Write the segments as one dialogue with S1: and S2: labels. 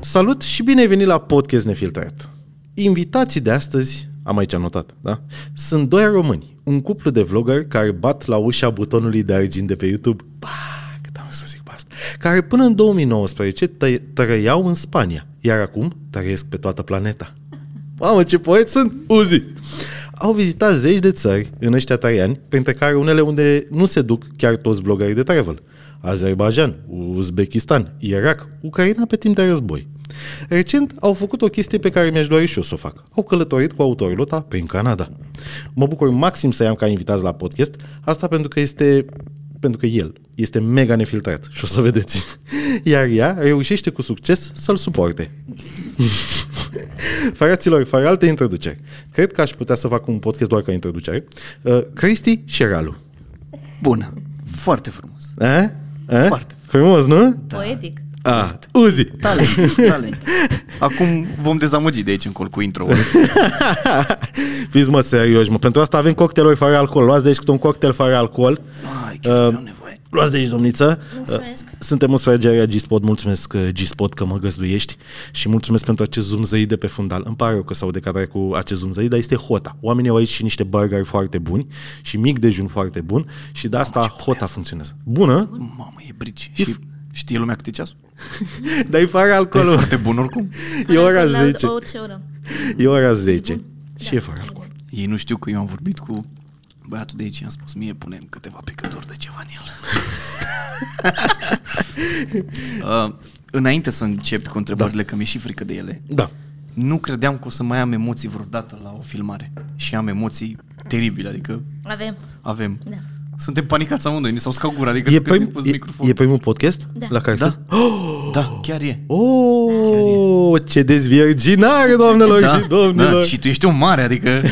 S1: Salut și bine ai venit la Podcast Nefiltrat. Invitații de astăzi, am aici anotat, da? Sunt doi români, un cuplu de vlogger care bat la ușa butonului de argint de pe YouTube. Ba, cât am să zic pe asta. Care până în 2019 tă- trăiau în Spania, iar acum trăiesc pe toată planeta. Mamă, ce poet sunt! Uzi! Au vizitat zeci de țări în ăștia trei ani, printre care unele unde nu se duc chiar toți bloggerii de travel. Azerbaijan, Uzbekistan, Irak, Ucraina pe timp de război. Recent au făcut o chestie pe care mi-aș dori și eu să o fac. Au călătorit cu autorilota prin Canada. Mă bucur maxim să i-am ca invitați la podcast, asta pentru că este pentru că el este mega nefiltrat și o să vedeți. Iar ea reușește cu succes să-l suporte. Fraților, fără alte introduceri, cred că aș putea să fac un podcast doar ca introducere. Uh, Cristi și Ralu.
S2: Bună. Foarte frumos.
S1: A? A?
S2: Foarte.
S1: Eh? Frumos, nu?
S3: Poetic.
S1: A, uzi!
S2: Talent, talent. Acum vom dezamăgi de aici încolo cu intro
S1: Fiți mă serioși, mă. Pentru asta avem cocktailuri fără alcool. Luați de aici câte un cocktail fără alcool.
S2: Mai, chiar uh, nevoie.
S1: Luați de aici, domniță.
S3: Mulțumesc.
S1: Uh, Suntem în sfrageria G-Spot. Mulțumesc, uh, G-Spot, că mă găzduiești și mulțumesc pentru acest zoom zăi de pe fundal. Îmi pare rău că s-au decadrat cu acest zoom zăi, dar este hota. Oamenii au aici și niște burgeri foarte buni și mic dejun foarte bun și de asta hota funcționează. Bună,
S2: Mamă, e brici. Și știe lumea câte e ceasul?
S1: dar e fără
S2: E
S1: alcool.
S2: foarte bun oricum.
S1: E ora
S3: Până la Da.
S1: 10.
S3: Orice oră.
S1: E ora 10. Și e fără alcool.
S2: Ei nu știu că eu am vorbit cu băiatul de aici i-am spus mie punem câteva picături de ceva în el. uh, înainte să încep cu întrebările, da. că mi-e și frică de ele,
S1: Da.
S2: nu credeam că o să mai am emoții vreodată la o filmare. Și am emoții teribile, adică
S3: Avem.
S2: avem.
S3: Da.
S2: Suntem panicați amândoi, ni s-au scagurat, adică
S1: E,
S2: e că
S1: prim,
S2: pus
S1: e,
S2: microfonul.
S1: e primul podcast
S3: Da.
S1: la care
S2: Da.
S1: sunt? Oh,
S2: Da, chiar e.
S1: oh, ce dezvirginare, doamnelor
S2: da,
S1: și domnilor!
S2: Da, și tu ești un mare, adică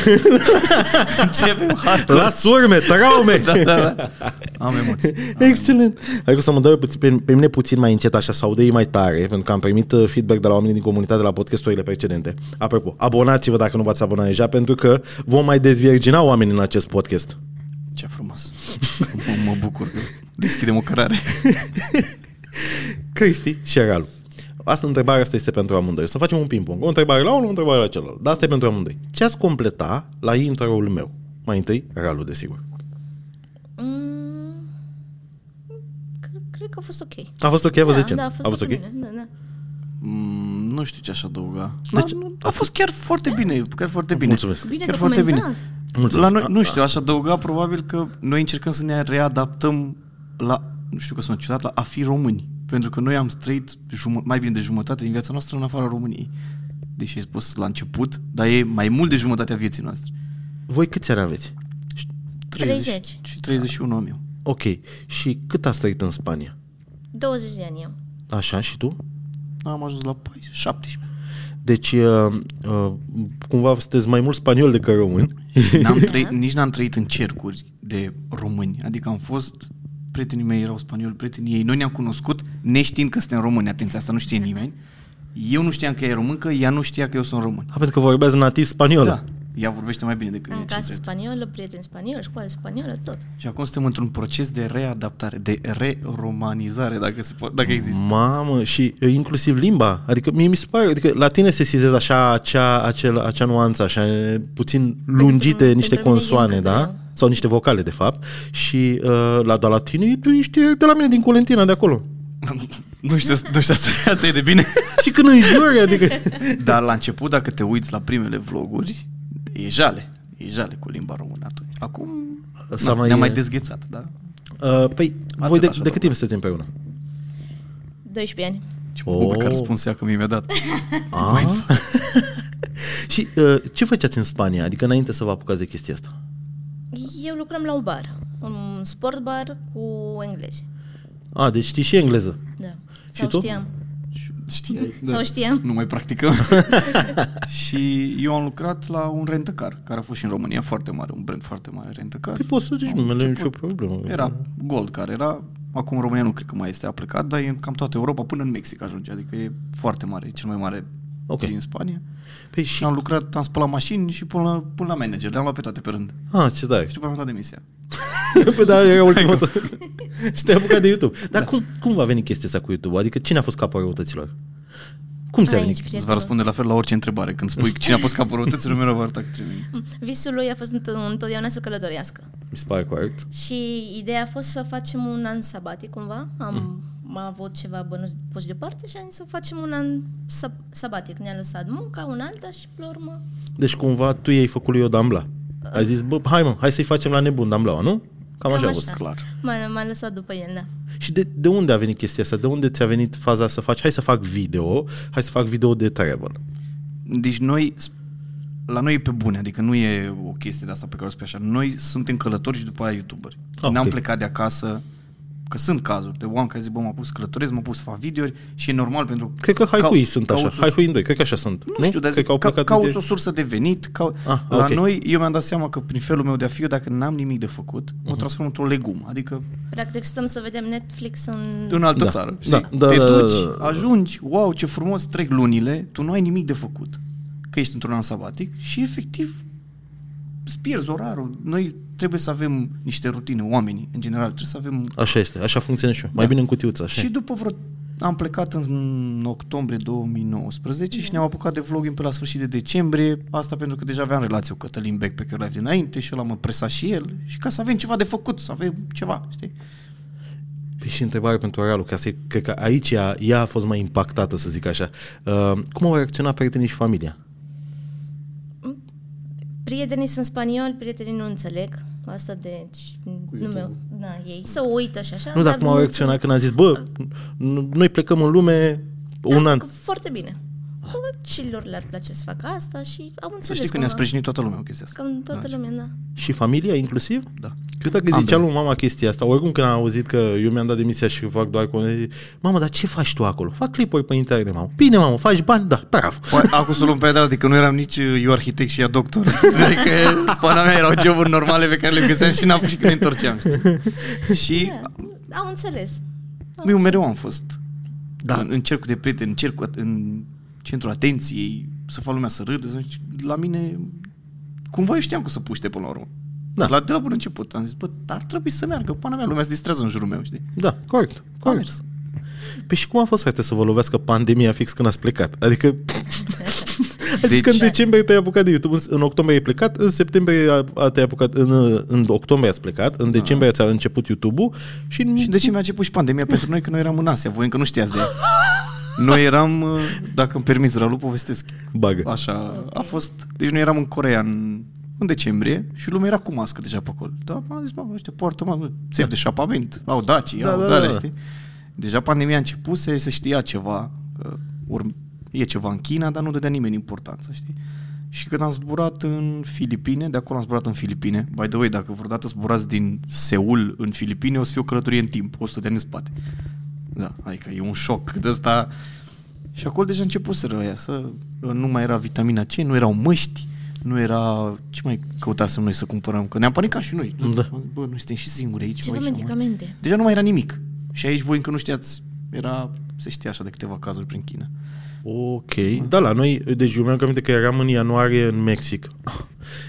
S2: începem hardcore.
S1: Las urme, traume! da,
S2: da, da. Am emoții.
S1: Excelent! Hai că să mă dau eu puțin, pe, pe mine puțin mai încet așa, sau de ei mai tare, pentru că am primit uh, feedback de la oamenii din comunitate la podcasturile precedente. Apropo, abonați-vă dacă nu v-ați abonat deja, pentru că vom mai dezvirgina oamenii în acest podcast.
S2: Ce frumos. Mă, mă bucur că deschidem o cărare.
S1: Cristi și Ralu. Asta întrebarea asta este pentru amândoi. O Să facem un ping-pong. O întrebare la unul, o întrebare la celălalt. Dar asta e pentru amândoi. Ce ați completa la intro-ul meu? Mai întâi, Ralu, desigur.
S3: Mm, cre- cred că a fost ok.
S1: A fost ok, a fost
S3: da,
S1: decent.
S3: da, a fost,
S1: fost ok?
S3: bine. Da, da.
S2: Mm, nu știu ce aș adăuga.
S1: Deci,
S2: Deci, a fost chiar foarte bine, chiar foarte bine.
S1: Mulțumesc.
S3: Bine
S2: chiar foarte
S3: documentat.
S2: bine. La
S1: Mulțumesc.
S2: noi, nu știu, aș adăuga probabil că noi încercăm să ne readaptăm la, nu știu că sunt ciudat, la a fi români. Pentru că noi am trăit jumă, mai bine de jumătate din viața noastră în afara României. Deși ai spus la început, dar e mai mult de jumătatea vieții noastre.
S1: Voi câți ani aveți?
S3: 30.
S2: Și 31 am eu.
S1: Ok. Și cât ați trăit în Spania?
S3: 20 de ani eu.
S1: Așa și tu?
S2: Am ajuns la 14, 17.
S1: Deci, uh, uh, cumva sunteți mai mult spaniol decât român.
S2: N-am trăit, nici n-am trăit în cercuri de români. Adică am fost, prietenii mei erau spanioli, prietenii ei. Noi ne-am cunoscut neștiind că suntem români. Atenție, asta nu știe nimeni. Eu nu știam că ea e româncă, ea nu știa că eu sunt român.
S1: A, pentru că vorbează nativ spaniolă.
S2: Da, ea vorbește mai bine decât mine.
S3: În casă
S2: ce drept.
S3: spaniolă, prieteni spanioli, școală spaniolă, tot.
S2: Și acum suntem într-un proces de readaptare, de reromanizare, dacă, se po- dacă există.
S1: Mamă, și uh, inclusiv limba. Adică mie mi se pare, adică la tine se sizez așa acea, acel, acea nuanță, așa e, puțin lungite
S3: pentru
S1: niște
S3: mine e
S1: consoane,
S3: încă
S1: da?
S3: greu.
S1: Sau niște vocale, de fapt. Și uh, la, dar la tine, tu ești de la mine, din Colentina, de acolo.
S2: nu știu, nu știu asta, asta e de bine.
S1: Și când înjuri, adică...
S2: Dar la început, dacă te uiți la primele vloguri, e jale. E jale cu limba română atunci. Acum
S1: S-a
S2: na,
S1: mai-
S2: ne-am mai dezghețat, da?
S1: Uh, păi, voi de,
S2: așa
S1: de
S2: de
S1: cât timp sunteți împreună?
S3: 12 ani.
S2: Ce mă bucur
S1: Oh.
S2: că răspunsul ea că mi-a dat.
S1: Ah. și uh, ce făceați în Spania? Adică înainte să vă apucați de chestia asta.
S3: Eu lucram la un bar, un sport bar cu englezi.
S1: A, deci știi și engleză.
S3: Da.
S1: Și
S3: Sau
S1: tu?
S3: știam.
S2: Știai?
S3: Sau știam.
S2: Nu mai practicăm. și eu am lucrat la un rentăcar, care a fost și în România foarte mare, un brand foarte mare rentăcar.
S1: Păi poți să zici numele, nicio problemă.
S2: Era Gold care era, acum în România nu cred că mai este, a plecat, dar e în cam toată Europa, până în Mexic ajunge, adică e foarte mare, e cel mai mare
S1: Ok.
S2: okay. din Spania.
S1: Păi
S2: Și
S1: și...
S2: am lucrat, am spălat mașini și până la, până la manager, le-am luat pe toate pe rând.
S1: Ah, ce tare.
S2: Și după aia mi-am dat demisia.
S1: Păi da, era ultimul tău. și te-ai apucat de YouTube. Dar cum, cum va veni chestia asta cu YouTube? Adică cine a fost capul răutăților? Cum ți-a venit?
S3: Aici,
S2: Îți va
S3: prietenul.
S2: răspunde la fel la orice întrebare. Când spui cine a fost capul răutății, Romero va arăta către mine.
S3: Visul lui a fost înt- întotdeauna să călătorească.
S1: Mi se pare corect.
S3: Și ideea a fost să facem un an sabatic cumva. Am mm. avut ceva bănuți puși deoparte și am zis să facem un an sab- sabatic. Ne-a lăsat munca, un an, dar și pe la urmă...
S1: Deci cumva tu i-ai făcut lui Iod Ambla. Ai zis, bă, hai mă, hai să-i facem la nebun Damblaua, nu? Cam, așa a fost.
S2: clar.
S3: M-a, m-a lăsat după el, da.
S1: Și de, de unde a venit chestia asta? De unde ți-a venit faza să faci, hai să fac video, hai să fac video de travel.
S2: Deci noi, la noi e pe bune, adică nu e o chestie de asta pe care o spui așa. Noi suntem călători și după aia youtuberi.
S1: Ah,
S2: N-am
S1: ok.
S2: plecat de acasă, că sunt cazuri de oameni care zic, bă, m-a pus să călătoresc, m-a pus să fac videouri și e normal pentru că...
S1: Cred că haihuii sunt așa,
S2: cauți o-
S1: haihuii în doi, cred că așa sunt. Nu,
S2: Nu, știu, dar
S1: cred
S2: zic,
S1: că au
S2: ca,
S1: plecat
S2: cauți
S1: de...
S2: o sursă de venit. Ca...
S1: Ah,
S2: Ah, la
S1: ok.
S2: noi, eu mi-am dat seama că prin felul meu de a fi, eu dacă n-am nimic de făcut,
S1: Mhm.
S2: mă transform într-o legumă. Adică
S3: Practic stăm să vedem Netflix în...
S2: în altă
S1: Da.
S2: da. țară. Știi?
S1: Da, da,
S2: Te
S1: da, da,
S2: duci,
S1: da, da.
S2: ajungi, wow, ce frumos trec lunile, tu nu ai nimic de făcut, că ești într-un an sabatic și efectiv îți pierzi orarul. Noi trebuie să avem niște rutine, oamenii, în general, trebuie să avem...
S1: Așa este, așa funcționez și eu. Mai
S2: Da.
S1: bine în cutiuță, așa.
S2: Și după vreo... Am plecat în octombrie 2019 și ne-am apucat de vlogging pe la sfârșit de decembrie, asta pentru că deja aveam relație cu Cătălin Beck pe care l-ai dinainte și l-am presat și el și ca să avem ceva de făcut, să avem ceva, știi?
S1: Păi și întrebare pentru Ralu, că asta e, cred că aici ea, ea a fost mai impactată, să zic așa. Uh, cum au reacționat prietenii și familia?
S3: Prietenii sunt spanioli, prietenii nu înțeleg asta de... Nu meu, da, ei să uită și așa.
S1: Nu, dar cum au reacționat când a zis, bă, n- noi plecăm în lume un
S3: Am
S1: an.
S3: făcut Da, foarte bine. Bă, Și lor le-ar place să facă asta și am
S2: Să
S3: înțeles
S2: știi că ne-a sprijinit toată lumea cu chestia asta.
S3: Cam toată lumea, da.
S1: Și familia inclusiv?
S2: Da.
S1: Cred că zicea lui mama chestia asta. Oricum când a auzit că eu mi-am dat demisia și fac doar cu mamă, dar ce faci tu acolo? Fac clipuri pe internet, mamă. Bine, mamă, faci bani? Da, bravo.
S2: Păi, Acum să o luăm pe data, adică nu eram nici uh, eu arhitect și ea doctor. Adică, pana mea, erau joburi normale pe care le găseam și n-am și când ne întorceam. știi? Și
S3: Da, Au înțeles.
S2: eu mereu am fost da. în, în cercul de prieteni, în, cercul, în centrul atenției, să fac lumea să râdă. Să, la mine, cumva eu știam că o să puște până la urmă.
S1: Da.
S2: Da. La, de la bun început am zis, bă, ar trebui să meargă, pana mea, lumea se distrează în jurul meu, știi?
S1: Da, corect,
S2: Am
S1: corect.
S2: mers.
S1: Păi și cum a fost, frate, să vă lovească pandemia fix când ați plecat? Adică... Adică deci,
S2: Deci-
S1: că în decembrie te-ai apucat de YouTube, în- în octombrie ai plecat, în septembrie a- a- te-ai apucat, în, în octombrie ați plecat, în decembrie ați început YouTube-ul Da. și, în-
S2: Și de ce mi-a început și pandemia pentru noi că noi eram în Asia, voi încă nu știați de ea. Noi eram, uh, dacă îmi permiți, Ralu, povestesc.
S1: bagă.
S2: Așa, a fost... Deci noi eram în Corea în, în decembrie și lumea era cu mască deja pe acolo. Da, am zis, mă, ăștia poartă mască, țef de șapament, au daci,
S1: Da,
S2: au
S1: da,
S2: da, da,
S1: da.
S2: da. știi? Deja pandemia a început, se, se știa ceva, că urm, e ceva în China, dar nu dădea nimeni importanță, știi? Și când am zburat în Filipine, de acolo am zburat în Filipine, by the way, dacă vreodată zburați din Seul în Filipine, o să fie o călătorie în timp, 100 de ani în spate. Da, adică e un șoc de ăsta. Și acolo deja începuseră aia să... Nu mai era vitamina C, nu erau măști, nu era... Ce mai căutasem noi să cumpărăm? Că ne-am panicat și noi.
S1: Da.
S2: Bă, noi suntem și singuri aici.
S3: Ceva
S2: bă, aici, mă.
S3: medicamente.
S2: Deja nu mai era nimic. Și aici voi încă nu știați, era, se știa așa de câteva cazuri prin China.
S1: Ok, da, la noi, deci eu mi-am aminte că eram în ianuarie în Mexic.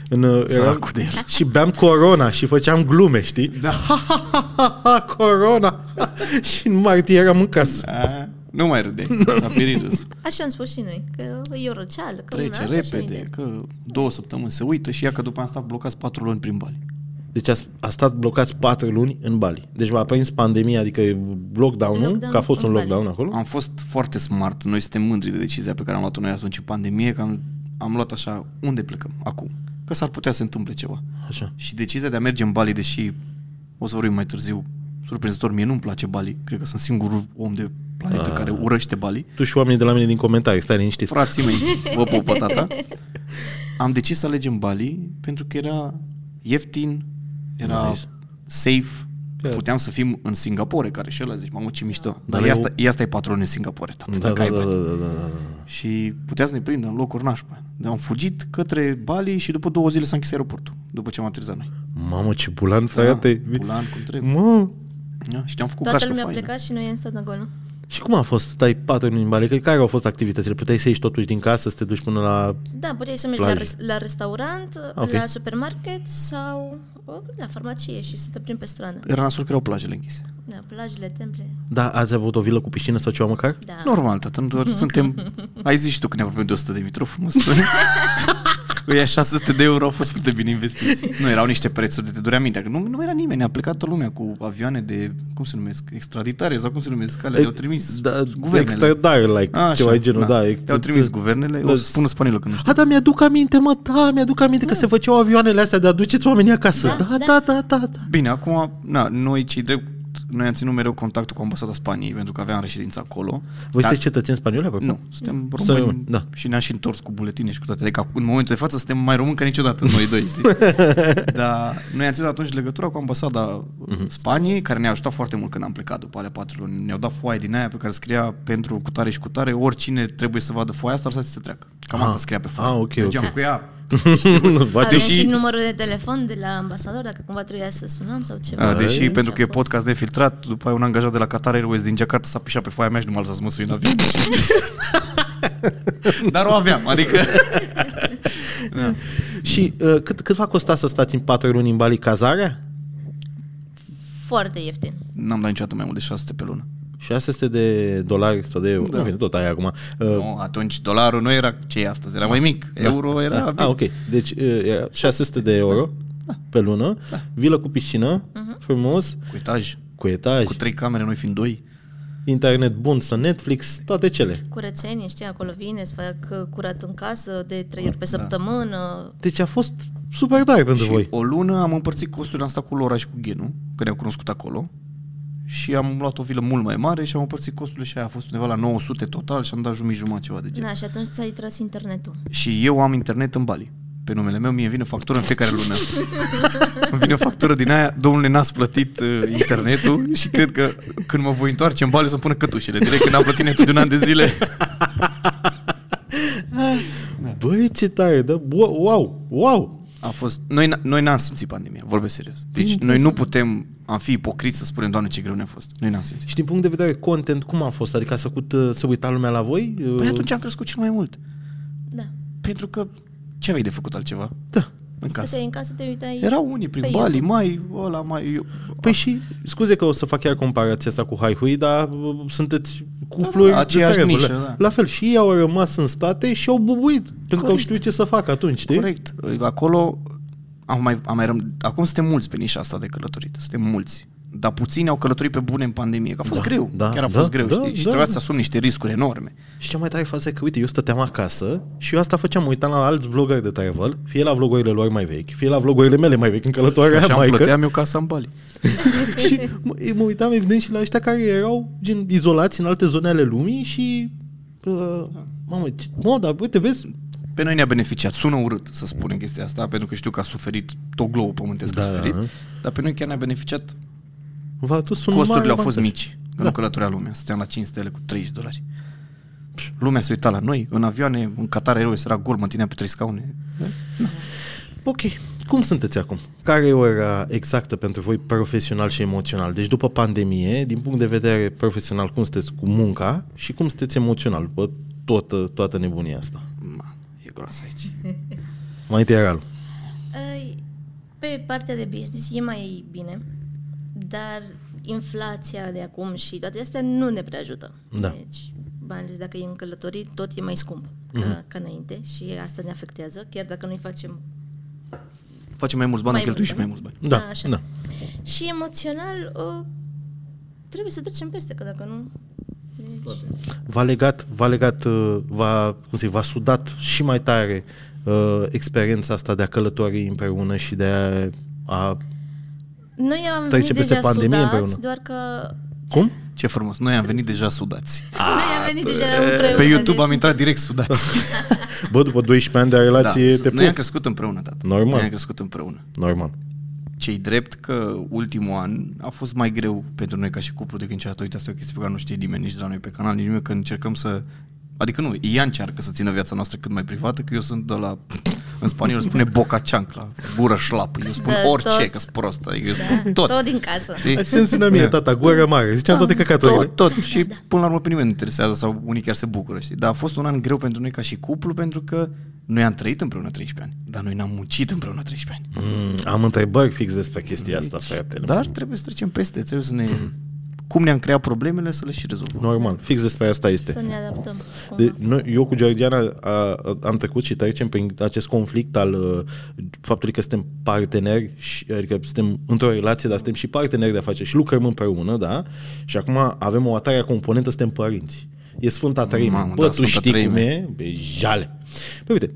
S1: În, uh, eram,
S2: Săracul de el.
S1: și beam corona și făceam glume, știi?
S2: Da.
S1: corona! și în martie eram în casă.
S2: A, nu mai râde, s-a pierit râsul.
S3: Așa am spus și noi, că e o răceală, că una
S2: Trece
S3: alta și
S2: repede,
S3: uite.
S2: că două săptămâni se uită și ea că după am stat blocați patru luni prin Bali.
S1: Deci a, a stat blocați patru luni în Bali. Deci v-a prins pandemia, adică lockdown-ul,
S3: Lockdown
S1: că a fost
S3: în
S1: un
S3: Bali.
S1: lockdown acolo.
S2: Am fost foarte smart. Noi suntem mândri de decizia pe care am luat-o noi atunci în pandemie, că am, am luat așa, unde plecăm acum? Că s-ar putea să se întâmple ceva.
S1: Așa.
S2: Și decizia de a merge în Bali, deși o să vorbim mai târziu, surprinzător, mie nu-mi place Bali. Cred că sunt singurul om de planetă care urăște Bali.
S1: Tu și oamenii de la mine din comentarii, stai liniștiți.
S2: Frații mei, vă pupă tata. Am decis să alegem Bali pentru că era ieftin, era
S1: Nice.
S2: nice. safe,
S1: Da.
S2: puteam să fim în Singapore, care și ăla zici, mamă, ce mișto. Dar
S1: Dar
S2: e
S1: eu-
S2: asta, e asta e patronul în Singapore, tata,
S1: Da,
S2: dacă
S1: da,
S2: ai
S1: da, da,
S2: bani.
S1: da, da, da.
S2: Și putea să ne prindă în locuri nașpa. Dar am fugit către Bali și după două zile s-a închis aeroportul, după ce am aterizat noi.
S1: Mamă, ce Da, bulan, frate.
S2: bulan, cum trebuie.
S1: Mă,
S2: Da, și ne-am făcut
S3: Toată
S2: cașcă
S3: lumea a
S2: faină.
S3: plecat și noi am stat acolo.
S1: și cum a fost? Stai patru luni în Bali, că care au fost activitățile? Puteai să ieși totuși din casă, să te duci până la...
S3: Da, puteai să mergi la,
S1: Plajă.
S3: res- la
S2: Ah,
S3: restaurant,
S1: Ok.
S3: la supermarket sau bă, la uh, farmacie și să te plimbi pe stradă.
S2: Da. Era nasul că erau plajele închise.
S3: Da, plajele, temple.
S1: Dar Da, ați avut o vilă cu piscină sau ceva măcar?
S3: Da.
S2: Normal, tată, nu doar suntem... Ai zis și tu că ne apropiem de 100 de Păi mii, te rog frumos. Ia 600 de euro au fost foarte bine investiți. Nu erau niște prețuri de te durea mintea, că nu, nu era nimeni, a plecat toată lumea cu avioane de, cum se numesc, extraditare sau cum se numesc, alea,
S1: E,
S2: le-au trimis
S1: Da,
S2: guvernele.
S1: extradare, like,
S2: A,
S1: ceva de genul, da. da
S2: Te-au trimis guvernele, o să spun spanilor că nu știu.
S1: A, da, mi-aduc aminte, mă, da, mi-aduc aminte că se făceau avioanele astea de aduceți oamenii acasă. Da,
S3: Da,
S1: da, da,
S3: da.
S1: da, da. da.
S2: Bine, acum, na, noi cei drept, noi am ținut mereu contactul cu ambasada Spaniei pentru că aveam reședință acolo.
S1: Voi
S2: Dar-
S1: sunteți cetățeni spanioli? apoi?
S2: Nu, suntem
S1: Să
S2: români
S1: rămân, da.
S2: și ne-am și întors cu buletine și cu toate. Adică în momentul de față suntem mai români ca niciodată noi doi, știi? Dar noi am ținut atunci legătura cu ambasada
S1: Mhm.
S2: uh, Spaniei, care ne-a ajutat foarte mult când am plecat după alea patru luni. Ne-au dat foaie din aia pe care scria pentru cutare și cutare, oricine trebuie să vadă foaia asta, lăsați să treacă. Cam
S1: Ah.
S2: asta scria pe foaie.
S1: Ah, ok,
S2: Mergeam
S1: ok.
S2: cu ea.
S1: Vai,
S3: Avem
S2: deși-
S3: și numărul de telefon de la ambasador, dacă cumva trebuia să sunăm sau ceva.
S2: A, uh, Deși,
S3: Și
S2: pentru
S3: a
S2: că e
S3: fost.
S2: podcast nefiltrat, după aia un angajat de la Qatar Airways din Jakarta s-a pișat pe foaia mea și nu m-a lăsat să mă sui în avion. Dar o aveam, adică... da.
S1: Și uh, cât, cât va costa să stați în patru luni în Bali cazarea?
S3: Foarte ieftin.
S2: N-am dat niciodată mai mult de 600 pe lună.
S1: 600 de dolari sau de euro. Da. Nu vine tot aia acum. Uh,
S2: Nu, atunci dolarul nu era ce e astăzi, era mai mic. Euro era...
S1: Ah, ok. Deci uh, era 600 de euro da. pe lună, da. vilă cu piscină, uh-huh. frumos,
S2: Cu etaj,
S1: cu etaj,
S2: cu
S1: cu
S2: trei camere, noi fiind doi.
S1: internet bun, să Netflix, toate cele.
S3: Curățenie, știi, acolo vine, îți fac uh, curat în casă de trei ori pe
S2: Da.
S3: săptămână.
S1: Deci a fost super tare pentru
S2: Și
S1: voi.
S2: o lună am împărțit costurile, am stat cu Lora și cu Ghenu, că ne-au cunoscut acolo. Și am luat o vilă mult mai mare și am împărțit costurile și aia a fost undeva la 900 total și am dat jumătate jumătate ceva de gen.
S3: Da, și atunci ți-ai tras internetul.
S2: Și eu am internet în Bali. Pe numele meu, mie vine o factură în fiecare lună. Îmi vine o factură din aia, domnule, n-ați plătit uh, internetul și cred că când mă voi întoarce în Bali o să-mi pună cătușele. Direct când am plătit netul de un an de zile.
S1: Băi, ce tare, da? Wow, wow, wow.
S2: A fost... Noi, n- noi n-am simțit pandemia, vorbesc serios. Deci noi nu putem, am fi ipocriți să spunem, Doamne, ce greu ne-a fost. Noi n-am simțit.
S1: Și Deci din punct de vedere content, cum a fost? Adică a făcut uh, să uita lumea la voi? Uh,
S2: Păi atunci am crescut cel mai mult.
S3: Da.
S2: Pentru că ce aveai de făcut altceva?
S1: Da.
S2: În casă.
S3: Stăteai în casă, te uitai...
S2: Erau unii prin
S3: Pe
S2: Bali, mai, ăla, mai... Eu,
S1: Păi și, scuze că o să fac chiar comparația asta cu Haihui, dar uh, sunteți cupluri
S2: Da, da, aceeași
S1: de treabă.
S2: nișă, da.
S1: La fel, și ei au rămas în state și au bubuit, pentru că au știut ce să facă atunci, știi?
S2: Corect. Acolo am mai, am mai răm- acum suntem mulți pe nișa asta de călătorit. Suntem mulți. Dar puțini au călătorit pe bune în pandemie, că a fost
S1: Da,
S2: greu.
S1: da,
S2: Chiar a
S1: da,
S2: fost greu,
S1: da,
S2: știi? Și
S1: da,
S2: trebuia
S1: da.
S2: să asumi niște riscuri enorme.
S1: Și cea mai tare fază e că, uite, eu stăteam acasă și eu asta făceam, mă uitam la alți vlogări de travel, fie la vlogurile lor mai vechi, fie la vlogurile mele mai vechi în călătoarea
S2: Așa îmi
S1: maică.
S2: plăteam eu casa în Bali.
S1: și mă, mă uitam evident și la ăștia care erau gen izolați în alte zone ale lumii și uh,
S2: Da.
S1: mamă, ce- mă, dar uite, vezi,
S2: Pe noi ne-a beneficiat. Sună urât să spunem chestia asta, pentru că știu că a suferit tot globul pământesc
S1: Da,
S2: a suferit,
S1: da.
S2: dar pe noi chiar ne-a beneficiat.
S1: v-a adus un mare Da.
S2: Costurile au fost
S1: avantaj.
S2: mici, că nu călătorea lumea. Stăteam la 5 stele cu 30 de dolari. Lumea se uita la noi, în avioane, în Qatar Airways era gol, mă întineam pe trei scaune.
S1: Ok, cum sunteți acum? Care e ora exactă pentru voi profesional și emoțional? Deci după pandemie, din punct de vedere profesional, cum sunteți cu munca și cum sunteți emoțional după toată, toată nebunia asta?
S2: Ma, e groasă aici.
S1: Mai întâi real.
S3: Ai- Pe partea de business e mai bine, dar inflația de acum și toate astea nu ne prea ajută.
S1: Da.
S3: Deci, mai ales dacă e în călătorii, tot e mai scump
S2: Mhm.
S3: ca, ca înainte și asta ne afectează, chiar dacă noi facem
S2: Facem mai mulți bani,
S3: Mai
S2: dar cheltuim și mai
S3: mulți
S2: mulți bani.
S1: Da,
S3: Da, așa.
S1: da.
S3: Și emoțional uh, trebuie să trecem peste, că dacă nu... Deci,
S1: V-a legat, v-a legat, uh, v-a, cum zic, v-a sudat și mai tare uh, experiența asta de a călători împreună și de a... a
S3: noi am
S1: Trece
S3: venit
S1: peste
S3: deja
S1: pandemie împreună.
S3: sudați, doar că
S1: cum?
S2: Ce frumos, noi am venit deja sudați.
S3: noi am venit deja împreună.
S2: Pe YouTube am
S3: deci-
S2: intrat direct sudați. Da.
S1: Bă, după 12 ani de relație te
S2: Noi am
S1: pup.
S2: crescut împreună, tată.
S1: Normal.
S2: Noi am crescut împreună.
S1: Normal.
S2: Cei drept că ultimul an a fost mai greu pentru noi ca și cuplu decât niciodată. Uite, asta e o chestie pe care nu știe nimeni nici de la noi pe canal, nici nimeni, că încercăm să... Adică nu, ea încearcă să țină viața noastră cât mai privată, că eu sunt de la... În spaniol spune boca chancla, gură șlapă. Eu spun
S3: Da,
S2: orice,
S3: tot. Da.
S2: că sunt prost. Adică eu spun tot.
S3: Tot din casă.
S2: știi?
S1: Așa îmi sunea mie, tata, gură mare. Ziceam
S2: Da.
S1: toate căcaturile.
S2: Tot, tot. Și
S3: Da.
S2: până la urmă pe nimeni nu interesează sau unii chiar se bucură, știi? Dar a fost un an greu pentru noi ca și cuplu pentru că noi am trăit împreună 13 ani, dar noi n-am muncit împreună 13 ani.
S1: Mm, am întrebări fix despre chestia asta, frate.
S2: Dar trebuie să trecem peste, trebuie să ne cum ne-am creat problemele, să le și rezolvăm.
S1: Normal, fix despre asta
S3: Să
S1: este.
S3: ne adaptăm. Cumva.
S1: De, noi, eu cu Georgiana a, a, am trecut și trecem prin acest conflict al uh, faptului că suntem parteneri, și, adică suntem într-o relație, dar suntem și parteneri de afaceri și lucrăm împreună, da? Și acum avem o atare componentă, suntem părinți. E Sfânta Treime.
S2: Mamă,
S1: Bă,
S2: da,
S1: tu
S2: Sfânta
S1: știi cum
S2: Treime.
S1: e? Be jale. Păi uite,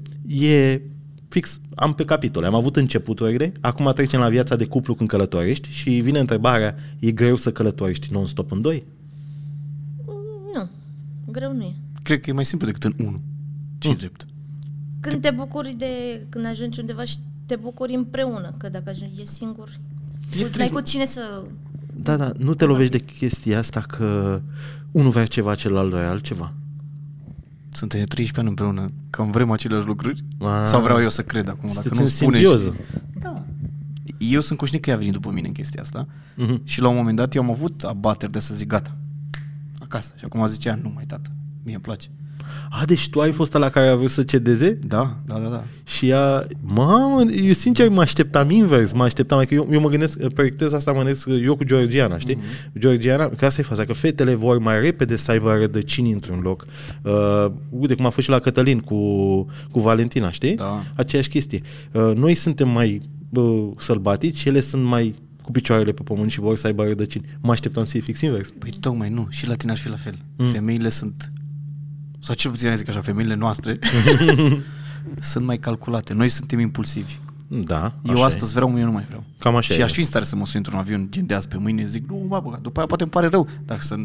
S1: e fix, am pe capitole, am avut începuturile, acum trecem la viața de cuplu când călătorești și vine întrebarea, e greu să călătorești non-stop în doi?
S3: Nu, greu nu e.
S2: Cred că e mai simplu decât în unul. ce
S1: Hm.
S2: drept.
S3: Când te bucuri de, când ajungi undeva și te bucuri împreună, că dacă ajungi e singur,
S2: E
S3: n-ai
S2: trist.
S3: cu cine să...
S1: Da, da, nu te lovești de chestia asta că unul vrea ceva, celălalt vrea altceva.
S2: Suntem de 13 ani împreună, cam vrem aceleași lucruri?
S1: Ah.
S2: Sau vreau eu să cred acum, dacă
S1: Sunteți
S2: nu
S1: în
S2: spune
S1: simbioză.
S2: Da. Eu sunt conștient că ea a venit după mine în chestia asta uh-huh. și la un moment dat eu am avut abateri de să zic gata, acasă. Și acum zicea, nu mai tată, mie îmi place.
S1: A, deci tu ai fost la care a vrut să cedeze?
S2: Da, da, da, da.
S1: Și ea, mamă, eu sincer mă așteptam invers, mă așteptam, adică eu, eu mă gândesc, proiectez asta, mă gândesc eu cu Georgiana, știi?
S2: Mhm.
S1: Mm-hmm. Georgiana, că asta e faza, că fetele vor mai repede să aibă rădăcini într-un loc. Uh, uite cum a fost și la Cătălin cu, cu Valentina, știi?
S2: Da.
S1: Aceeași chestie. Uh, noi suntem mai uh, sălbatici, ele sunt mai cu picioarele pe pământ și vor să aibă rădăcini. Mă așteptam să fie fix invers.
S2: Păi tocmai nu, și la tine ar fi la fel. Mm. Femeile sunt, sau cel puțin zic așa, femeile noastre sunt mai calculate. Noi suntem impulsivi.
S1: Da,
S2: Eu
S1: așa e.
S2: așa astăzi vreau, mâine nu mai vreau.
S1: Cam așa
S2: Și
S1: e.
S2: aș fi în stare să mă sun într-un avion gen de azi pe mâine, zic, nu, mă, bă, după aia poate îmi pare rău, dar să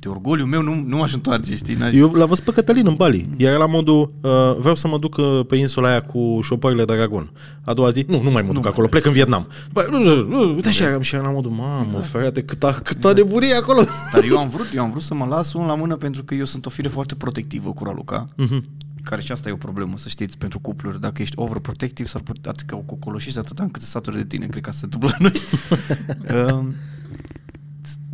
S2: de orgoliu meu nu, nu m-aș întoarce, știi? n-aș-
S1: Eu l-am văzut pe Cătălin în Bali. Era la modul, uh, vreau să mă duc uh, pe insula aia cu șopările de Aragon. A doua zi, nu, nu mai mă duc acolo, plec în Vietnam. Bă, nu, nu, nu, uite și eram și eram la modul, mamă, exact. frate, câta, câta nebunie e acolo.
S2: Dar eu am vrut, eu am vrut să mă las unul la mână pentru că eu sunt o fire foarte protectivă cu Raluca. Care și asta e o problemă, să știți, pentru cupluri. Dacă ești overprotective, s-ar putea că o cocoloșești atâta încât se saturi de tine, cred că asta se întâmplă la noi. um,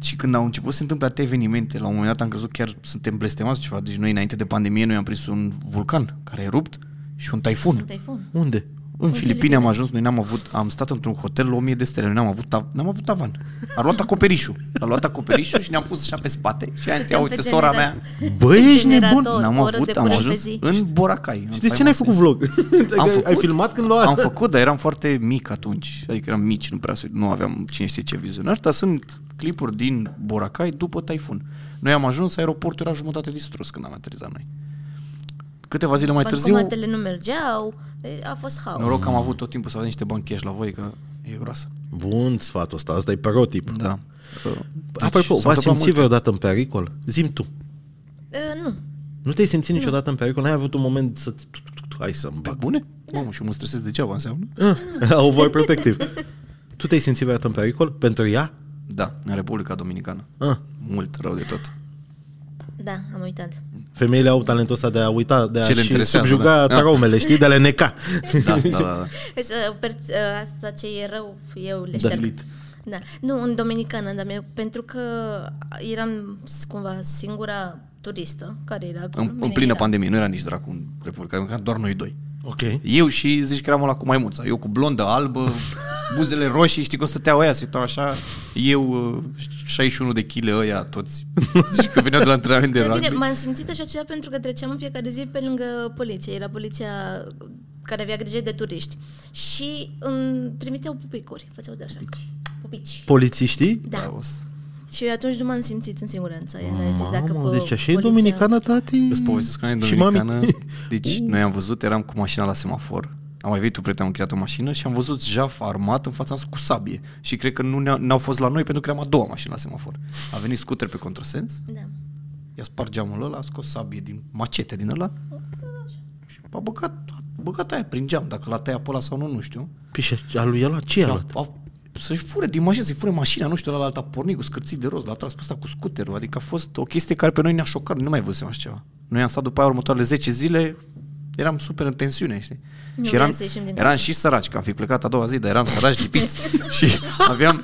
S2: și când au început să se întâmple atâtea evenimente, la un moment dat am crezut chiar suntem blestemați ceva. Deci noi, înainte de pandemie, noi am prins un vulcan care a erupt și un taifun.
S3: Un taifun.
S1: Unde?
S2: În Filipine am ajuns, noi n-am avut, am stat într-un hotel la 1000 de stele, noi n-am avut, ta- n-am avut tavan. A luat acoperișul. A luat acoperișul și ne-am pus așa pe spate și am zis, ia
S3: Stăteam
S2: uite,
S3: pe
S2: sora
S3: genera-
S2: mea.
S1: Bă,
S3: Pe
S1: ești nebun?
S3: generator,
S2: N-am
S3: o oră de
S2: avut, am
S3: curaj pe
S2: ajuns
S3: zi.
S2: în Boracai.
S1: Și de ce n-ai făcut vlog?
S2: Am
S1: Ai
S2: făcut.
S1: filmat când lua?
S2: Am făcut, dar eram foarte mic atunci. Adică eram mici, nu prea să- nu aveam cine știe ce vizionari, dar sunt clipuri din Boracai după taifun. Noi am ajuns, aeroportul era jumătate distrus când am aterizat noi. Câteva zile mai târziu,
S3: Bancomatele nu mergeau, e, a fost haos.
S2: noroc că am avut tot timpul să avem niște bani cash la voi, că e groasă.
S1: Bun sfatul ăsta, asta e parotip.
S2: Da.
S1: Apropo,
S2: s-au
S1: v-ați
S2: întâmplat
S1: simțit
S2: multe.
S1: vreodată în pericol? Zim tu.
S3: E, Nu,
S1: Nu te-ai simțit niciodată în pericol? N-ai avut un moment să... Hai să-mi
S2: Pe
S1: bag.
S2: bune? Mamă, și eu mă stresez degeaba, înseamnă?
S1: Ah, Overprotective. Tu te-ai simțit vreodată în pericol? Pentru ea?
S2: Da, în Republica Dominicană.
S1: Ah.
S2: Mult rău de tot.
S3: da, am uitat.
S1: Femeile au talentul ăsta de a uita, de a
S2: Ce le
S1: și
S2: interesează,
S1: subjuga
S2: da.
S1: traumele, știi, de a le neca.
S2: Da, da, da. da.
S3: Vezi, uh, per- uh, Asta ce e rău, eu le
S1: Da.
S3: șterg.
S1: Delete.
S3: Da. Nu, în Dominicană, dar eu, pentru că eram s- cumva singura turistă care era acolo.
S2: În,
S3: Bine,
S2: în plină
S3: era.
S2: pandemie, nu era nici dracu în Republica Dominicană, doar noi doi.
S1: Ok.
S2: Eu și zici că eram ăla cu maimuța. Eu cu blondă, albă, buzele roșii, știi că o stăteau ăia, se uitau așa. Eu, uh, 61 de kg ăia, toți. Zici că veneau de la antrenament de
S3: Dar
S2: rugby.
S3: bine, m-am simțit așa ceva pentru că treceam în fiecare zi pe lângă poliție. Era poliția care avea grijă de turiști. Și îmi trimiteau pupicuri. Făceau de așa. Pupici.
S1: Polițiștii?
S3: Da.
S2: Păi o să-
S3: Și eu atunci nu m-am simțit în siguranță. Eu n-am zis dacă
S1: Mamă,
S3: pe
S1: deci așa e
S3: poliția-
S1: dominicană, tati?
S2: Îți povestesc că în
S1: Și
S2: Dominicană,
S1: mami.
S2: deci noi am văzut, eram cu mașina la semafor, am mai venit un prieten, am creat o mașină și am văzut jaf armat în fața noastră cu sabie. Și cred că nu ne-a- n-au fost la noi pentru că eram a doua mașină la semafor. A venit scuter pe contrasens,
S3: Da.
S2: i-a spart geamul ăla, a scos sabie din macete din ăla și a băgat, a băgat aia prin geam, dacă l-a tăiat pe ăla sau nu, nu știu.
S1: Păi și a lui ăla, ce
S2: Și
S1: a
S2: a, a, să-și fure din mașină, să-i fure mașina, nu știu, la alta a pornit cu scârții de roz, l-a tras pe ăsta cu scuterul. Adică a fost o chestie care pe noi ne-a șocat, nu mai văzusem așa ceva. Noi am stat după aia următoarele 10 zile, eram super în tensiune, știi?
S3: Nu
S2: și eram,
S3: vrem să ieșim din
S2: eram
S3: casă.
S2: și săraci, că am fi plecat a doua zi, dar eram săraci lipiți. și aveam,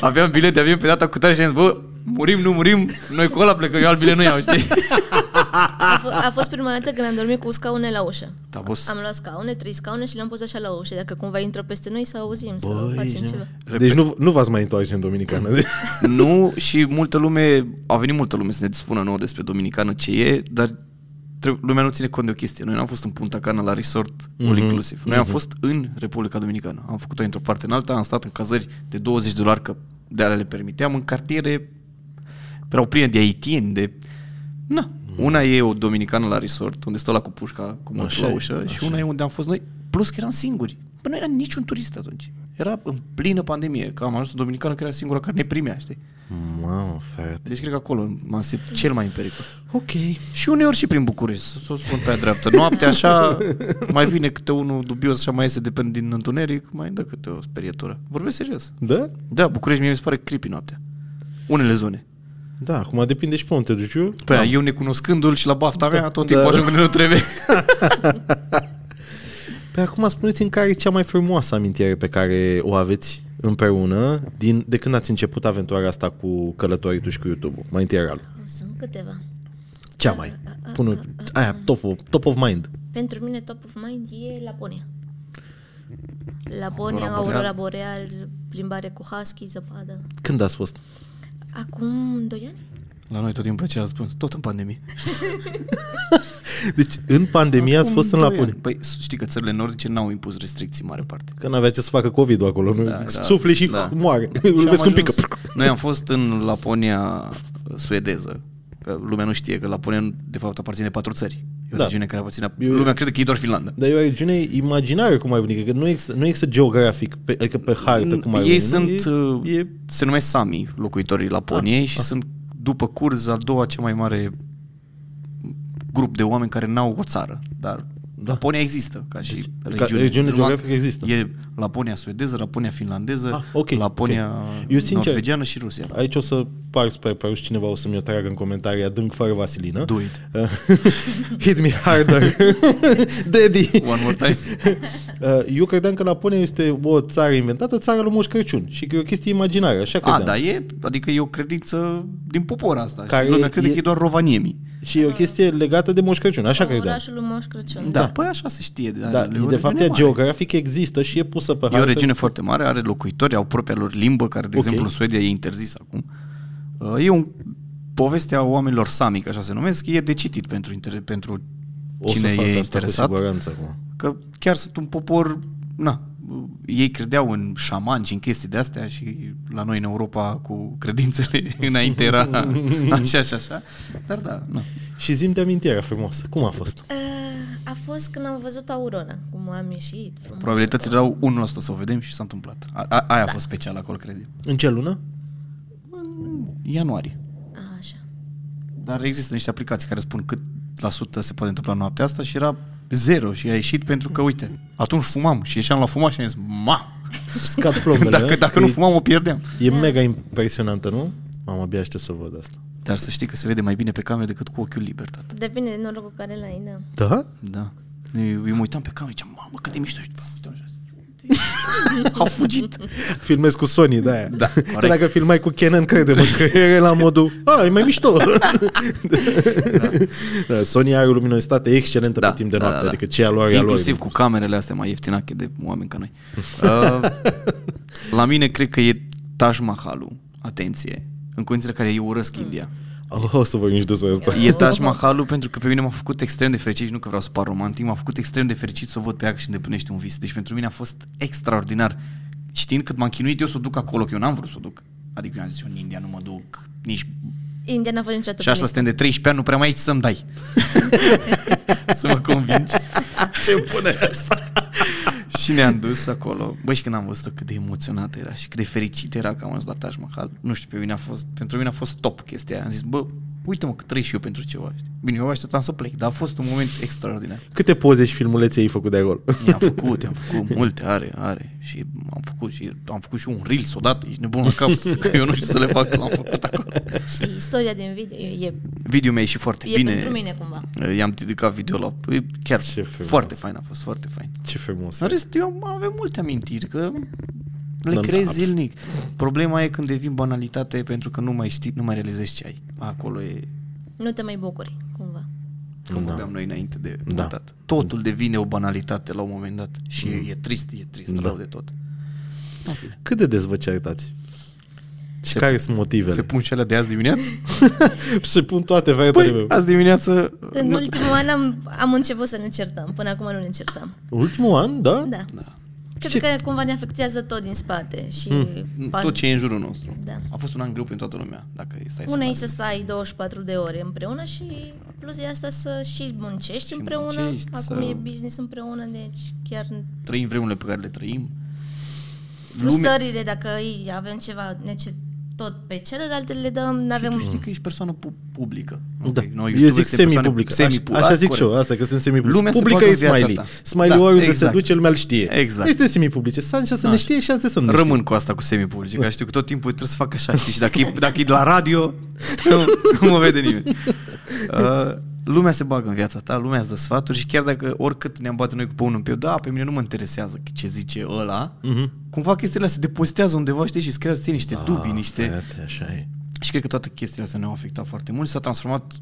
S2: aveam bilet de avion pe data cu tare și am zis, bă, murim, nu murim, noi cu ăla plecăm, eu alt bilet nu iau, știi?
S3: A, f- a fost prima dată când am dormit cu scaune la ușă.
S2: Da, boss.
S3: Am luat scaune, trei scaune și le-am pus așa la ușă. Dacă cumva intră peste noi, să auzim, să
S1: Băi,
S3: facem
S1: ne-
S3: ceva.
S1: Deci nu, nu v-ați mai întoarce în Dominicană.
S2: Nu, și multă lume, a venit multă lume să ne spună nouă despre Dominicană ce e, dar trebuie, lumea nu ține cont de o chestie. Noi n-am fost în Punta Cana la resort
S1: Mhm.
S2: mm-hmm. all inclusive. Noi mm-hmm. am fost în Republica Dominicană. Am făcut-o într-o parte în alta, am stat în cazări de 20 de dolari, că de alea le permiteam, în cartiere erau pline de haitieni, de... Na, una e o dominicană la resort, unde stau la cu pușca, cu mâna
S1: Mhm. Așa
S2: la
S1: e,
S2: ușă, și
S1: așa
S2: una e unde am fost noi, plus că eram singuri. Bă, nu era niciun turist atunci. Era în plină pandemie, că am ajuns în dominicană care era singura care ne primea, știi?
S1: Mamă, frate.
S2: Deci cred că acolo m-am simțit cel mai în pericol.
S1: Ok.
S2: Și uneori și prin București, să să o spun pe aia dreaptă. Noaptea așa mai vine câte unul dubios și mai iese de pe din întuneric, mai dă câte o sperietură. Vorbesc serios.
S1: Da?
S2: Da, București mie mi se pare creepy noaptea. Unele zone.
S1: Da, acum depinde și pe unde te duci eu.
S2: Păi da. eu necunoscându-l și la bafta mea, tot
S1: Da.
S2: timpul ajung unde nu trebuie.
S1: Pe Păi acum spuneți-mi care e cea mai frumoasă amintire pe care o aveți împreună din, de când ați început aventura asta cu călătoritul și cu YouTube-ul. Mai întâi Ralu.
S3: Nu, Sunt câteva.
S1: Cea mai. Pune, aia, top of, top of mind.
S3: Pentru mine top of mind e Laponia. Laponia,
S2: Aurora
S3: aurora boreal, plimbare cu husky, zăpadă.
S1: Când ați fost?
S3: Acum doi ani?
S2: La noi tot timpul plăcea răspuns, tot în pandemie.
S1: Deci, în pandemie ați
S2: Acum
S1: fost în
S2: doi
S1: Laponia.
S2: ani. Păi știi că țările nordice n-au impus restricții în mare parte.
S1: Că n-avea ce să facă covid acolo, nu? Da, Sufli și da. moare.
S2: Și
S1: Îl vezi cum
S2: am
S1: pică.
S2: ajuns- Noi am fost în Laponia uh, suedeză. Că lumea nu știe că Laponia de fapt aparține patru țări. E
S1: Da.
S2: o da. regiune care aparține...
S1: E-
S2: Lumea crede că e doar Finlanda.
S1: Dar e o regiune imaginară cum ai venit, că nu există, nu există geografic, pe, adică pe hartă cum ai
S2: Ei
S1: venit,
S2: sunt... uh,
S1: nu?
S2: E, e... Se numesc Sami, locuitorii Laponiei,
S1: Ah,
S2: și sunt după Curz a doua cea mai mare grup de oameni care n-au o țară, dar
S1: Da.
S2: Laponia există ca și deci,
S1: ca
S2: regiune.
S1: regiune
S2: Numai
S1: geografică există.
S2: E Laponia suedeză, Laponia finlandeză,
S1: Ah, ok,
S2: Laponia
S1: ok. Eu,
S2: Eu,
S1: sincer,
S2: norvegiană și Rusia.
S1: Aici o să par sper pe ruși, cineva o să-mi o tragă în comentarii adânc fără vasilină.
S2: Do it.
S1: Hit me harder. Daddy.
S2: One more time.
S1: Uh, Eu credeam că Laponia este o țară inventată, țara lui Moș Crăciun și că e o chestie imaginară, așa
S2: A,
S1: credeam.
S2: da, e, adică e o credință din popor asta.
S1: Care
S2: Care lumea crede
S1: e-
S2: e... că e doar Rovaniemi.
S1: Și e o chestie legată de Moș Crăciun, așa credeam.
S3: Orașul lui Moș Crăciun.
S2: Da, da. păi așa se știe. Da,
S1: Da,
S2: e o
S1: de fapt,
S2: regiune
S1: ea
S2: mare.
S1: geografic există și e pusă pe
S2: E o
S1: hartă.
S2: regiune foarte mare, are locuitori, au propria lor limbă, care, de
S1: Ok.
S2: okay. exemplu, în Suedia e interzis acum. Uh, E un povestea oamenilor sami, că așa se numesc, e de citit pentru, inter- pentru
S1: O să
S2: cine
S1: fac
S2: e
S1: asta
S2: interesat.
S1: Cu siguranță acum.
S2: că chiar sunt un popor, na, uh, ei credeau în șamani și în chestii de astea și la noi în Europa cu credințele înainte era așa și așa, dar da, na.
S1: Și zim de amintirea frumoasă. Cum a fost?
S3: Uh, A fost când am văzut aurora, cum am ieșit. frumos.
S2: Probabilitățile erau 1% să o vedem și s-a întâmplat. A, a, aia a fost special acolo, cred eu.
S1: În ce lună?
S2: Ianuarie.
S3: Ah, Așa.
S2: Dar există niște aplicații care spun cât la sută se poate întâmpla noaptea asta și era zero și a ieșit pentru că, uite, atunci fumam și ieșeam la fumat și am zis, ma,
S1: Scad plombele.
S2: dacă, dacă nu
S1: e,
S2: fumam o pierdeam.
S1: e mega impresionantă, nu? Am abia aștept să văd asta.
S2: Dar să știi că se vede mai bine pe cameră decât cu ochiul liber, tată.
S3: Depinde de norocul care l-ai, da.
S1: Da?
S2: Da. Eu, eu mă uitam pe cameră, ziceam, mamă, cât de mișto ești. Uite-mă așa, uite-i. Au fugit.
S1: Filmez cu Sony, da aia.
S2: Da, corect.
S1: Că dacă filmai cu Canon, crede-mă că e la modul, a, e mai mișto. da. Sony are o luminositate excelentă
S2: Da.
S1: pe timp de noapte, adică ce a lor, e a lor.
S2: Inclusiv cu camerele astea mai ieftinache de oameni ca noi. Uh, la mine cred că e Taj Mahalul. Atenție. În condițiile în care eu urăsc India.
S1: Oh, o să vorbim și despre asta.
S2: E Taj Mahalul pentru că pe mine m-a făcut extrem de fericit și nu că vreau să par romantic, m-a făcut extrem de fericit să o văd pe ea că și îndeplinește un vis. Deci pentru mine a fost extraordinar. Știind cât m-am chinuit eu să o duc acolo, că eu n-am vrut să o duc. Adică eu am zis, eu în India nu mă duc nici
S3: India n-a fost niciodată
S2: Și asta
S3: pe
S2: suntem de 13 ani, nu prea mai ești să-mi dai. să mă convingi. Ce pune asta? și ne-am dus acolo. Bă, și când am văzut cât de emoționat era și cât de fericit era că am ajuns la Taj Mahal, nu știu, pe mine a fost, pentru mine a fost top chestia aia. Am zis, bă, uite-mă că trăiesc și eu pentru ceva. știi? Bine, eu așteptam să plec, dar a fost un moment extraordinar.
S1: Câte poze și filmulețe ai făcut de acolo?
S2: I-am făcut, i-am făcut multe, are, are. Și am făcut și am făcut și un reels odată, ești nebun la cap, că eu nu știu să le fac, l-am făcut acolo.
S3: Și istoria din video e, e,
S2: Video mi-a ieșit foarte
S3: e
S2: bine.
S3: pentru mine cumva.
S2: I-am dedicat video la... e Chiar
S1: Ce frumos.
S2: foarte fain a fost, foarte fain.
S1: Ce frumos.
S2: În rest, eu am- avem multe amintiri, că
S1: Da,
S2: le crezi
S1: da,
S2: zilnic. Problema e când devin banalitate pentru că nu mai știi, nu mai realizezi ce ai. Acolo e...
S3: Nu te mai bucuri, cumva.
S2: Cum da. vorbeam noi înainte de da. votat. Totul devine o banalitate la un moment dat și mm. e trist, e trist da. rău de tot. În fine.
S1: Cât de des vă certați? Și
S2: Se-
S1: care sunt
S2: Se
S1: motivele?
S2: pun cele de azi dimineață?
S1: Se, pun toate variantele
S2: Păi,
S1: meu.
S2: azi dimineață...
S3: În
S2: nu-
S3: ultimul an am, am început să ne certăm, până acum nu ne certăm.
S1: Ultimul an, da?
S3: Da.
S2: Da.
S3: Cred
S2: Ce-
S3: că cumva ne afectează tot din spate și par-
S2: Mm. Tot ce e în jurul nostru.
S3: Da.
S2: A fost un an greu pentru toată lumea, dacă stai
S3: una e
S2: analizezi.
S3: să stai 24 de ore împreună și plus de asta să și muncești
S2: Și
S3: împreună.
S2: muncești,
S3: Acum
S2: să-
S3: e business împreună, deci chiar
S2: Trăim vremurile pe care le trăim.
S3: frustrările, dacă îi avem ceva, ne ce, tot pe celelalte le dăm, nu
S2: Avem...
S3: avem...
S2: Tu știi că ești persoană pu- publică.
S1: Mm. Da.
S2: Ok,
S1: No,
S2: noi
S1: eu
S2: YouTuber
S1: zic
S2: suntem persoane
S1: semi-publică.
S2: semi-pu-
S1: Așa, așa
S2: da,
S1: zic
S2: corect.
S1: și eu, asta că suntem semi-publică.
S2: Lumea se
S1: Publică
S2: poate
S1: e
S2: în viața
S1: smiley.
S2: ta.
S1: Smiley
S2: Da,
S1: oriunde
S2: exact.
S1: se duce, lumea îl știe.
S2: Exact.
S1: Este semi-publice. Sunt șanse să ne
S2: Așa.
S1: știe și șanse să nu ne știe.
S2: Rămân cu asta cu semi-publice, că știu că tot timpul trebuie să fac așa. Știi? Și dacă e, dacă e de la radio, nu, nu mă vede nimeni. Uh, lumea se bagă în viața ta, lumea îți dă sfaturi și chiar dacă oricât ne-am bate noi cu păunul în piept, da, pe mine nu mă interesează ce zice ăla, uh-huh. cumva chestiile astea se depozitează undeva, știi, și îți creează ție niște dubii,
S1: Ah,
S2: niște...
S1: Frate, așa e.
S2: Și cred că toate chestiile astea ne-au afectat foarte mult. S-a transformat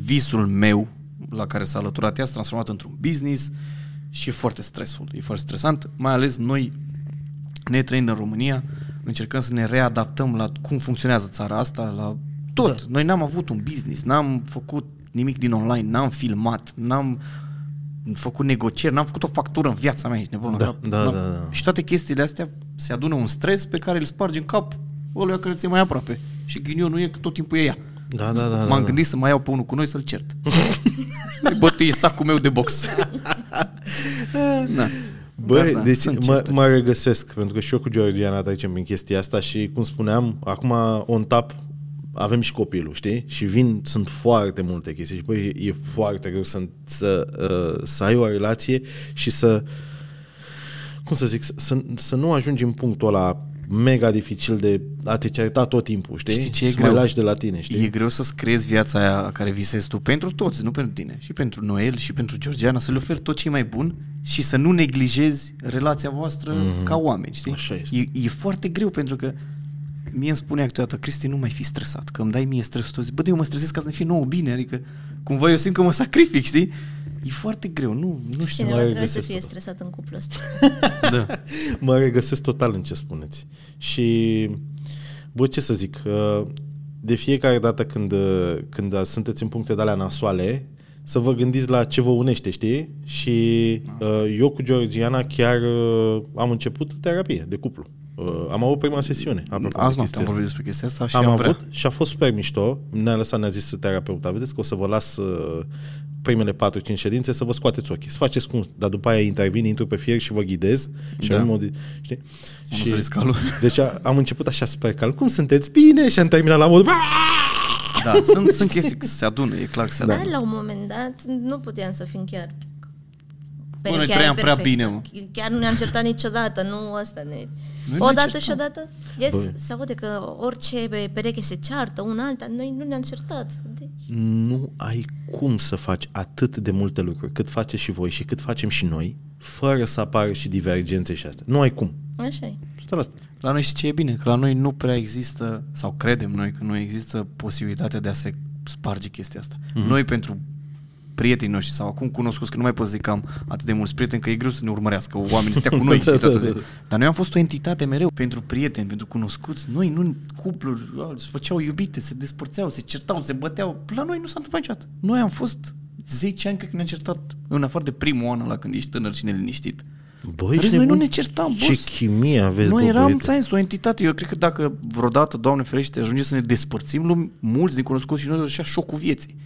S2: visul meu la care s-a alăturat ea, s-a transformat într-un business și e foarte stresful, e foarte stresant, mai ales noi ne trăind în România, încercăm să ne readaptăm la cum funcționează țara asta, la tot. Da. Noi n-am avut un business, n-am făcut nimic din online, n-am filmat, n-am făcut negocieri, n-am făcut o factură în viața mea aici, nebun
S1: Da,
S2: la cap.
S1: da,
S2: N-am-
S1: da, da.
S2: Și toate chestiile astea se adună un stres pe care îl spargi în cap ăluia care ți mai aproape. Și ghinionul e că tot timpul e ea.
S1: Da, da, da. da,
S2: M-am
S1: da.
S2: gândit să mai iau pe unul cu noi să-l cert. Îi Bătâi sacul meu de box. Na.
S1: Bă,
S2: Dar da,
S1: deci
S2: sunt
S1: mă,
S2: certuri.
S1: mă regăsesc, pentru că și eu cu Georgiana trecem prin chestia asta și, cum spuneam, acum on tap avem și copilul, știi? Și vin, sunt foarte multe chestii și, băi, e, e foarte greu să, să, uh, să ai o relație și să, cum să zic, să, să nu ajungi în punctul ăla mega dificil de a te certa tot timpul, știi?
S2: Știi ce e
S1: să mai
S2: greu?
S1: lași de la tine, știi?
S2: E greu să-ți creezi viața aia la care visezi tu pentru toți, nu pentru tine. Și pentru Noel, și pentru Georgiana, să le oferi tot ce e mai bun și să nu neglijezi relația voastră mm-hmm. ca oameni, știi?
S1: Mhm. Așa este.
S2: E, e foarte greu pentru că mie îmi spunea câteodată, Cristi, nu mai fi stresat, că îmi dai mie stresul tău. Zic, Bă, de eu mă stresez ca să ne fie nouă bine, adică cumva eu simt că mă sacrific, știi? E foarte greu, nu, nu știu.
S3: Cineva
S1: mai
S3: trebuie să
S1: găsesc
S3: fie
S1: totul.
S3: stresat în cuplul ăsta.
S2: Da.
S1: Mă regăsesc total în ce spuneți. Și, bă, ce să zic, uh, de fiecare dată când, uh, când uh, sunteți în puncte de alea nasoale, să vă gândiți la ce vă unește, știi? Și uh, eu cu Georgiana chiar uh, am început terapie de cuplu. Uh, Am avut prima sesiune. apropo de
S2: Azi
S1: chestia asta.
S2: noapte am vorbit despre chestia asta și
S1: am,
S2: am
S1: avut
S2: vrea.
S1: și a fost super mișto. Ne-a lăsat, ne-a zis terapeuta, vedeți că o să vă las uh, primele 4-5 ședințe să vă scoateți ochii, să faceți cum, dar după aia intervin, intru pe fier și vă ghidez și
S2: Da.
S1: da. modi, știi?
S2: Am înțeles calul.
S1: Deci a, am început așa super calm, cum sunteți bine și am terminat la modul
S2: Da, sunt, sunt chestii că se adună, e clar că se
S3: Dar
S2: adună.
S3: la un moment dat nu puteam să fim chiar
S2: Bă, noi
S3: chiar
S2: trăiam prea
S3: perfectă.
S2: bine, mă.
S3: Chiar nu ne-am certat niciodată, nu asta ne...
S2: Noi ne
S3: odată
S2: certam.
S3: și odată? Yes, se aude că orice pe- pereche se ceartă, un alta, noi nu ne-am certat. Deci,
S1: nu ai cum să faci atât de multe lucruri cât faceți și voi și cât facem și noi, fără să apară și divergențe și astea. Nu ai cum.
S3: așa e.
S1: 100%.
S2: La noi știi ce e bine? Că la noi nu prea există, sau credem noi că nu există posibilitatea de a se sparge chestia asta.
S1: Mhm.
S2: Mm-hmm. Noi pentru prietenii noștri sau acum cunoscuți, că nu mai pot zic că am atât de mulți prieteni, că e greu să ne urmărească că oamenii stea cu noi
S1: Da,
S2: știi,
S1: da,
S2: toată
S1: da,
S2: ziua. Dar noi am fost o entitate mereu pentru prieteni, pentru cunoscuți. Noi nu cupluri, se făceau iubite, se despărțeau, se certau, se băteau. La noi nu s-a întâmplat niciodată. Noi am fost 10 ani cred că ne-am certat, în afară de primul an la când ești tânăr și neliniștit.
S1: Băi,
S2: În
S1: ești
S2: rest, noi nu
S1: nebun?
S2: ne certam,
S1: Ce
S2: boss.
S1: chimie aveți,
S2: Noi
S1: bă,
S2: eram,
S1: băiete.
S2: ți o entitate. Eu cred că dacă vreodată, Doamne ferește, ajunge să ne despărțim, lume, mulți din cunoscuți și noi așa șocul vieții.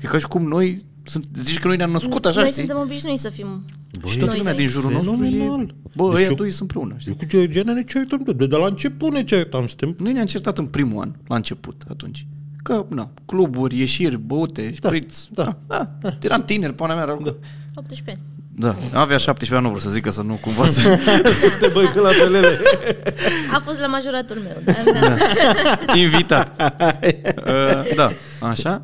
S2: E ca și cum noi, sunt, zici că noi ne-am născut așa,
S3: noi
S2: știi?
S3: suntem obișnuiți să fim
S1: Băi,
S2: Și toată
S3: noi
S2: lumea
S3: doi.
S2: din jurul nostru e,
S1: Fenomenal.
S2: bă,
S1: Deci
S2: deci ăia
S1: eu-
S2: doi sunt împreună, știi?
S1: Eu cu Georgiana ne certăm, de, de, de la început ne certam, suntem
S2: Noi ne-am certat în primul an, la început, atunci. Că, na, cluburi, ieșiri, băute, da, șpriț,
S1: da,
S2: da, da, da. Eram tineri, pana mea, da.
S3: 18 ani.
S2: da. avea 17 ani, nu vreau să zic că să nu cumva să...
S1: te băi la pelele.
S3: A fost la majoratul meu, dar da.
S2: Invitat. Uh, da, așa.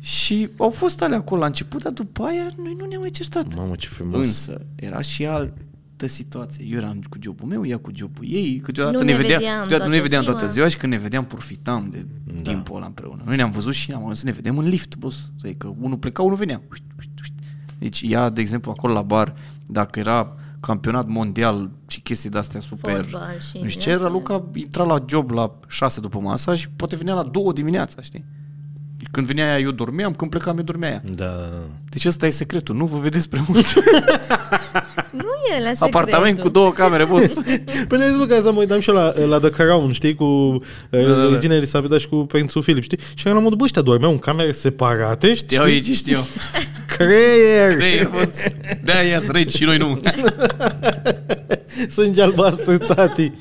S2: Și au fost alea acolo la început, dar după aia noi nu ne-am mai certat.
S1: Mamă, ce frumos.
S2: Însă, era și al altă situație. Eu eram cu jobul meu, ea cu jobul ei, câteodată
S3: Nu
S2: ne,
S3: ne
S2: vedeam,
S3: vedeam
S2: câteodată nu ne
S3: toată
S2: vedeam
S3: ziua.
S2: toată ziua și când ne vedeam profitam de da. timpul ăla împreună. Noi ne-am văzut și am ajuns să ne vedem în lift, boss. Adică unul pleca, unul venea. Ușt, ușt, ușt. Deci ea, de exemplu, acolo la bar, dacă era campionat mondial și chestii de-astea super,
S3: Fotbal și
S2: nu știu ce,
S3: din astea.
S2: Raluca intra la job la 6 după masa și poate venea la 2 dimineața, știi? Când venea ea, eu dormeam, când plecam, eu dormea ea.
S1: Da, da, da.
S2: Deci ăsta e secretul, nu vă vedeți prea mult.
S3: Nu e la secretul.
S2: Apartament cu două camere, boss.
S1: Păi ne-ai zis, bă, că asta mă uitam și eu la, la The Crown, știi, cu da,
S2: da, da.
S1: Regina Elisabeta și cu Prințul Filip, știi? Și eu la modul, bă, ăștia dormeau în camere separate, știi?
S2: Știau ei ce știau.
S1: Creier!
S2: Creier, boss. De-aia ia regi și noi nu.
S1: Sânge albastru, tati.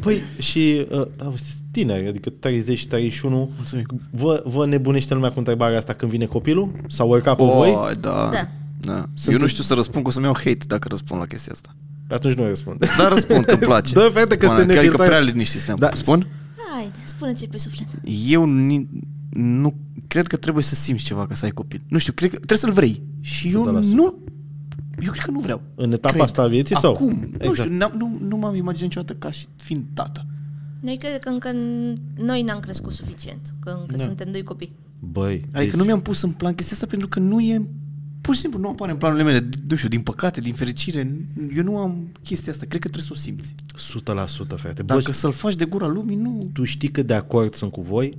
S1: Păi, și, uh, da, vă sunteți tineri, adică 30 și 31.
S2: Mulțumim.
S1: Vă, vă nebunește lumea cu întrebarea asta când vine copilul? Sau urca pe
S2: O,
S1: voi?
S2: da.
S3: Da.
S2: da.
S1: Sunt
S2: Eu nu
S1: un-
S2: știu să răspund, că o să-mi iau hate dacă răspund la chestia asta.
S1: Pe atunci nu răspunde.
S2: Dar răspund, că îmi place.
S1: Dă, fete, că suntem
S2: Oana, Adică
S1: nefiltrați.
S2: prea liniștiți ne-am.
S1: Da.
S2: Spun?
S3: Hai, spune ce pe suflet.
S2: Eu ni, nu cred că trebuie să simți ceva ca să ai copil. Nu știu, cred că trebuie să-l vrei. Și eu
S1: 100%.
S2: nu... Eu cred că nu vreau.
S1: În etapa
S2: Cred.
S1: asta a vieții sau?
S2: Acum. Nu
S1: Exact.
S2: știu, n-am- nu, nu m-am imaginat niciodată ca și fiind tată.
S3: Noi cred că încă n- noi n-am crescut suficient, că
S2: Da.
S3: încă suntem doi copii.
S1: Băi,
S2: Adică deci... nu mi-am pus în plan chestia asta pentru că nu e... Pur și simplu nu apare în planurile mele, nu știu, din păcate, din fericire, eu nu am chestia asta, cred că trebuie să o simți.
S1: 100%, frate. Bă,
S2: Dacă să-l faci de gura lumii, nu...
S1: tu știi cât de acord sunt cu voi.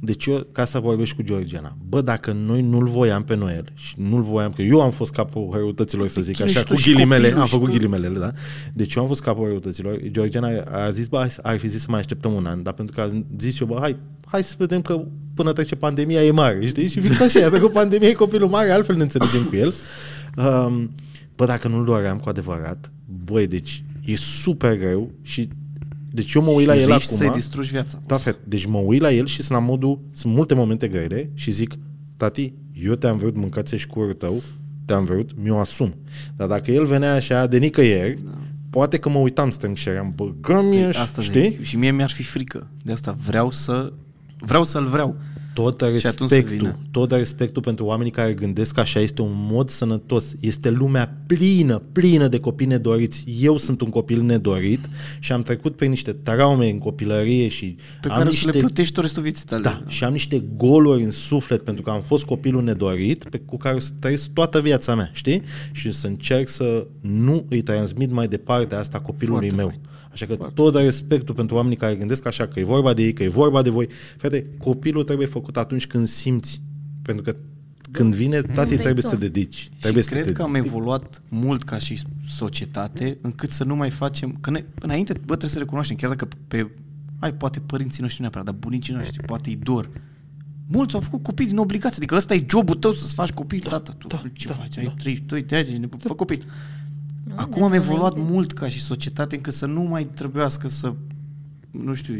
S1: Deci eu, ca să vorbesc cu Georgiana, bă, dacă noi nu-l voiam pe Noel și nu-l voiam, că eu am fost capul răutăților, să zic
S2: chinuiești
S1: așa,
S2: tu
S1: cu
S2: și
S1: ghilimele,
S2: copilul
S1: am
S2: și
S1: făcut
S2: tu.
S1: ghilimelele, da? Deci eu am fost capul răutăților, Georgiana a zis, bă, hai să- ar fi zis să mai așteptăm un an, dar pentru că a zis eu, bă, hai, hai să vedem că până trece pandemia e mare, știi? Și fix așa, dacă pandemia e copilul mare, altfel ne înțelegem cu el. Um, bă, dacă nu-l doream cu adevărat, băi, deci e super greu și deci eu mă uit la el
S2: Riști
S1: acum.
S2: să-i distrugi viața.
S1: Da, fet. Deci mă uit la el și sunt la modul, sunt multe momente grele și zic, tati, eu te-am vrut, mâncați și curul tău, te-am vrut, mi-o asum. Dar dacă el venea așa de nicăieri, da. poate că mă uitam strâng și eram, bă, găm ești,
S2: Păi, Asta
S1: știi?
S2: zic. Și mie mi-ar fi frică. De asta vreau să... Vreau să-l vreau.
S1: Tot
S2: atunci să
S1: respectul,
S2: vină.
S1: tot respectul pentru oamenii care gândesc așa este un mod sănătos. Este lumea plină, plină de copii nedoriți. Eu sunt un copil nedorit și am trecut prin niște traume în copilărie și
S2: Pe
S1: am
S2: care o să
S1: niște
S2: le plătești tot restul vieții tale.
S1: Da, și am niște goluri în suflet pentru că am fost copilul nedorit pe cu care o să trăiesc toată viața mea, știi? Și să încerc să nu îi transmit mai departe asta copilului
S2: Foarte
S1: meu. Așa că tot respectul pentru oamenii care gândesc așa că e vorba de ei, că e vorba de voi. Frate, copilul trebuie făcut atunci când simți. Pentru că când
S2: Da.
S1: vine, tati,
S3: Vrei
S1: trebuie
S3: tu.
S1: să te dedici. Trebuie
S2: Și
S1: să te
S2: cred că am
S1: dedici.
S2: evoluat mult ca și societate încât să nu mai facem... Că ne, înainte, bă, trebuie să recunoaștem, chiar dacă pe... Hai, poate părinții noștri nu neapărat, dar bunicii
S1: Da.
S2: noștri, poate îi dor. Mulți au făcut copii din obligație, adică ăsta e jobul tău să-ți faci copii, da, tata, tu da, ce da, faci, da. ai 32 de ani, ne
S1: Da.
S2: fă copii. Acum am
S3: de
S2: evoluat
S3: înainte.
S2: mult ca și societate încât să nu mai trebuiască să, nu știu,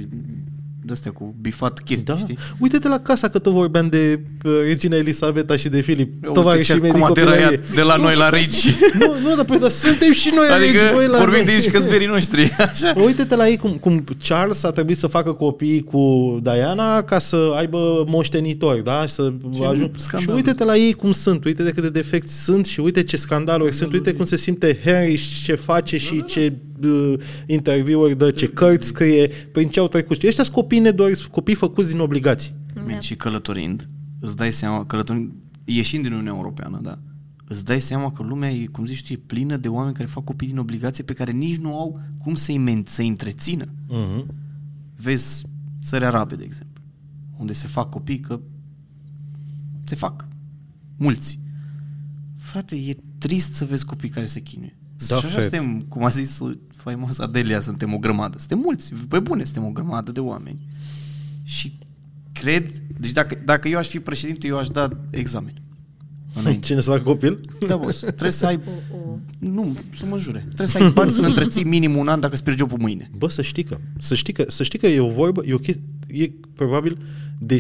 S2: de astea cu bifat chestii,
S1: Da.
S2: știi?
S1: Uite-te la casa că tot vorbeam de uh, Regina Elisabeta și de Filip, tovarășii
S2: Uite
S1: mei din
S2: cum a
S1: copilărie.
S2: deraiat de la noi la regi.
S1: Nu, nu, dar, păi, dar suntem și noi
S2: Adică
S1: aici, băi, la
S2: vorbim
S1: noi.
S2: de aici căsverii noștri, așa.
S1: Bă, Uite-te la ei cum, cum Charles a trebuit să facă copii cu Diana ca să aibă moștenitori, da? Și să
S2: Și
S1: ajung. Și
S2: scandalul.
S1: uite-te la ei cum sunt, uite de cât de defecți sunt și uite ce scandaluri sunt, uite cum se simte Harry și ce face și ce uh, interviuri dă, ce cărți scrie, prin ce au trecut. Știi, Ăștia sunt copii nedoriți, copii făcuți din obligații.
S2: Man, și călătorind, îți dai seama, călătorind, ieșind din Uniunea Europeană, da, îți dai seama că lumea e, cum zici tu, e plină de oameni care fac copii din obligație pe care nici nu au cum să-i, men- să-i întrețină.
S1: Uh-huh.
S2: Mhm. Vezi țări arabe, de exemplu, unde se fac copii că se fac. Mulți. Frate, e trist să vezi copii care se chinuie.
S1: Da,
S2: Da, și așa
S1: fet.
S2: suntem, cum a zis uh, faimoasa Adelia, suntem o grămadă. Suntem mulți, pe bune, suntem o grămadă de oameni. Și cred, deci dacă, dacă eu aș fi președinte, eu aș da examen. Înainte.
S1: Cine să facă copil?
S2: Da, boss, trebuie să ai... Nu, să mă jure. Trebuie să ai bani să-l întreții minim un an dacă îți pierzi jobul mâine.
S1: Bă, să știi că, să știi că, să știi că e o vorbă, e, o chestie, e probabil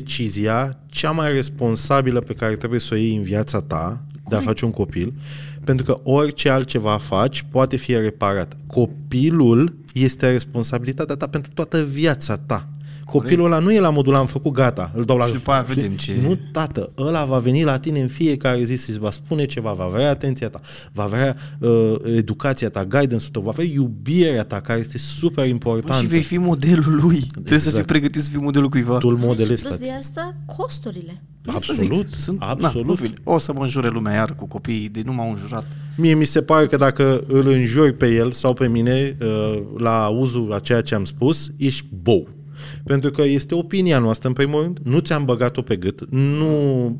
S1: decizia cea mai responsabilă pe care trebuie să o iei în viața ta de a face un copil, pentru că orice altceva faci poate fi reparat. Copilul este responsabilitatea ta pentru toată viața ta. Copilul ăla nu e la modul, am făcut gata, îl dau la...
S2: Și după aia vedem
S1: Știi?
S2: ce-
S1: Nu, tată, ăla va veni la tine în fiecare zi să-ți va spune ceva, va vrea atenția ta, va vrea uh, educația ta, guidance-ul tău, va vrea iubirea ta, care este super importantă.
S2: Bă, și vei fi modelul lui. Trebuie să fii
S1: Exact.
S2: pregătit să fii modelul cuiva.
S1: Tu îl
S3: Și
S1: modelezi,
S3: plus
S1: tati.
S3: de asta, costurile.
S1: Absolut,
S2: Sunt, Na, nu
S1: absolut.
S2: vine. o să mă înjure lumea iar cu copiii de nu m-au înjurat.
S1: Mie mi se pare că dacă îl înjori pe el sau pe mine uh, la auzul la ceea ce am spus, ești bou. Pentru că este opinia noastră, în primul rând, nu ți-am băgat-o pe gât, nu...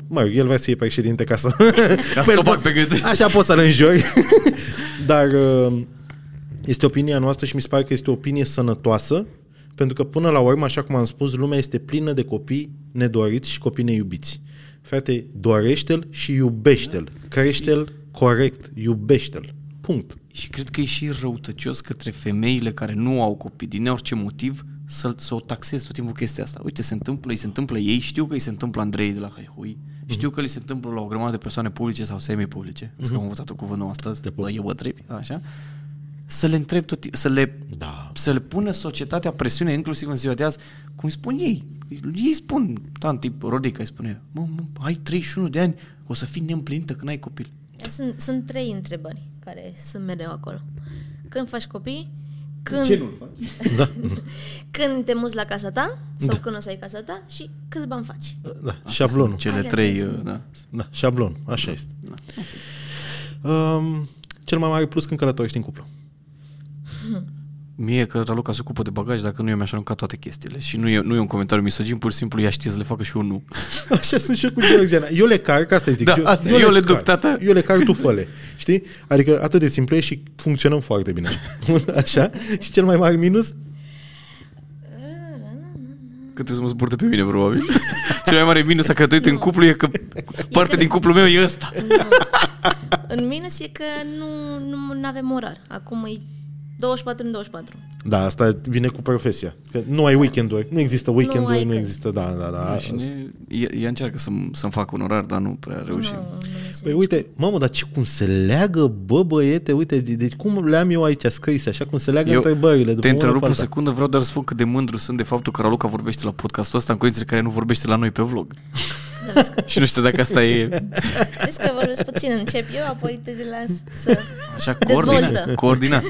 S1: Mă rog, el vrea să fie președinte ca să... Păi da,
S2: Ca să o bag pe gât.
S1: Așa poți să-l înjori. Dar uh, este opinia noastră și mi se pare că este o opinie sănătoasă, pentru că până la urmă, așa cum am spus, lumea este plină de copii nedoriți și copii neiubiți. Frate, dorește-l și iubește-l. Crește-l corect, iubește-l. Punct.
S2: Și cred că e și răutăcios către femeile care nu au copii, din orice motiv, să, să o taxezi tot timpul chestia asta. Uite, se întâmplă, îi se întâmplă ei, știu că îi se întâmplă Andrei de la Haihui,
S1: Mhm.
S2: știu că li se întâmplă la o grămadă de persoane publice sau semi-publice, mm-hmm. că am învățat o cuvânt nou astăzi,
S1: Mhm. Te
S2: Te
S1: pup.
S2: eu vă trebuie, așa, să le întreb tot, ti- să le
S1: Da.
S2: să le pună societatea presiune, inclusiv în ziua de azi, cum spun ei. Ei spun, tanti Rodica îi spune, mă, mă, ai 31 de ani, o să fii neîmplinită când ai copil.
S3: Sunt, sunt trei întrebări care sunt mereu acolo. Când faci copii? Când,
S2: faci?
S1: Da.
S3: când te muți la casa ta? Sau când o să ai casa ta? Și câți bani faci?
S1: da. Șablonul.
S2: Cele
S3: Alea
S2: trei,
S3: trebuie să-
S2: uh, da.
S1: Da, șablon, așa este. Um, cel mai mare plus când călătorești în cuplu.
S2: Mie că Raluca se ocupă de bagaj, dacă nu eu mi-aș arunca toate chestiile. Și nu e, nu e un comentariu misogin, pur și simplu ea știe să le facă și eu nu.
S1: Așa sunt și eu cu Georgiana. Eu le carc, asta îi zic.
S2: Da, asta e, eu le duc,
S1: carc.
S2: tată.
S1: Eu le carc, tu fă Știi? Adică atât de simplu e și funcționăm foarte bine. Așa? Și cel mai mare minus?
S2: Că trebuie să mă suporte pe mine, probabil. Cel mai mare minus a cătuit în cuplu e că parte din cuplul meu e ăsta.
S3: În minus e că nu, nu nu avem orar. Acum e 24 în 24.
S1: Da, asta vine cu profesia. Că nu ai weekend-uri, nu există weekend-uri, nu,
S3: ai când.
S1: există, da, da, da.
S2: Cine, ea, ea încearcă să-mi, să-mi fac un orar, dar nu prea reușim.
S3: Nu, nu ne se-
S1: Păi uite, mamă, dar ce cum se leagă, bă, băiete, uite, de- deci cum le-am eu aici scrise, așa cum se leagă eu întrebările. după
S2: te
S1: una
S2: întrerup
S1: pe
S2: o
S1: alta.
S2: secundă, vreau doar să spun cât de mândru sunt de faptul că Raluca vorbește la podcastul ăsta în condiții care nu vorbește la noi pe vlog. și nu știu dacă asta e
S3: Vezi că vorbesc puțin, încep eu, apoi te las să...
S2: așa
S3: Dezvoltă.
S2: coordinat. coordinat.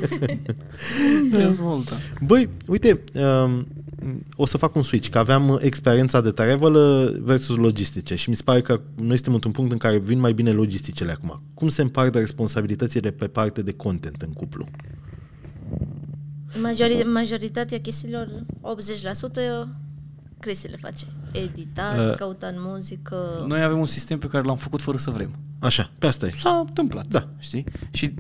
S2: Dezvoltă.
S1: Băi, uite, um, o să fac un switch, că aveam uh, experiența de travel uh, versus logistice și mi se pare că noi suntem într-un punct în care vin mai bine logisticele acum. Cum se împart responsabilitățile pe parte de content în cuplu?
S3: Majori, majoritatea chestiilor, 80% Cristi le face. Editat,
S1: Uh.
S3: uh, căutat muzică...
S2: Noi avem un sistem pe care l-am făcut fără să vrem.
S1: Așa, pe asta e.
S2: S-a întâmplat,
S1: Da.
S2: știi? Și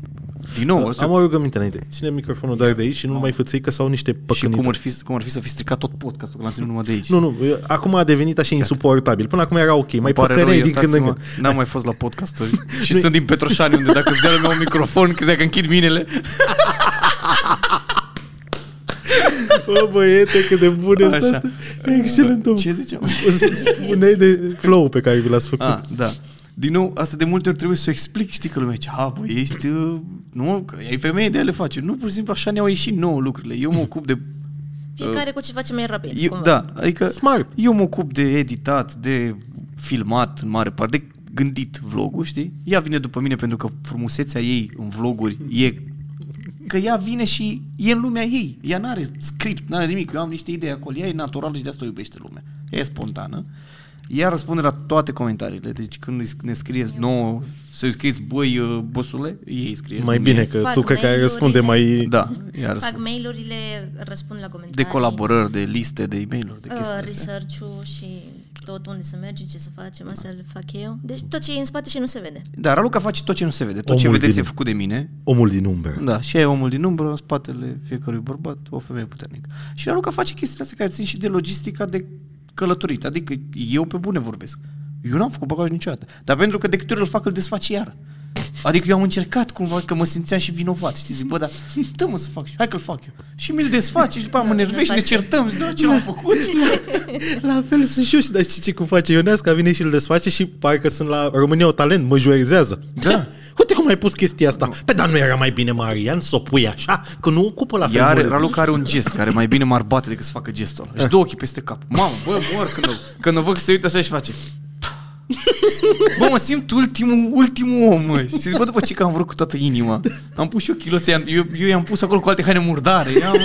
S2: din nou, asta
S1: Am o rugăminte înainte. Ține microfonul doar de aici și nu mai fățâi că sau niște
S2: și
S1: păcănite.
S2: cum ar, fi, cum ar fi să fi stricat tot podcastul, că l-am ținut numai de aici.
S1: Nu, nu, eu- acum a devenit așa insuportabil. Până acum era ok, mai
S2: Îmi pare
S1: păcăneai
S2: rău,
S1: din când în
S2: iertați-mă,
S1: când.
S2: N-am mai fost la podcasturi și sunt din Petroșani, unde dacă îți dea lumea un microfon, credea că închid minele.
S1: Bă, băiete, cât de bun este
S2: Așa.
S1: asta. E excelent, om.
S2: Ce ziceam?
S1: Spuneai de flow pe care vi l-ați făcut.
S2: Ah, da. Din nou, asta de multe ori trebuie să o explic, știi că lumea zice, a, bă, ești, uh, nu, că ai femeie, de le face. Nu, pur și simplu, așa ne-au ieșit nouă lucrurile. Eu mă ocup de...
S3: Fiecare cu ce face mai rapid.
S2: Uh, Eu,
S3: cumva.
S2: da, adică...
S1: Smart.
S2: Eu mă ocup de editat, de filmat, în mare parte, de gândit vlogul, știi? Ea vine după mine pentru că frumusețea ei în vloguri e că ea vine și e în lumea ei. Ea n-are script, n-are nimic. Eu am niște idei acolo. Ea e naturală și de asta o iubește lumea. Ea e spontană. Ea răspunde la toate comentariile. Deci când îi- ne scrieți nouă, să-i scrieți, băi, uh, bosule, ei scrieți.
S1: Mai
S2: nu
S1: bine
S2: mie.
S1: că
S3: Fac
S1: tu cred că ai
S3: mail-urile.
S1: răspunde mai...
S2: Da, ea
S3: Fac
S2: răspunde.
S3: mail-urile, răspund la comentarii.
S2: De colaborări, de liste, de e-mail-uri, de chestii
S3: uh,
S2: astea.
S3: research-ul și tot unde să merge, ce să facem, astea le fac eu. Deci tot ce e în spate și nu se vede.
S2: Dar Raluca face tot ce nu se vede. Tot ce
S1: Omul
S2: vedeți
S1: din-
S2: e făcut de mine.
S1: Omul din umbră.
S2: Da, și ai omul din umbră în spatele fiecărui bărbat, o femeie puternică. Și Raluca face chestiile astea care țin și de logistica de călătorit. Adică eu pe bune vorbesc. Eu n-am făcut bagaj niciodată. Dar pentru că de câte ori îl fac, îl desfac iar. Adică eu am încercat cumva că mă simțeam și vinovat. Știi, zic, bă, dar dă mă să fac și hai că-l fac eu. Și mi-l desfaci și după aia mă nervești și ne certăm. Zic, "Da, ce l-am făcut?
S1: La fel sunt și eu și dar știi ce cum face Ionesca, vine și îl desface și pare că sunt la România o talent, mă juerizează.
S2: Da.
S1: Uite cum ai pus chestia asta. Pe dar nu era mai bine, Marian, să o pui așa, că nu ocupă la fel
S2: Iar
S1: mult.
S2: Raluca are un gest care mai bine m-ar bate decât să facă gestul ăla. Își dă ochii peste cap. Mamă, bă, mor când o, când o văd că se uită așa și face. Bă, mă simt ultimul, ultimul om, mă. Și zic, bă, după ce că am vrut cu toată inima, am pus și eu chiloți, i-am- eu, eu i-am pus acolo cu alte haine murdare. I-am,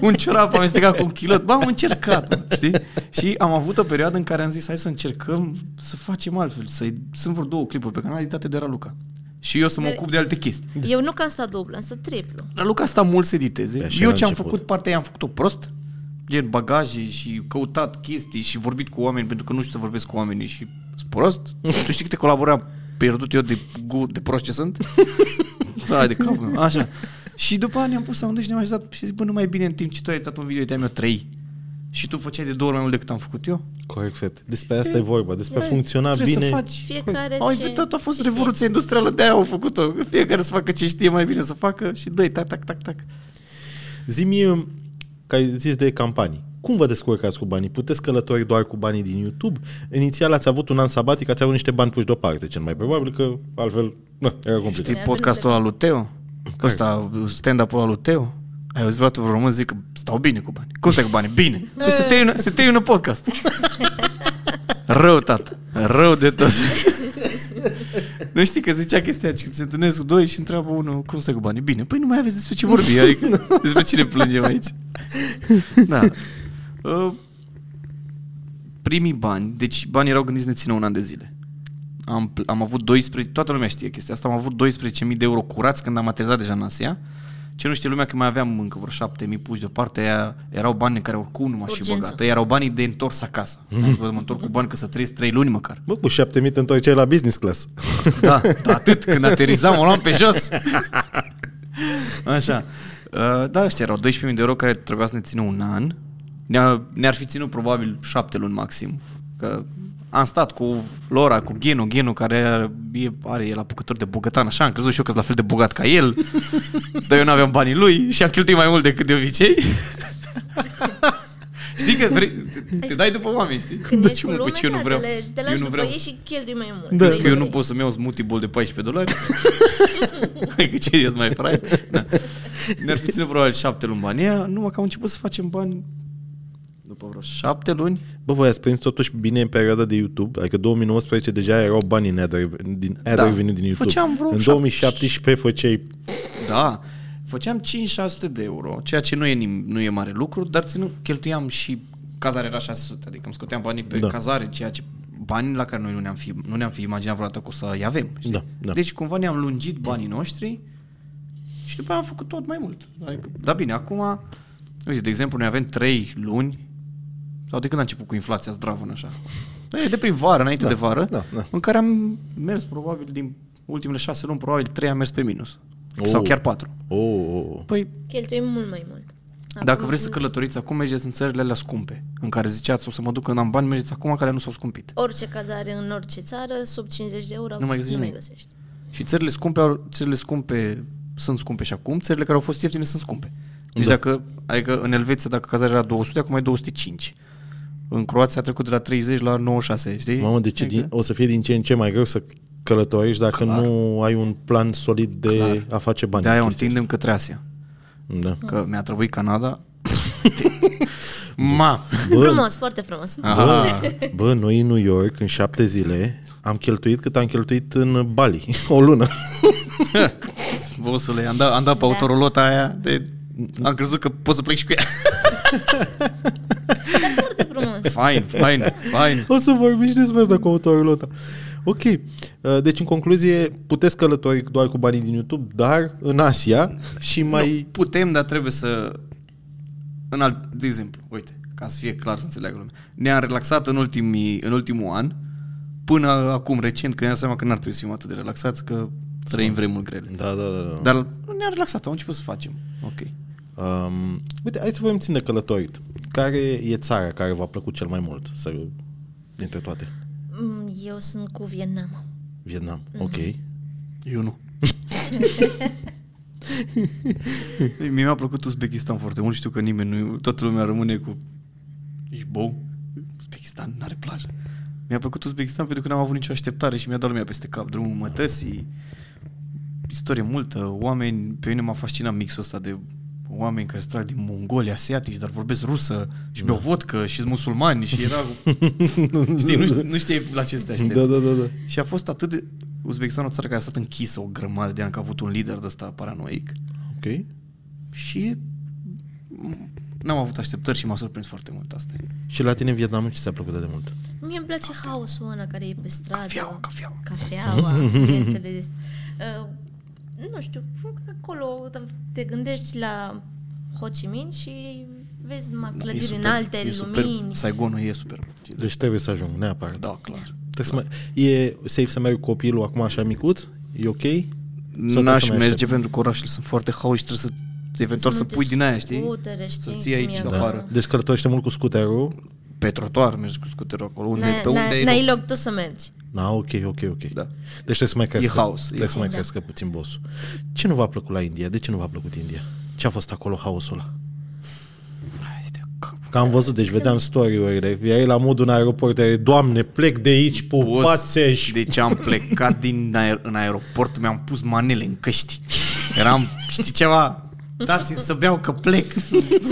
S2: cu un ciorap am amestecat cu un kilot. Bă, am încercat, mă, știi? Și am avut o perioadă în care am zis, hai să încercăm să facem altfel. Să sunt vreo două clipuri pe canal editate de Raluca. Și eu să mă
S3: Care-
S2: ocup de alte chestii.
S3: Eu nu că asta dublă, asta triplu.
S2: La Luca asta mult se diteze.
S1: Pe Păi așa
S2: Eu
S1: la
S2: ce am
S1: început.
S2: făcut, partea aia am făcut-o prost. Gen bagaje și căutat chestii și vorbit cu oameni pentru că nu știu să vorbesc cu oamenii și sunt prost. tu știi câte colaborări am pierdut eu de, gu- de prost ce sunt? da, de cap, meu. așa. Și după aia ne-am pus amândoi și ne-am așezat și zic, bă, nu mai bine în timp ce tu ai dat un video, te-am eu trei. Și tu făceai de două ori mai mult decât am făcut eu.
S1: Corect, fet. Despre asta e vorba, despre a
S3: Noi
S1: funcționa
S2: Trebuie
S1: bine.
S2: să faci.
S3: Fiecare
S2: Au
S3: ce-
S2: inventat, a fost
S3: ce
S2: revoluția industrială, de-aia au făcut-o. Fiecare să facă ce știe mai bine să facă și dă tac, tac, tac, tac.
S1: Zi-mi, că ai zis de campanii. Cum vă descurcați cu banii? Puteți călători doar cu banii din YouTube? Inițial ați avut un an sabatic, ați avut niște bani puși deoparte, cel mai probabil că altfel na, era complicat.
S2: Știi
S1: Știi?
S3: Bine,
S2: podcastul ăla lui Teo?
S1: Care?
S2: Ăsta, stand-up-ul ăla lui Teo? Ai auzit vreodată vreun român zic că stau bine cu bani. Cum stai cu bani? Bine. Păi se termină, se termină podcast. Rău, tată. Rău de tot. nu știi că zicea chestia aia, că se întâlnesc cu doi și întreabă unul cum stai cu banii. Bine. Păi nu mai aveți despre ce vorbi. Adică despre ce ne plângem aici. Da. Uh, primii bani, deci banii erau gândiți ne țină un an de zile. Am, pl- am avut 12, toată lumea știe chestia asta, am avut 12.000 de euro curați când am aterizat deja în Asia. Ce nu știe lumea că mai aveam încă vreo 7.000 puși deoparte, aia erau bani în care oricum nu m-aș fi
S3: Urgență.
S2: băgat. Aia erau banii de întors acasă. Am zis, bă, mă întorc cu bani că să trăiesc 3 luni măcar.
S1: Bă, cu 7000 te întorceai la business class.
S2: Da, da, atât. Când aterizam, o luam pe jos. Așa. Uh, Da, ăștia erau 12.000 de euro care trebuia să ne țină un an. Ne-a, ne-ar fi ținut probabil șapte luni maxim. Că am stat cu Lora, cu Ghenu, Ghenu care are, e, are el apucător de bogătan, așa, am crezut și eu că sunt la fel de bogat ca el, dar eu nu aveam banii lui și am cheltuit mai mult decât de obicei. știi că vrei, te, te dai după oameni, știi?
S3: Când
S2: Dă
S3: ești
S2: ce
S3: cu
S2: mă,
S3: lumea,
S2: păi ce eu nu
S3: da,
S2: vreau,
S3: te, le- te lași
S2: eu nu
S3: după
S2: vreau.
S3: ei și cheltui mai mult.
S1: Da.
S2: Adică Zic că eu nu
S3: Vrei.
S2: pot să-mi iau smoothie bowl de 14 dolari. Hai că ce ești mai frai? Da. Ne-ar fi ținut probabil șapte luni bani aia, numai că am început să facem bani după vreo șapte luni.
S1: Bă, voi ați prins totuși bine în perioada de YouTube, adică 2019 deja erau bani în ad, rev- din ad
S2: Da.
S1: revenue din YouTube.
S2: Făceam vreo
S1: în
S2: șap-
S1: 2017 făceai
S2: Da, făceam 5-600 de euro, ceea ce nu e, nim- nu e mare lucru, dar ținu, cheltuiam și cazarea era 600, adică îmi scoteam banii pe
S1: Da.
S2: da. cazare, ceea ce bani la care noi nu ne-am fi, nu ne-am fi imaginat vreodată că o să-i avem. Știi?
S1: Da, da.
S2: Deci cumva ne-am lungit banii noștri și după aia am făcut tot mai mult. Adică, da bine, acum, uite, de exemplu, noi avem 3 luni, sau de când a început cu inflația zdravă, așa? E de prin vară, înainte
S1: Da,
S2: de vară,
S1: da, da.
S2: în care am mers probabil din ultimele șase luni, probabil trei am mers pe minus.
S1: Oh.
S2: Sau chiar patru.
S1: Oh, oh, oh.
S2: Păi,
S3: Cheltuim mult mai mult.
S2: dacă vreți să călătoriți acum, mergeți în țările alea scumpe, în care ziceați, o să mă duc când am bani, mergeți acum, care nu s-au scumpit.
S3: Orice cazare în orice țară, sub 50 de euro,
S2: Nu mai găsești
S3: nu mai
S2: nimic.
S3: găsești.
S2: Și țările scumpe, au, țările scumpe sunt scumpe și acum, țările care au fost ieftine sunt scumpe. Deci
S1: Da.
S2: da. dacă, adică în Elveția, dacă cazarea era 200, acum e 205. În Croația a trecut de la 30 la 96, știi?
S1: Mamă, deci
S2: Adică-
S1: din, o să fie din ce în ce mai greu să călătorești dacă
S2: Clar.
S1: nu ai un plan solid de
S2: Clar.
S1: a face bani.
S2: De-aia o
S1: Chestia
S2: întindem către Asia.
S1: asta. Da.
S2: Că mi-a trebuit Canada. Ma!
S1: Bun.
S3: Frumos, foarte frumos.
S2: Aha.
S1: Bă, noi în New York, în șapte zile, am cheltuit cât am cheltuit în Bali, o lună.
S2: Bosule, am dat, am dat pe
S3: Da.
S2: autorolota aia de... Am crezut că pot să plec și cu ea.
S3: Foarte frumos.
S2: Fine, fine, fine.
S1: O să vorbim și despre asta cu autorul ăsta. Ok, uh, deci în concluzie, puteți călători doar cu banii din YouTube, dar în Asia și mai...
S2: Putem, dar trebuie să... În alt, de exemplu, uite, ca să fie clar să înțeleagă lumea. Ne-am relaxat în, ultimii, în ultimul an, până acum, recent, că ne-am dat seama că n-ar trebui să fim atât de relaxați, că trăim vremuri grele.
S1: Da, da, da. da.
S2: Dar ne-am relaxat, am început să facem. Ok.
S1: Um, uite, hai să vorbim țin de călătorit. Care e țara care v-a plăcut cel mai mult să, dintre toate?
S3: Mm, Eu sunt cu Vietnam.
S1: Vietnam,
S2: Mm.
S1: ok.
S2: Eu nu. Mie mi-a plăcut Uzbekistan foarte mult, știu că nimeni nu, toată lumea rămâne cu ești bou, Uzbekistan nu are plajă. Mi-a plăcut Uzbekistan pentru că n-am avut nicio așteptare și mi-a dat lumea peste cap drumul mătăsii, istorie multă, oameni, pe mine m-a fascinat mixul ăsta de oameni care se trag din Mongolia, asiatici, dar vorbesc rusă și
S1: Da.
S2: beau vodcă și sunt musulmani și era... știi, nu, știi, nu știi la ce să te aștepți.
S1: Da, da, da, da.
S2: Și a fost atât de... Uzbekistan o țară care a stat închisă o grămadă de ani, că a avut un lider de ăsta paranoic
S1: Ok.
S2: și m- n-am avut așteptări și m-a surprins foarte mult asta. e.
S1: Și la tine în Vietnam ce ți-a plăcut atât de mult?
S3: Mie îmi place haosul ăla care e pe stradă.
S2: Cafeaua, cafeaua.
S3: Cafeaua, bineînțeles. Uh, nu știu, acolo te gândești la Ho Chi Minh și vezi numai
S2: Da,
S3: clădiri
S2: e
S3: înalte,
S2: e
S3: lumini.
S2: Superb. Saigonul e superb.
S1: Deci trebuie să ajung, neapărat.
S2: Da, clar.
S1: Trebuie să mai... E safe să merg cu copilul acum așa micuț? E ok?
S3: Da.
S1: Sau trebuie
S2: N-aș
S1: să mai
S2: merge
S1: aștept?
S2: pentru că orașele sunt foarte haoși, trebuie să eventual să
S3: nu te
S2: pui din aia, știi?
S3: scutere, știi?
S2: Să ții aici
S3: cum e
S2: afară.
S1: Deci călătorește mult cu scuterul?
S2: Pe trotuar mergi cu scuterul acolo, unde,
S3: N-ai-
S2: pe unde
S3: n-ai-
S2: ai
S3: N-ai
S2: loc.
S3: loc tu să mergi.
S1: Da, ok, ok, ok.
S2: Da.
S1: Deci trebuie să mai crească.
S2: haos, e
S1: Trebuie să mai
S3: haos.
S1: crească puțin bossul. Ce nu v-a plăcut la India? De ce nu v-a plăcut India? Ce a fost acolo haosul ăla?
S2: Hai de capul.
S1: Că am văzut, deci vedeam story-urile. Erai la modul în aeroport, erai, Doamne, plec de aici, pupațe
S2: Boss,
S1: și...
S2: Deci am plecat din aer- în aeroport, mi-am pus manele în căști. Eram, știi ceva, dați-mi să beau că plec.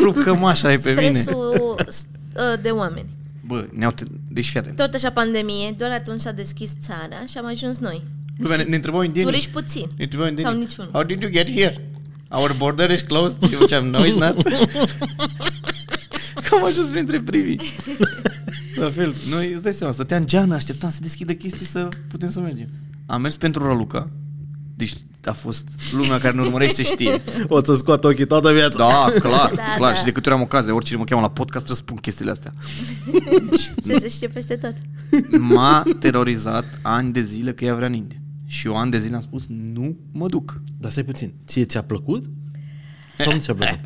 S2: Rup cămașa de pe mine.
S3: Stresul s- uh, de oameni.
S2: Bă, ne-au... Te... Deci fii atent.
S3: Tot așa pandemie, doar atunci s-a deschis țara și am ajuns noi.
S2: Lumea, ne, ne întrebau indienii.
S3: Turiști puțin.
S2: Ne întrebau indienii.
S3: Sau niciunul.
S2: How did you get here? Our border is closed. Eu ziceam, no, it's not. Că am ajuns printre primii. La fel, noi, îți dai seama, stăteam în geană, așteptam să deschidă chestii să putem să mergem. Am mers pentru Raluca, deci a fost lumea care ne urmărește știe.
S1: O să scoată ochii toată viața.
S2: Da, clar,
S3: Da,
S2: clar.
S3: da.
S2: Și de câte ori am ocazie, oricine mă cheamă la podcast, răspund chestiile astea.
S3: Se se știe peste tot.
S2: M-a terorizat ani de zile că ea vrea în India. Și eu ani de zile am spus, nu mă duc.
S1: Dar stai puțin, ție ți-a plăcut? Sau nu ți-a plăcut?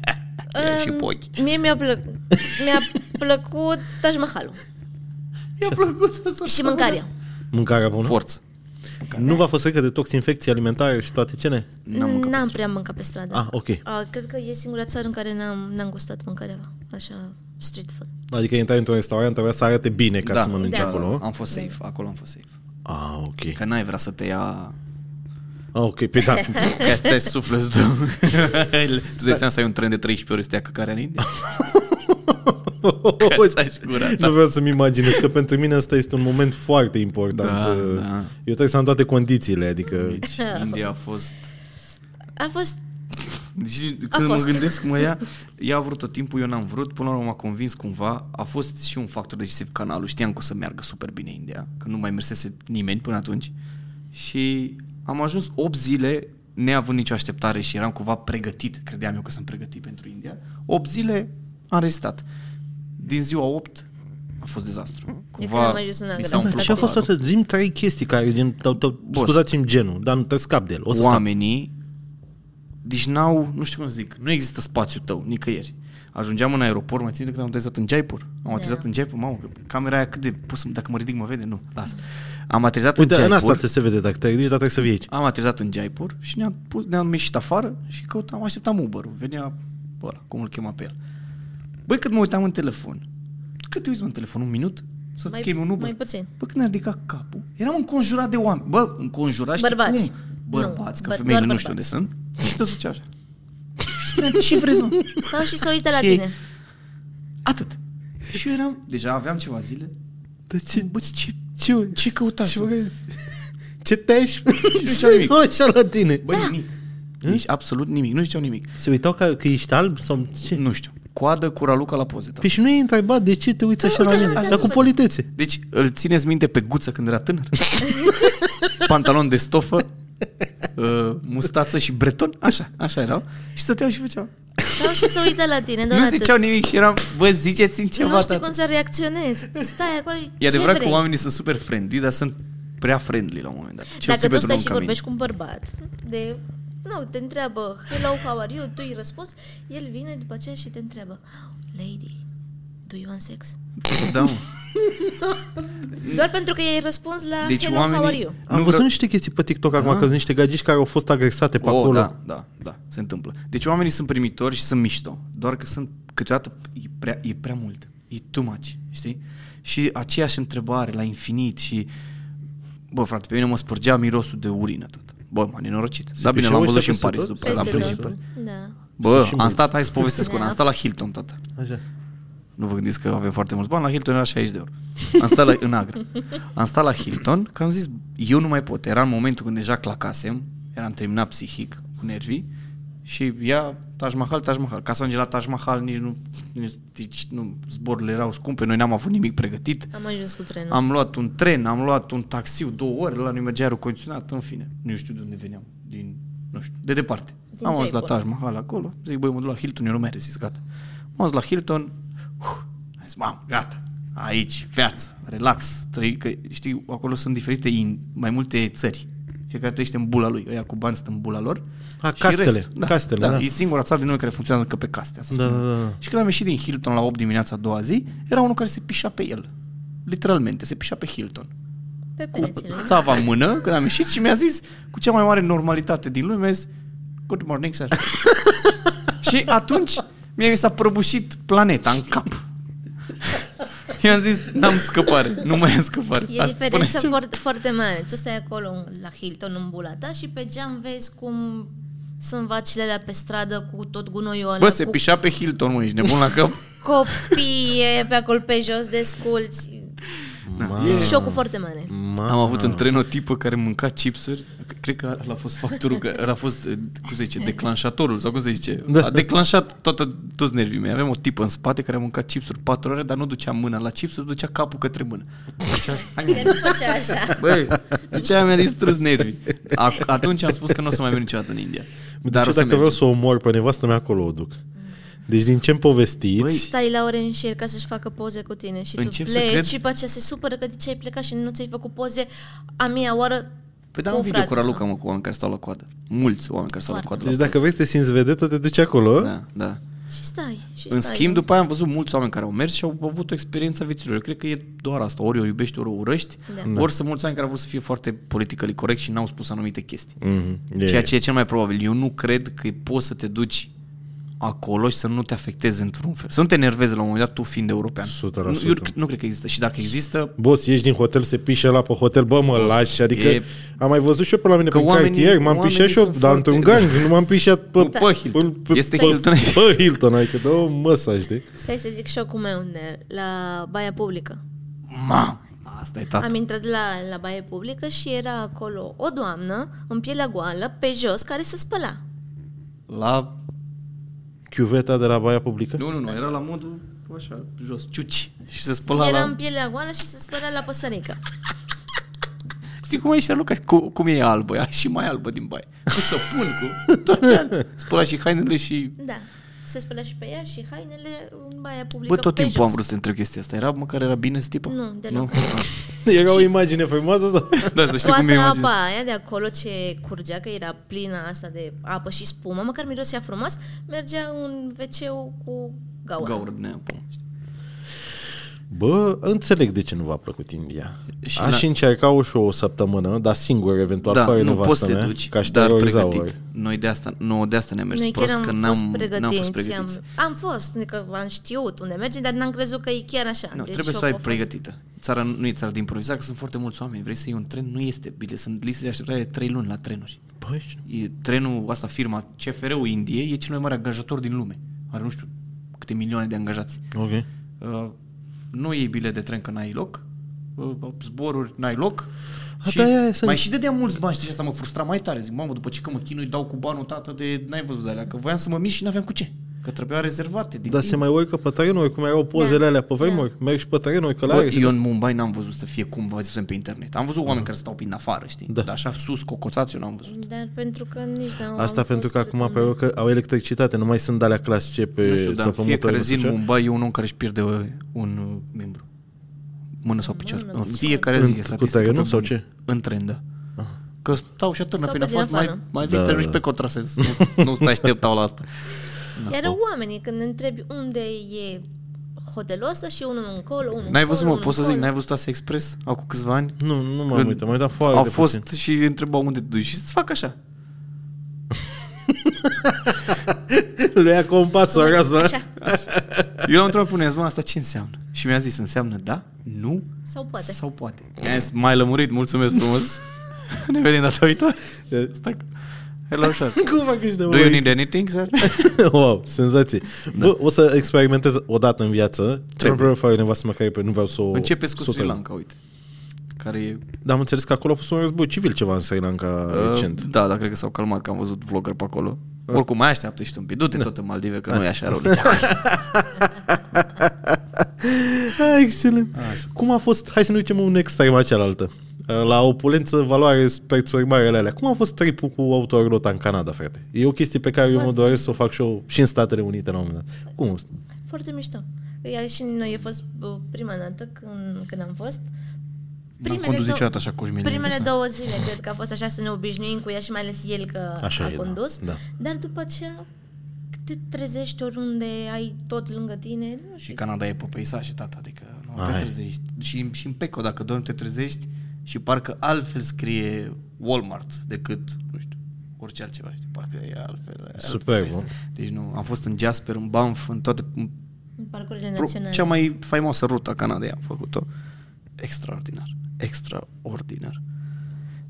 S2: Era și pochi.
S3: Mie mi-a, plă- mi-a plăcut Taj Mahalul
S2: I-a plăcut să
S3: și mâncarea.
S1: Mâncarea bună?
S2: Forță.
S1: Nu v-a fost frică de toxinfecții alimentare și toate cele?
S2: N-am mâncat
S3: N-am
S2: peste.
S3: prea mâncat pe stradă.
S1: Ah, ok.
S3: A, cred că e singura țară în care n-am, n-am gustat mâncarea așa street food.
S1: Adică intrai într-un restaurant, trebuia să arate bine ca să mănânci
S3: da.
S1: acolo.
S2: Am fost safe, acolo am fost safe.
S1: Ah, ok.
S2: Că n-ai vrea să te ia...
S1: Ah, ok, pe da.
S2: Că ți-ai sufletul tău. tu dai seama să ai un tren de 13 ore să te ia căcarea în India? Că ți-ai da. gura ta.
S1: nu vreau să-mi imaginez că pentru mine asta este un moment foarte important.
S2: Da,
S1: Uh,
S2: da.
S1: Eu trebuie să am toate condițiile, adică...
S2: Deci India a fost...
S3: A fost...
S2: Deci,
S3: A
S2: când mă
S3: fost.
S2: gândesc, mă, ea, ea a vrut tot timpul, eu n-am vrut, până la urmă m-a convins cumva, a fost și un factor decisiv canalul, știam că o să meargă super bine India, că nu mai mersese nimeni până atunci și am ajuns 8 zile neavând nicio așteptare și eram cumva pregătit, credeam eu că sunt pregătit pentru India, 8 zile am rezistat. Din ziua 8 a fost dezastru.
S3: că
S2: Cumva
S3: n-am ajuns în
S2: mi
S3: Anglia.
S1: Da,
S2: s-a
S1: Dar
S2: umplut
S1: ce a fost
S2: paharul.
S1: asta? Zim trei chestii care, gen, te- te- scuzați-mi genul, dar nu te scap de el. O să scap.
S2: oamenii, deci n-au, nu știu cum să zic, nu există spațiu tău, nicăieri. Ajungeam în aeroport, mai țin minte când am aterizat în Jaipur. Am aterizat în Jaipur, mamă, că camera aia cât de... Pot să, dacă mă ridic, mă vede? Nu, lasă. Am aterizat
S1: Uite,
S2: în
S1: în
S2: Jaipur.
S1: asta te se vede, dacă te ridici, dar trebuie să vii aici.
S2: Am aterizat în Jaipur și ne-am, pus, ne-am ieșit afară și căutam, așteptam Uber-ul. Venea ăla, cum îl chema pe el. Băi, cât mă uitam în telefon. Cât te uiți mă, în telefon? Un minut? Să-ți
S3: Mai-
S2: chemi un Uber?
S3: mai puțin.
S2: Bă, când ne-a ridicat capul, eram înconjurat de oameni. Bă, înconjurat știi
S3: Bărbați.
S2: cum? Bărbați,
S3: Nu,
S2: că
S3: bă-
S2: femeile
S3: doar
S2: nu știu unde
S3: bărbați.
S2: sunt. Și tot zicea așa. Și spuneam, ce vreți, mă?
S3: Stau și se uită la
S2: Și-
S3: tine.
S2: Atât. Și eu eram, deja aveam ceva zile. Dar ce, bă, ce, ce, ce căutați? mă?
S1: Ce te-aș...
S2: ziceam
S1: Se uită așa la tine.
S2: Bă, nimic. Deci absolut nimic, nu ziceau nimic.
S1: Se uitau ca, că ești alb sau ce?
S2: Nu știu. Coadă cu Raluca la poze. Da.
S1: Păi și nu e întrebat de ce te uiți așa la
S2: uite,
S1: mine,
S2: așa
S1: dar cu
S2: sunt.
S1: politețe.
S2: Deci îl țineți minte pe guță când era tânăr? Pantalon de stofă, uh, mustață și breton, așa, așa erau. Și stăteau și făceau.
S3: Stau și se uită la tine, doar
S2: nu
S3: atât.
S2: ziceau nimic și eram, bă, ziceți-mi ceva.
S3: nu știu
S2: tată.
S3: cum să reacționezi. Stai acolo și
S2: E
S3: ce
S2: adevărat
S3: vrei?
S2: că oamenii sunt super friendly, dar sunt prea friendly la un moment dat. Ce
S3: Dacă
S2: puțin
S3: tu
S2: pentru
S3: stai
S2: un
S3: și
S2: camin.
S3: vorbești cu un bărbat, de, nu, te întreabă, hello, how are you, tu îi răspunzi, el vine după aceea și te întreabă, lady, do you want sex?
S2: Da, mă.
S3: Doar pentru că i-ai răspuns la
S2: Deci
S3: hello,
S2: oamenii-
S3: how are you.
S1: Am
S2: Nu
S1: văzut
S2: vreau-
S1: niște chestii pe TikTok acum, că sunt niște gagici care au fost agresate pe
S2: Ah. Oh,
S1: acolo.
S2: da, da, da, se întâmplă. Deci oamenii sunt primitori și sunt mișto, doar că sunt câteodată e prea, e prea mult, e too much, știi? Și aceeași întrebare la infinit și... Bă, frate, pe mine mă spărgea mirosul de urină tot. Bă, m-am nenorocit. Da, bine,
S1: și
S2: l-am
S1: uite
S2: văzut și în
S1: peste
S2: Paris
S1: tot.
S2: după. L-am
S3: Peste
S2: prins și în
S3: tot.
S2: Paris.
S3: Da.
S1: Sunt
S2: Bă,
S1: și
S2: am
S1: mulți.
S2: stat, hai să povestesc una, am stat la Hilton, tata.
S1: Așa.
S2: Nu vă gândiți că avem foarte mulți bani, la Hilton era 60 de euro. Am stat la, în Agra. Am stat la Hilton, că am zis, eu nu mai pot. Era în momentul când deja clacasem, eram terminat psihic, cu nervii, și ia Taj Mahal, Taj Mahal. Ca să ajungem la Taj Mahal, nici nu, nici, nu, zborurile erau scumpe, noi n-am avut nimic pregătit.
S3: Am ajuns cu trenul.
S2: Am luat un tren, am luat un taxiu, două ore, la noi mergea aerul condiționat, în fine. Nu știu de unde veneam, din, nu știu, de departe.
S3: Din
S2: am ajuns la
S3: Jaipur.
S2: Taj Mahal acolo, zic, băi, mă duc la Hilton, eu nu merg, zis, gata. Am ajuns la Hilton, uf, am zis, mamă, gata, aici, viață, relax, trăi, că știi, acolo sunt diferite, in, mai multe țări. Fiecare trăiește în bula lui, ăia cu bani sunt în bula lor.
S1: A,
S2: Și
S1: castele,
S2: restul,
S1: castele, da.
S2: E singura țară din noi care funcționează încă pe caste, asta
S1: Da,
S2: spunem.
S1: da, da.
S2: Și când am ieșit din Hilton la 8 dimineața a doua zi, era unul care se pișa pe el. Literalmente, se pișa pe Hilton.
S3: Pe
S2: Cu
S3: perețele.
S2: țava în mână, când am ieșit și mi-a zis cu cea mai mare normalitate din lume, mi-a zis, good morning, sir. și atunci mi s-a prăbușit planeta în cap. I-am zis, n-am scăpare, nu mai am scăpare.
S3: E
S2: Asta- până
S3: diferență
S2: aici-
S3: foarte, foarte mare. Tu stai acolo în- la Hilton în bula ta și pe geam vezi cum sunt vacile alea pe stradă cu tot gunoiul ăla,
S2: Bă, se
S3: cu
S2: pișa pe Hilton, mă, ești nebun la cap.
S3: copii e pe acolo pe jos de sculți. E șocul foarte mare.
S1: Ma,
S2: Am avut în tren o tipă care mânca chipsuri. Cred că ăla a fost factorul, că ăla a fost, eh, cum se zice, declanșatorul sau cum se zice.
S1: Da.
S2: A declanșat toată, toți nervii mei. Aveam o tipă în spate care a mâncat chipsuri patru ore, dar nu ducea mâna la chipsuri, ducea capul către mână. Ducea, hai, mă,
S3: Că nu făcea așa.
S2: Băi, deci aia mi-a distrus nervii. A, atunci am spus că nu o să mai merg niciodată în India.
S1: Dar
S2: o
S1: Deci dacă
S2: să merg.
S1: vreau să o omor pe nevastă mea, acolo o duc. Deci din ce-mi povestiți...
S2: Băi,
S3: Stai la ore în șir ca să-și facă poze cu tine și
S2: Încep
S3: tu
S2: să
S3: pleci
S2: cred-
S3: și după aceea se supără că de ce ai plecat și nu ți-ai făcut poze a mia oară
S2: Păi da, am video cu Raluca, mă, cu oameni care stau la coadă. Mulți oameni care stau la coadă.
S1: deci
S2: la
S1: dacă vrei să te simți vedetă, te duci acolo.
S2: Da, da.
S3: Și stai, și
S2: În
S3: stai.
S2: schimb, după aia am văzut mulți oameni care au mers și au avut o experiență a vieților. Eu cred că e doar asta. Ori o iubești, ori o urăști,
S3: Da.
S2: ori sunt mulți oameni care au vrut să fie foarte politically corect și n-au spus anumite chestii.
S1: Mhm, e-
S2: Ceea ce e cel mai probabil. Eu nu cred că poți să te duci acolo și să nu te afectezi într-un fel. Să nu te enervezi la un moment dat tu fiind european.
S1: 100%.
S2: Nu, eu nu cred că există. Și dacă există,
S1: Boss, ieși din hotel, se pișe la pe hotel, bă, mă lași, adică
S2: E-
S1: am mai văzut și eu pe la mine
S2: Că
S1: pe
S2: oamenii-
S1: cartier, m-am
S2: oamenii
S1: pișat și eu, dar
S2: sunt
S1: într-un
S2: foarte-
S1: gang, nu m-am pișat pe,
S2: Nu, pe Hilton. Este
S1: pe,
S2: Hilton.
S1: Pe Hilton, adică dă o măsaj, de.
S3: Stai să zic șocul meu, ne, la baia publică.
S2: ma, asta e tata.
S3: Am intrat la, la baie publică și era acolo o doamnă în pielea goală, pe jos, care se spăla.
S2: La...
S1: Chiuveta de la baia publică?
S2: Nu, nu, nu, era la modul așa, jos, ciuci. Și se spăla
S3: era
S2: la...
S3: în pielea goală și se spăla la păsărică.
S2: Știi cum e și Luca? Cu, cum e albă, ea și mai albă din baie. Cu săpun, cu toate Spăla și hainele și...
S3: Da. Se spăla și pe ea și hainele în baia publică
S2: Bă, tot
S3: pe
S2: timpul
S3: jos.
S2: am vrut să te întreb chestia asta. Era măcar era bine stipa?
S3: Nu, deloc.
S1: Era o imagine frumoasă sau?
S2: da, să știu
S3: Toată
S2: cum e imagine.
S3: apa aia de acolo ce curgea, că era plină asta de apă și spumă, măcar mirosea frumos, mergea un wc cu gaură.
S2: Gaură din aia, pom.
S1: Bă, înțeleg de ce nu v-a plăcut India.
S2: Și
S1: Și Aș
S2: la-
S1: încerca și o săptămână, dar singur, eventual,
S2: Da,
S1: fără
S2: nu
S1: nevastă
S2: poți să te
S1: mea,
S2: duci,
S1: ca și
S2: dar
S1: terrorizau
S2: pregătit.
S1: ori.
S2: Noi de asta, nouă de asta ne-a mers
S3: Noi
S2: prost,
S3: chiar am
S2: că
S3: fost
S2: n-am,
S3: pregătiți,
S2: n-am fost pregătiți.
S3: Am, am fost, adică am știut unde mergem, dar n-am crezut că e chiar așa.
S2: Nu,
S3: Deci
S2: trebuie să
S3: șocul
S2: o ai
S3: a fost-
S2: pregătită. Țara nu e țara de improvizare, că sunt foarte mulți oameni. Vrei să iei un tren? Nu este bine. Sunt liste de așteptare de 3 luni la trenuri.
S1: Băi, și-
S2: E, trenul, asta firma CFR-ul Indiei, e cel mai mare angajator din lume. Are nu știu câte milioane de angajați.
S1: ok.
S2: Uh, nu iei bilet de tren că n-ai loc, uh, zboruri n-ai loc.
S1: A,
S2: și
S1: da, ia, ia, să-
S2: mai și dădeam mulți bani, știi, asta mă frustra mai tare. Zic, mamă, după ce că mă chinui, dau cu banul tată de n-ai văzut de alea, că voiam să mă mișc și n-aveam cu ce. Că trebuia rezervate. Din
S1: Dar Da, se mai urcă pe terenuri, cum erau pozele
S3: Da.
S1: alea pe vremuri. Mergi pe terenuri, că la
S2: Bă,
S1: are și
S2: eu în Mumbai n-am văzut să fie cum văzusem pe internet. Am văzut oameni care stau prin afară, știi?
S1: Da.
S2: Dar așa sus, cocoțați, eu n-am văzut.
S3: Dar pentru că nici n-am
S1: Asta
S3: am
S1: pentru
S3: fost
S1: că acum pe
S3: pregătită.
S1: că au electricitate, nu mai sunt alea clasice pe
S2: nu știu, dar
S1: sau
S2: în
S1: pe
S2: fiecare
S1: motor,
S2: zi
S1: nu știu
S2: în
S1: ce.
S2: Mumbai e un om care își pierde uh, un uh, membru. Mână sau picior.
S3: Mână,
S2: în
S3: picior.
S2: fiecare
S1: În-
S2: zi e
S1: cu
S2: statistică.
S1: trenul
S2: pe
S1: sau
S2: bune.
S1: ce?
S2: În tren, da. Că stau și atârnă
S3: Stau
S2: prin
S3: pe din
S2: afară, mai,
S3: afară.
S2: mai vin
S1: Da,
S2: trenul și
S1: da.
S2: pe contrasens. Nu, nu se așteptau la asta.
S3: Iar
S2: oh.
S3: oamenii, când întrebi unde e hotelul ăsta și unul încolo, unul
S2: N-ai
S3: încolo,
S2: văzut, mă,
S3: unul
S2: pot să zic,
S3: încolo.
S2: n-ai văzut Asia Express acum câțiva ani?
S1: Nu, nu m-am
S2: Când
S1: uitat, m-am uitat foarte
S2: Au
S1: puțin.
S2: fost și îi întrebau unde te duci și îți fac așa.
S1: Lui ia compasul acasă.
S3: Așa.
S2: Eu l-am întrebat pe unul, i-am zis, "Bă, asta ce înseamnă? Și mi-a zis, înseamnă da, nu
S3: Sau poate.
S2: sau poate. I-am zis, mai lămurit, mulțumesc frumos. ne vedem data viitoare. Stac. Hello, sir.
S1: Cum fac ăștia?
S2: Do you need anything, sir?
S1: wow, senzație. Da. Bă, o să experimentez o dată în viață. Ce vreau să fac nevastă mea care pe- nu vreau să o...
S2: Începeți cu
S1: să o
S2: Sri
S1: trag.
S2: Lanka, uite. Care e...
S1: Dar am înțeles că acolo a fost un război civil ceva în Sri Lanka uh, recent.
S2: Da, dar cred că s-au calmat, că am văzut vlogger pe acolo. Oricum, mai așteaptă și tu un pic. Du-te tot în Maldive, că nu e așa rău. nici acolo.
S1: Ah, excelent. Cum a fost, hai să ne ducem un extrema cealaltă. Uh, La opulență, valoare, prețuri mari ale alea. Cum a fost tripul cu autoarlota în Canada, frate? E o chestie pe care eu mă doresc să o fac și eu și în Statele Unite la un moment dat. Cum? a fost?
S3: Foarte mișto. Ea și noi a fost bă, prima dată când, când am fost.
S2: condus
S3: dou-
S2: niciodată așa cu șmecherie,
S3: Primele
S2: să-
S3: două zile cred că a fost așa să ne obișnuim cu ea și mai ales el că
S1: Așa
S3: a
S1: e, da,
S3: condus.
S1: da.
S3: Dar după aceea te trezești oriunde ai tot lângă tine. Nu
S2: Și
S3: știu.
S2: Canada e pe peisaje, tata, adică nu
S1: Hai.
S2: te trezești. Și, și în Peco, dacă dormi, te trezești și parcă altfel scrie Walmart decât, nu știu, orice altceva. Știi? Parcă e altfel.
S1: Superb,
S2: altfel. Deci nu, am fost în Jasper, în Banff, în toate... În,
S3: În parcurile
S2: pro-
S3: naționale.
S2: cea mai faimoasă ruta a Canadei am făcut-o. Extraordinar. Extraordinar.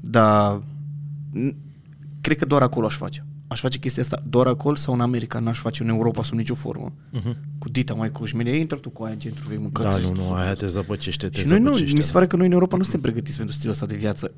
S2: Dar n- cred că doar acolo aș face. Aș face chestia asta doar acolo sau în America, n-aș face în Europa sub nicio formă. Uh-huh. Cu Dita mai cu șmerie, intră tu cu aia în centru, vei mânca.
S1: Da,
S2: să-
S1: nu, nu, aia te zăpăcește, te
S2: și noi nu,
S1: zăpăcește,
S2: mi se
S1: da.
S2: pare că noi în Europa nu suntem pregătiți pentru stilul ăsta de viață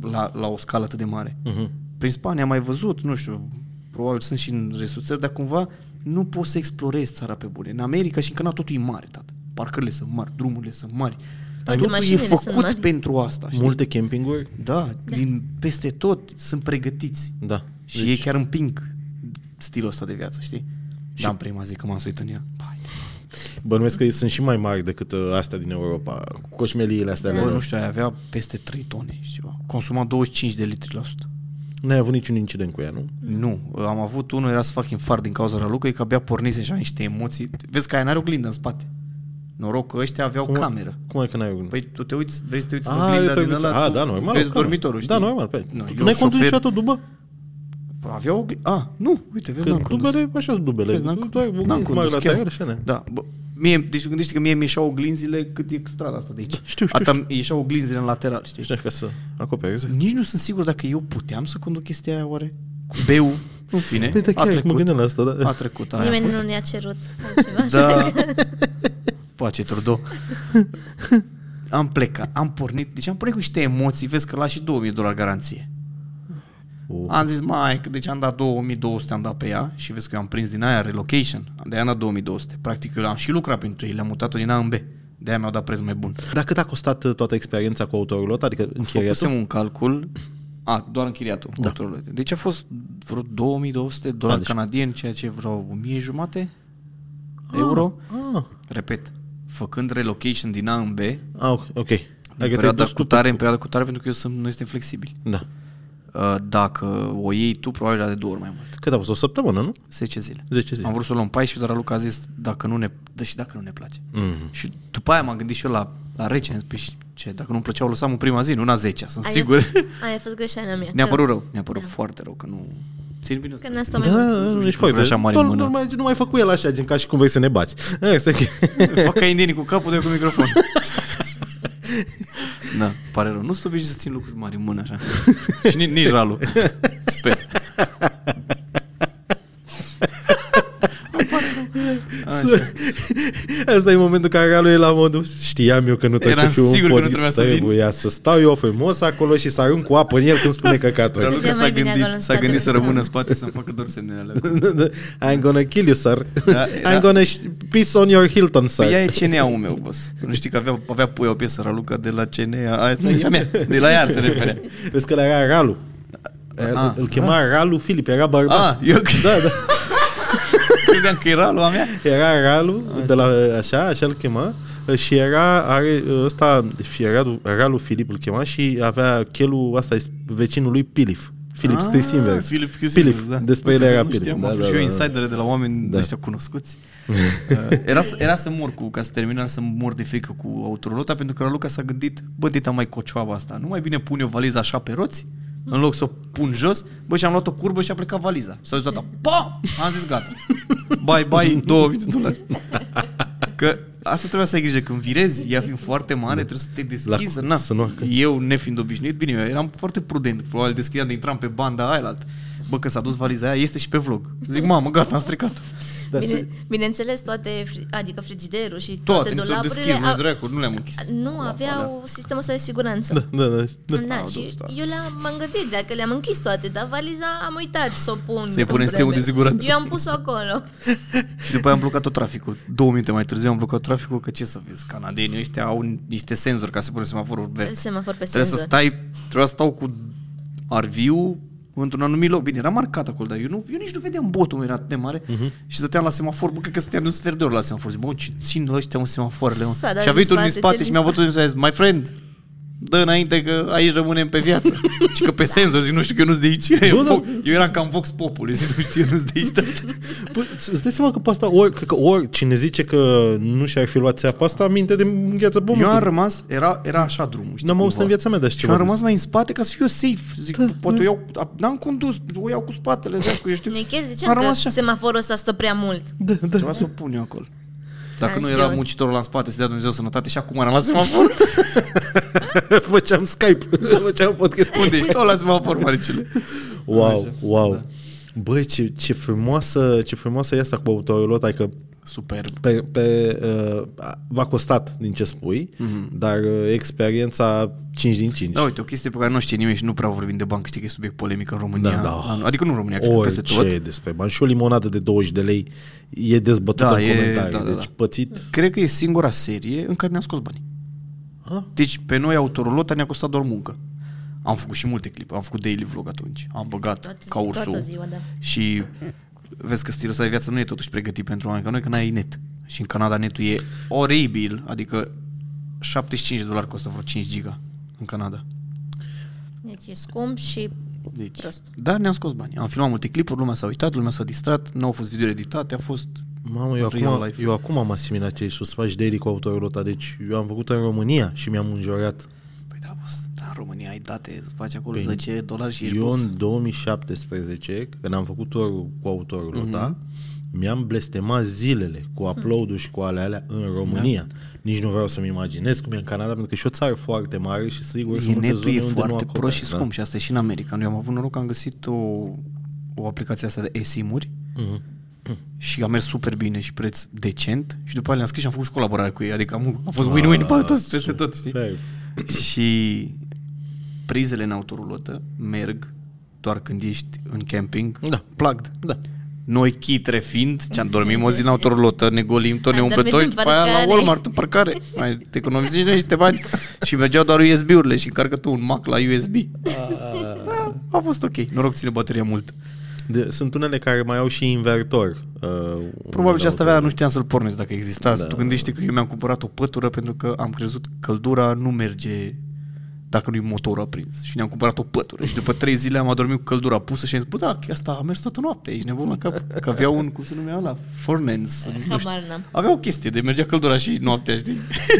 S2: la, la o scală atât de mare. Uh-huh. Prin Spania am mai văzut, nu știu, probabil sunt și în restul țări, dar cumva nu poți să explorezi țara pe bune. În America și în Canada totul e mare, tată. Parcările sunt mari, drumurile sunt mari. Dar
S3: Toate
S2: totul e
S3: mașinile sunt
S2: făcut
S3: mari.
S2: pentru asta. Știi?
S1: Multe campinguri?
S2: Da, din peste tot sunt pregătiți.
S1: Da.
S2: Și deci... ei chiar împing stilul ăsta de viață, știi? Și da, în prima zi că m-am suit în ea. Pai,
S1: Bănuiesc că sunt și mai mari decât ă, astea din Europa, cu coșmeliile astea.
S2: Bă,
S1: Da.
S2: nu știu, aia avea peste 3 tone și ceva. Consuma 25 de litri la 100.
S1: N-ai avut niciun incident cu ea, nu?
S2: Nu, am avut unul, era să fac infart din cauza lui că abia pornise și am niște emoții. Vezi că aia n-are oglindă în spate. Noroc că ăștia aveau Cum? cameră.
S1: Cum e că n-ai avut?
S2: Păi tu te uiți, vrei să te uiți în
S1: Ah, eu
S2: oglinda
S1: te
S2: din
S1: uiți.
S2: ăla,
S1: Ah,
S2: tu
S1: da, normal.
S2: vezi
S1: o cameră.
S2: dormitorul, știi?
S1: Da, normal. Pe.
S2: Nu,
S1: Tu
S2: eu
S1: n-ai condus
S2: șofer-
S1: niciodată dubă?
S2: Avea ogli... A, nu, uite, vezi,
S1: Că
S2: n-am condus.
S1: dubele, așa sunt dubele.
S2: Vezi, n-am
S1: Tu
S2: condus.
S1: ai
S2: N-am
S1: oglindă mare
S2: condus
S1: la
S2: chiar.
S1: taier și alea.
S2: Da, bă, mie, deci gândește că mie mi-eșau oglinzile cât e strada asta de aici.
S1: știu,
S2: Asta mi-eșau oglinzile în lateral, știi?
S1: Deci n-ai ca să acoperi, exact.
S2: Nici nu sunt sigur dacă eu puteam să conduc chestia aia, oare? Cu beu, în fine,
S1: Păi, da,
S2: a
S1: chiar mă
S2: trecut.
S1: gândeam la asta, da.
S2: A trecut, aia
S3: Nimeni
S2: a fost.
S3: nu ne-a cerut altceva.
S2: Da. Pace, Trudeau. Am plecat, am pornit, deci am pornit cu niște emoții, vezi că la și 2000 de dolari garanție.
S1: Uh.
S2: Am zis, mai, că deci am dat 2200, am dat pe ea și vezi că eu am prins din aia relocation, de aia am dat 2200. Practic eu am și lucrat pentru ei, le-am mutat-o din A în B, de aia mi-au dat preț mai bun.
S1: Dar cât a costat uh, toată experiența cu autorul lor? Adică închiriatul?
S2: Făcusem un calcul, a, doar închiriatul. Da. Deci a fost vreo 2200 de dolari
S1: deci-
S2: canadieni, ceea ce e vreo 1000 jumate euro.
S1: Ah,
S2: Repet, făcând relocation din A în B, în
S1: ah, ok. ok. Adică te-ai
S2: perioada
S1: dus
S2: cu
S1: tu
S2: tare, în perioada cu tare, pentru că eu sunt, noi suntem flexibili.
S1: Da.
S2: Uh, Dacă o iei tu, probabil era de două ori mai mult.
S1: Cât a fost? O săptămână, nu?
S2: 10 zile.
S1: 10 zile.
S2: Am vrut să o luăm 14, dar Luca a zis, dacă nu ne, dă și dacă nu ne place.
S1: Mhm.
S2: Și după aia m-am gândit și eu la, la rece, am zis, "Păi și ce, dacă nu-mi plăcea, o lăsam în prima zi, nu în a 10 sunt
S3: Aia-
S2: sigur.
S3: Aia a fost greșeala mea.
S2: Ne-a
S3: că-
S2: părut rău, ne-a părut foarte rău că nu... Țin bine
S3: Da. Că n-a stat
S1: Da,
S3: mai mult.
S1: da, da, ești
S2: nici
S1: foarte.
S2: așa mare
S1: Doar
S2: în mână.
S1: Nu mai, nu mai fă cu el așa, gen ca și cum vrei să ne bați. Asta e ok.
S2: Fac ca indienii cu capul de cu microfon. da, pare rău. Nu sunt obișnuit să țin lucruri mari în mână așa. Și nici, nici Ralu. Sper.
S1: Să- Asta e momentul în care Ralu e la modul Știam eu că nu trebuie
S2: Eram
S1: să fiu un
S2: sigur că nu
S1: podist
S2: trebuia să vin."
S1: Trebuia să stau eu frumos acolo și să arunc cu apă în el când spune căcatul
S2: Ralu
S3: Suntem
S2: Păi, s-a
S3: mai bine
S2: gândit,
S3: acolo în
S2: s-a
S3: spatele
S2: gândit să
S3: scaunului.
S2: rămână în spate să-mi facă doar semnele
S1: I'm gonna kill you, sir
S2: Da,
S1: I'm
S2: era-
S1: gonna sh- piss on your Hilton, sir
S2: Păi ea e CNA-ul meu, boss. Nu știi că avea, avea pui o piesă Raluca de la CNA. Asta e a mea. De la ea se referea.
S1: Vezi că ăla era Ralu Era-
S2: Ah.
S1: Îl chema Ralu Filip, era bărbat
S2: Ah, eu cre-
S1: Da, da
S2: credeam că e Ralu a mea.
S1: Era Ralu, de la, așa, așa îl chema și era, are, ăsta, Ralu, Ralu Filip îl chema și avea chelul, asta, este vecinul lui Pilif. Filip scris invers.
S2: Ah, Filip scris
S1: Pilif.
S2: invers, da.
S1: Despre
S2: Uite
S1: el
S2: că
S1: era
S2: nu
S1: Pilif.
S2: Știam, da, da, și eu insidere de la oameni da. ăștia cunoscuți. Uh, era, să- era să mor cu, ca să termin, era să mor de frică cu autorul ăsta, pentru că Raluca s-a gândit, bă, dita mai cocioaba asta, nu mai bine pun eu valiza așa pe roți, în loc să o pun jos, bă, și am luat o curbă și a plecat valiza. Și s-a zis toată, pa! Am zis, gata. Bye, bye, 2000 de dolari. Că asta trebuie să ai grijă. Când virezi, ea fiind foarte mare, trebuie să te deschizi.
S1: La-
S2: Na.
S1: să nu arcă.
S2: Eu, nefiind obișnuit, bine, eu eram foarte prudent. Probabil deschideam de intram pe banda aia la altă. Bă, că s-a dus valiza aia, este și pe vlog. Zic, mamă, gata, am stricat
S1: Dar
S3: Bine,
S1: se-
S3: bineînțeles, toate, fri- adică frigiderul și toate,
S2: da, Toate, mi s-au
S3: dolapurile
S2: deschis, noi
S3: au-
S2: dracu, nu le-am închis.
S3: nu aveau sistemul ăsta de siguranță.
S1: Da, da, da. da.
S3: Da,
S2: Au
S3: și
S2: dus, da.
S3: eu le-am am gândit, dacă le-am închis toate, dar valiza am uitat să o pun.
S2: Să-i
S3: în
S2: punem steagul
S3: vreme.
S2: de siguranță.
S3: Eu am pus-o acolo.
S2: Și după aia am blocat tot traficul. Două minute mai târziu am blocat traficul, că ce să vezi, canadenii ăștia au niște senzori ca să pune semaforul verde.
S3: Semafor pe
S2: Trebuie să
S3: senzor.
S2: stai, trebuia să stau cu arviu într-un anumit loc. Bine, era marcat acolo, dar eu, nu, eu nici nu vedeam botul, era atât de mare. Uh-huh. Și stăteam la semafor, bă, cred că stăteam de un sfert de oră la semafor. Zic, bă, ce țin la ăștia un semafoarele, mă.
S3: S-a dat
S2: Și a venit
S3: din
S2: unul din
S3: spate,
S2: spate
S3: cel
S2: și
S3: din
S2: mi-a bătut și mi-a zis, my friend, dă înainte că aici rămânem pe viață. și că pe
S3: Da.
S2: senzor zic, nu știu că eu nu-s de aici. Eu,
S1: da.
S2: eu eram cam Vox Populi, zic, nu știu, eu nu-s de aici. Dar...
S1: Păi, îți dai seama că pe asta, ori, cred că ori cine zice că nu și-ar fi luat țeapa asta, minte de îngheață bombă.
S2: Eu am rămas, era, era așa drumul, știi
S1: N-am auzit
S2: cumva.
S1: în viața mea de așa
S2: Și
S1: ceva.
S2: am rămas mai în spate ca să fiu safe. Zic, da, poate o iau, a- n-am condus, o iau cu spatele, zic, eu știu.
S3: Noi chiar
S2: Am
S3: ziceam că
S2: rămas așa.
S3: semaforul ăsta stă prea mult.
S1: Da, da.
S2: Trebuia să o pun eu acolo. Dacă
S3: Da,
S2: nu
S3: știu.
S2: era muncitorul la spate, să dea Dumnezeu sănătate și acum era la semafor.
S1: Făceam Skype, făceam podcast.
S2: Unde ești? Tot la semafor, Maricele.
S1: Wow,
S2: Așa,
S1: wow.
S2: da.
S1: Băi, ce, ce, frumoasă, ce frumoasă e asta cu autorul ăla, adică
S2: Superb.
S1: pe, pe, uh, v-a costat din ce spui, mm-hmm. dar uh, experiența 5 din 5.
S2: Mhm. Da, uite, o chestie pe care nu știe nimeni și nu prea vorbim de bancă, știi că e subiect polemic în România.
S1: Da, da.
S2: Adică nu în România, cred că
S1: Orice
S2: peste tot.
S1: despre bani și o limonadă de 20 de lei e dezbătută
S2: Da,
S1: în
S2: e-
S1: comentarii.
S2: da, da, da.
S1: Deci pățit.
S2: Cred că e singura serie în care ne-am scos bani.
S1: Ha?
S2: Deci pe noi autorolota ne-a costat doar muncă. Am făcut și multe clipe, am făcut daily vlog atunci, am băgat
S3: Toată zi-
S2: ca ursul.
S3: toată ziua, da.
S2: Și vezi că stilul ăsta de viață nu e totuși pregătit pentru oameni, ca noi, că n-ai net. Și în Canada netul e oribil, adică 75 de dolari costă vreo 5 giga în Canada.
S3: Deci e scump și
S2: Deci,
S3: Prost.
S2: dar ne-am scos bani. Am filmat multe clipuri, lumea s-a uitat, lumea s-a distrat, nu au fost video editate, a fost...
S1: Mamă, eu
S2: Real
S1: acum,
S2: life.
S1: eu acum am asimilat ce să faci daily cu autorolota, deci eu am făcut în România și mi-am înjorat.
S2: Păi da, boss, dar în România ai date, îți faci acolo
S1: Păi,
S2: 10 dolari și ești
S1: Eu
S2: boss.
S1: în 2017, când am făcut orul cu
S2: Mhm.
S1: autorul mm-hmm. ta, mi-am blestemat zilele cu
S2: Hmm.
S1: upload-ul și cu alea alea în
S2: Da.
S1: România. Nici nu vreau să-mi imaginez cum e în Canada, pentru că și o țară foarte mare și sigur
S2: E
S1: sunt multe
S2: netul
S1: zone
S2: e
S1: unde nu
S2: foarte
S1: acoperă,
S2: prost și
S1: da?
S2: scump și asta e și în America. Noi am avut noroc că am găsit o, o aplicație asta de eSIM-uri
S1: Mhm.
S2: și a mers super bine și preț decent și după aia le-am scris și am făcut și colaborare cu ei. Adică am, a
S1: Ah,
S2: fost win-win pe toți, peste tot, știi?
S1: Fair.
S2: Și prizele în autorulotă merg doar când ești în camping
S1: Da.
S2: plugged.
S1: Da.
S2: Noi chitre fiind, ce am dormit o zi în autorulotă, ne golim tot, ne
S3: Am
S2: umplem
S3: dormit
S2: tot,
S3: în
S2: după aia la
S3: parcare.
S2: Walmart în parcare. Mai te economisești niște bani și mergeau doar USB-urile și încarcă tu un Mac la USB. Da, a fost ok. Noroc ține bateria mult.
S1: De, sunt unele care mai au și invertor. Uh,
S2: Probabil și asta
S1: unele
S2: avea, nu știam să-l pornesc dacă exista. Da. Tu gândește că eu mi-am cumpărat o pătură pentru că am crezut că căldura nu merge dacă nu-i motorul aprins. Și ne-am cumpărat o pătură. Și după trei zile am adormit cu căldura pusă și am zis, bă, da, asta a mers toată noaptea, ești nebun la cap. Că avea un, cum se numea la Furnance. Nu știu.
S3: habar n-am.
S2: Avea o chestie de mergea căldura și noaptea, știi?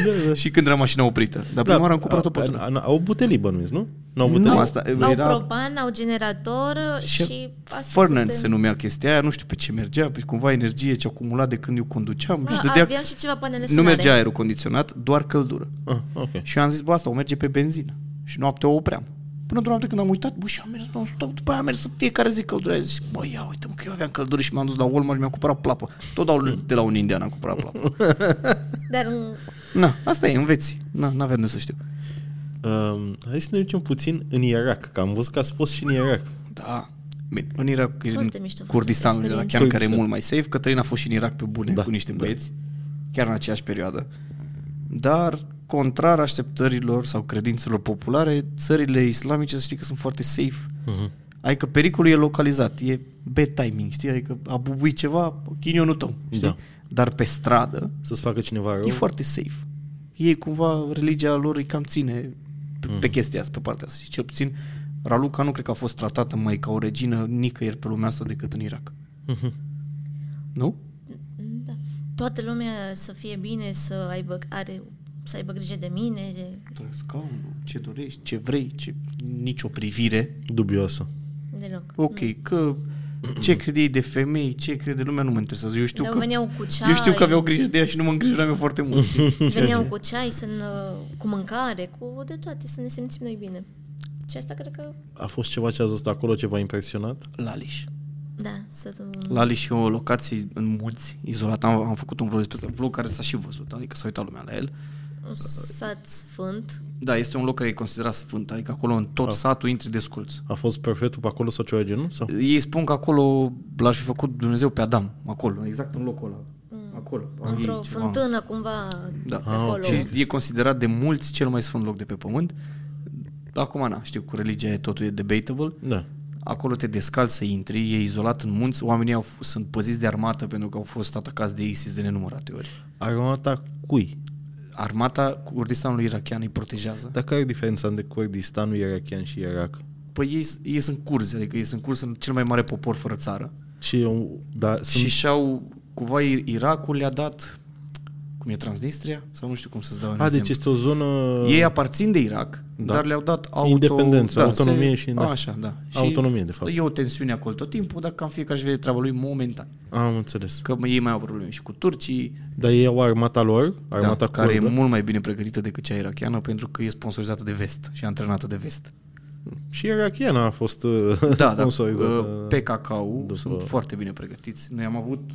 S2: Da, da. și când era mașina oprită. Dar prima oară am cumpărat o pătură.
S1: Da. a- a- Au butelii bănuiți, nu? N-au
S2: Nu,
S1: butelii?
S2: asta
S3: Au
S2: Da, era...
S3: propan, au generator și,
S2: Și
S3: și astea
S2: Furnance se
S3: sunt-
S2: numea chestia aia, nu știu pe ce mergea, pe cumva energie ce acumula de când eu conduceam și
S3: A,
S2: dădea
S3: aveam Da, și ceva panele
S2: nu
S3: solare.
S2: mergea aerul condiționat, doar căldură.
S1: Ah, ok.
S2: Și eu am zis, bă, asta o merge pe benzină. Și noaptea o opream. Până într-o noapte când am uitat, bă, și am mers non-stop, după aia am mers în fiecare zi căldură. Aia Zic, bă, ia uite că eu aveam căldură și m-am dus la Walmart și mi-am cumpărat plapă. Tot dau de la un indian am cumpărat plapă.
S3: Dar în-
S2: Na, asta e, înveți. Na, n-aveam de unde să știu.
S1: Um, hai să ne ducem puțin în Irak, că am văzut că ați fost și în Irak.
S2: Da. Bine, în Irak, în
S3: Foarte mișto a fost
S2: Kurdistan, în
S3: experiența.
S2: Irachian, care e
S1: Kurdistan.
S2: mult mai safe. Cătălin a fost și în Irak pe bune
S1: Da,
S2: da, cu niște
S1: da.
S2: băieți, chiar în aceeași perioadă. Dar, contrar așteptărilor sau credințelor populare, țările islamice să știi că sunt foarte safe. Uh-huh. Adică pericolul e localizat, e bad timing, știi? Adică a bubuit ceva, ghinionul tău, știi?
S1: Da.
S2: Da. Dar pe stradă,
S1: Să-ți facă cineva rău?
S2: E foarte safe. Ei cumva, religia lor îi cam ține pe, pe chestia asta, pe partea asta. Și cel puțin Raluca nu cred că a fost tratată mai ca o regină nicăieri pe lumea asta decât în Irak. Nu?
S3: da. toată lumea să fie bine, să aibă, are, să aibă grijă de mine. De,
S2: Scaunul, ce dorești, ce vrei, ce... nicio privire.
S1: Dubioasă.
S3: deloc.
S2: Ok, că Ce crede ei de femei, ce crede lumea, nu mă interesează. Eu știu
S3: Dar
S2: că,
S3: veneau cu ceai.
S2: eu știu că aveau grijă de ea și nu mă îngrijoram eu foarte mult. știi?
S3: Veneau cu ceai, să ne- cu mâncare, cu de toate, să ne simțim noi bine. Și asta cred că,
S1: A fost ceva ce ați văzut acolo ce v-a impresionat?
S2: Laliș.
S3: da, să...
S2: Laliș e o locație în munți, izolat. Am, am făcut un vlog despre asta, vlog care s-a și văzut, adică s-a uitat lumea la el.
S3: Un sat sfânt.
S2: Da, este un loc care e considerat sfânt, adică acolo în tot satul intri desculț.
S1: A fost perfectul pe acolo sau ceva de genul? Sau?
S2: Ei spun că acolo l-aș fi făcut Dumnezeu pe Adam, acolo, exact în locul ăla. Acolo.
S3: Mm. Într-o
S2: Ei, ceva.
S3: fântână cumva
S2: Da.
S3: pe acolo.
S2: Și e considerat de mulți cel mai sfânt loc de pe pământ. Acum, na, știu, cu religia e totul e debatable.
S1: Da.
S2: Acolo te descalzi să intri, e izolat în munți, oamenii au, f- sunt păziți de armată pentru că au fost atacați de ISIS de nenumărate ori.
S1: Armata cui?
S2: Armata Kurdistanului irachian îi protejează.
S1: Dar care e diferența între Kurdistanul irachian și Irak?
S2: Păi ei, s- ei sunt curzi, adică ei sunt curzi, sunt cel mai mare popor fără țară.
S1: Și, eu- da, sunt,
S2: Și și-au, cumva I- Irakul le-a dat, cum e Transnistria? Sau nu știu cum să-ți dau un
S1: a, deci
S2: exemplu.
S1: este o zonă...
S2: Ei aparțin de Irak,
S1: Da.
S2: da. dar le-au dat auto...
S1: Independență,
S2: da,
S1: autonomie și- da.
S2: Așa, da.
S1: Autonomie, de fapt.
S2: E o tensiune acolo tot timpul, dar cam fiecare își vede treaba lui momentan.
S1: Am înțeles.
S2: Că ei mai au probleme și cu turcii,
S1: Dar ei au armata lor, armata
S2: da, care e
S1: curdă,
S2: mult mai bine pregătită decât cea irachiană pentru că e sponsorizată de vest și antrenată de vest.
S1: și irachiana a fost uh,
S2: Da, da,
S1: sponsorizată.
S2: pe cacao
S1: după-
S2: sunt foarte bine pregătiți. Noi am avut,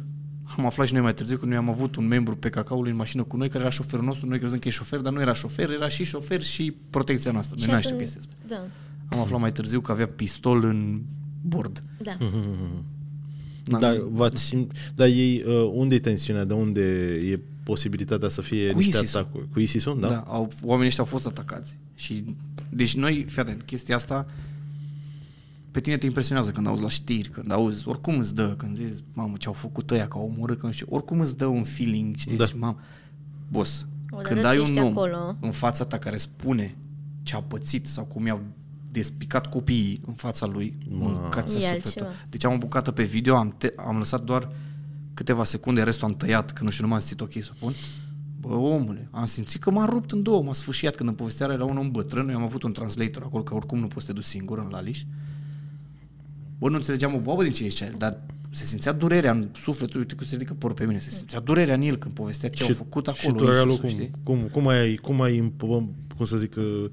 S2: am aflat și noi mai târziu că noi am avut un membru pe cacaului în mașină cu noi care era șoferul nostru, noi crezând că e șofer, dar nu era șofer, era și șofer și protecția noastră. Noi
S3: Și
S2: nu știu
S3: atunci-
S2: chestia asta.
S3: Da,
S2: Am aflat mai târziu că avea pistol în bord.
S3: da.
S2: Da.
S1: Dar, v-ați simt, dar ei, uh, unde e tensiunea? De unde e posibilitatea să fie
S2: Cu
S1: niște
S2: ISIS-ul.
S1: atacuri? Cu ISIS-ul, da?
S2: Da. da au, oamenii ăștia au fost atacați. Și, deci noi, fii atent, chestia asta pe tine te impresionează când auzi la știri, când auzi, oricum îți dă, când zici, mamă, ce au făcut ăia, că au omorât, că nu știu, oricum îți dă un feeling, știi,
S1: Da.
S2: da. mamă, boss,
S3: Odată
S2: când
S3: ce
S2: ai
S3: ești
S2: un om
S3: acolo-
S2: în fața ta care spune ce a pățit sau cum i-au despicat copiii în fața lui, mâncați
S3: E
S2: sufletul.
S3: altceva.
S2: Deci am o bucată pe video, am, te- am lăsat doar câteva secunde, restul am tăiat, că nu știu, nu m-am simțit ok să o pun. Bă, omule, am simțit că m-am rupt în două, m-a sfâșiat când în povestea era un om bătrân, eu am avut un translator acolo, că oricum nu poți să te duci singur în Laliș. Bă, nu înțelegeam o boabă din ce zicea el, dar se simțea durerea în sufletul, uite că se ridică părul pe mine, se simțea durerea în el când povestea ce au făcut acolo.
S1: Și tu ai
S2: Iisusul,
S1: cum,
S2: știi?
S1: cum, cum, ai, cum ai, în pământ- cum să zic, uh,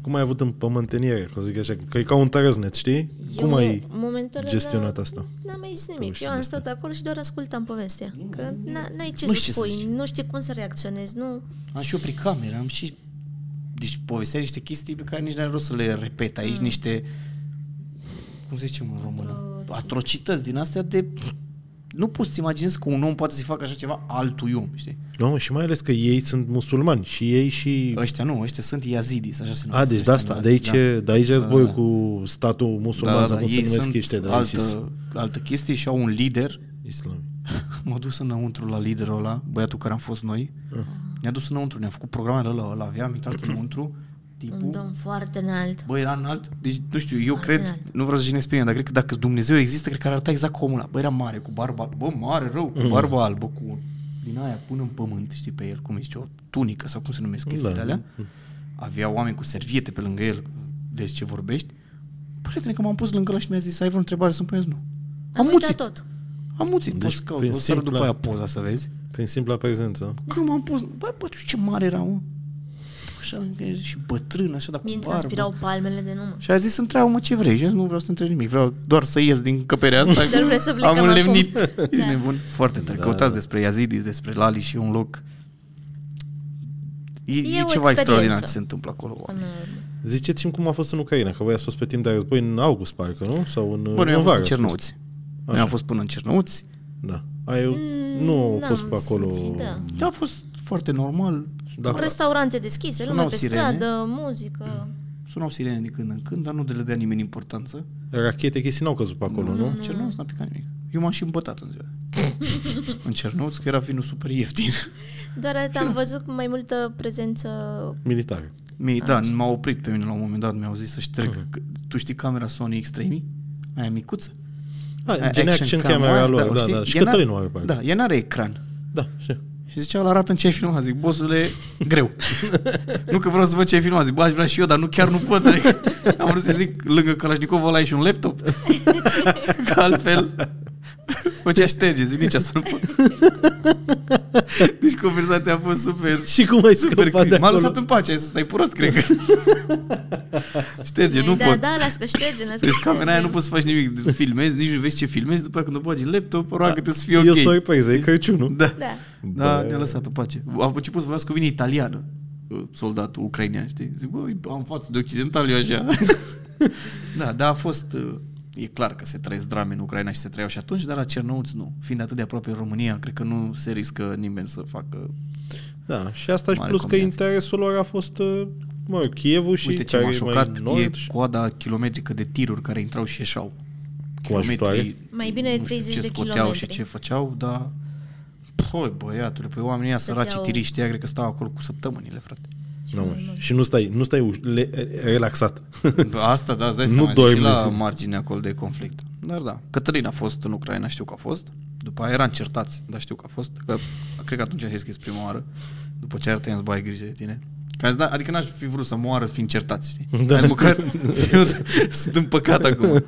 S1: cum ai avut în pământeniere, cum să zic așa, că e ca un tărăznet, știi? cum ai
S3: în momentul ăla
S1: gestionat asta?
S3: N-am mai zis nimic. Eu am stat acolo și doar ascultam povestea. Că n- n-ai ce
S2: Nu
S3: să
S2: știi ce să
S3: spui,
S2: zici.
S3: nu știi cum să reacționezi, nu...
S2: Am și oprit camera, am și... Deci povestea niște chestii pe care nici n-are rost să le repet aici, mm. niște... Cum să zicem în română? Atrocități din astea de... Nu poți să imaginezi că un om poate să-i facă așa ceva altui om, știi?
S1: Doamne, și mai ales că ei sunt musulmani și ei și...
S2: Ăștia nu, ăștia sunt iazidis, așa se
S1: Mm. A,
S2: numesc.
S1: deci de
S2: ăștia
S1: asta,
S2: nu,
S1: de aici, da. de aici e războiul
S2: Da, da.
S1: cu statul musulman,
S2: Da, da,
S1: sau
S2: da,
S1: cum se
S2: ei
S1: numesc
S2: sunt
S1: ăștia de la ISIS.
S2: altă, altă chestie și au un lider.
S1: Islamic.
S2: M-a dus înăuntru la liderul ăla, băiatul care am fost noi.
S1: Ah.
S2: Ne-a dus înăuntru, ne-a făcut programele ăla, ăla aveam intrat înăuntru.
S3: Un
S2: Tipul,
S3: domn foarte înalt.
S2: Bă, era înalt, deci nu știu, eu cred,
S3: înalt.
S2: nu vreau să jignesc pe mine, dar cred că dacă Dumnezeu există, cred că ar arăta exact ca omul ăla. Bă, era mare, cu barba albă, bă, mare, rău,
S1: Mm.
S2: cu barba albă, cu din aia până în pământ, știi pe el, cum zice, o tunică sau cum se numesc chestiile
S1: Da.
S2: alea. Avea oameni cu serviete pe lângă el, vezi ce vorbești. Prietene, că m-am pus lângă ăla și mi-a zis, ai vreo întrebare să-mi puneți? Nu. Am,
S3: uitat
S2: muțit.
S3: tot.
S2: Am muțit.
S1: Deci,
S2: Deci, că,
S1: prin
S2: o să arăt după
S1: simpla-
S2: aia poza să vezi.
S1: Prin simpla prezență.
S3: Da.
S2: Că m-am pus, bă, bă, tu știi ce mare era, mă. Așa, și bătrân, așa, dar cu
S3: Mie îmi
S2: barbă.
S3: transpirau palmele de număr.
S2: Și a zis, întreabă mă ce vrei. Și eu nu vreau să întreb nimic, vreau doar să ies din căperea asta.
S3: Dar vrei să plecăm
S2: Am înlemnit.
S3: acum.
S2: Ești
S3: Da.
S2: nebun. Foarte tare.
S1: Da,
S2: Căutați
S1: da.
S2: despre Yazidis, despre Lali și e un loc... E, e,
S3: E o
S2: ceva
S3: experiență.
S2: extraordinar ce se întâmplă acolo.
S3: În,
S1: Ziceți-mi cum a fost în Ucraina, că voi ați fost pe timp de război în august, parcă, nu? Sau în,
S2: Bă, noi am
S1: în
S2: fost în
S1: vară,
S2: Cernăuți. Noi am fost până în Cernăuți.
S1: Da. Ai, nu au
S3: n-am
S1: fost pe acolo.
S3: simțit, da.
S2: Mm, Da, a fost foarte normal.
S1: Da.
S3: Restaurante deschise,
S2: Sunau
S3: lume pe
S2: sirene.
S3: stradă, muzică.
S2: Sunau sirene din când în când, dar nu de le dea nimeni importanță.
S1: Rachete, chestii n-au căzut pe acolo, nu?
S2: În Cernăuți n-a picat nimic. Eu m-am și îmbătat în ziua. în Cernăuți, că era vinul super ieftin.
S3: Doar atât am văzut mai multă prezență.
S1: Militare.
S2: Mi, da, m-a oprit pe mine la un moment dat, mi-au zis să șterg. Că- Tu știi camera Sony X3000? Aia micuță?
S1: A, gen action camera
S2: aia,
S1: lor,
S2: o
S1: da,
S2: știi?
S1: da. Și
S2: Ea n-a-
S1: Cătălin o are, parcă.
S2: Da, ea n-are ecran.
S1: Da, știu.
S2: Și ziceau, arată în ce ai filmat. Zic, bosule, greu. nu că vreau să văd ce ai filmat. Zic, bă, aș vrea și eu, dar nu chiar nu pot. Adică, am vrut să zic, lângă Kalashnikov ăla ai și un laptop. că altfel făcea șterge. Zic, nici asta nu pot. deci conversația a fost super.
S1: Și cum ai
S2: super
S1: scăpat de
S2: cringe. M-a
S1: acolo?
S2: lăsat în pace, ai să stai prost, cred că. șterge, nu
S3: da,
S2: pot.
S3: Da, las că șterge, las că
S2: Deci camera aia nu
S3: șterge.
S2: poți să faci nimic, filmezi, nici nu vezi ce filmezi, după aia când o bagi în laptop, roagă-te să fie
S1: E
S2: ok.
S1: o surpriză, e Crăciunul.
S2: Da.
S3: Da.
S2: Da,
S1: Da. Bă.
S2: ne-a lăsat în pace. A început să vorbească cu mine italiană, uh, soldatul ucrainean, știi? Zic, băi, am față de occidental eu așa. da, dar a fost... uh, E clar că se trăiesc drame în Ucraina și se trăiau și atunci, dar la Cernăuți nu. Fiind atât de aproape România, cred că nu se riscă nimeni să facă...
S1: Da, și asta și
S2: Mare
S1: plus că
S2: combinație.
S1: interesul lor a fost, uh, mă, Chievul și
S2: Uite ce
S1: care
S2: m-a
S1: e mai
S2: șocat,
S1: nord
S2: e
S1: și-
S2: coada kilometrică de tiruri care intrau și ieșau.
S1: Cu ajutoare?
S2: Kilometri,
S3: Mai bine
S2: nu
S3: de
S2: știu
S3: 30
S2: ce
S3: de
S2: scoteau și
S3: kilometri.
S2: ce făceau, dar... Păi, băiatule, păi oamenii ăia săraci
S3: Stăteau-
S2: tiriști, ăia cred că stau acolo cu săptămânile, frate.
S1: Nu, mă, și nu stai, nu stai uș- le, relaxat.
S2: Asta, da, îți dai
S1: Nu
S2: seama, nu
S1: dormi.
S2: și la margine acolo de conflict. Dar da, Cătălin a fost în Ucraina, știu că a fost. După aia era încertați, dar știu că a fost. Că, cred că atunci a zis că e prima oară. După ce ar zis, bă, ai grijă de tine. Că am zis, da, adică n-aș fi vrut să moară fiind certați, știi?
S1: Da.
S2: Da. Măcar eu sunt împăcat acum.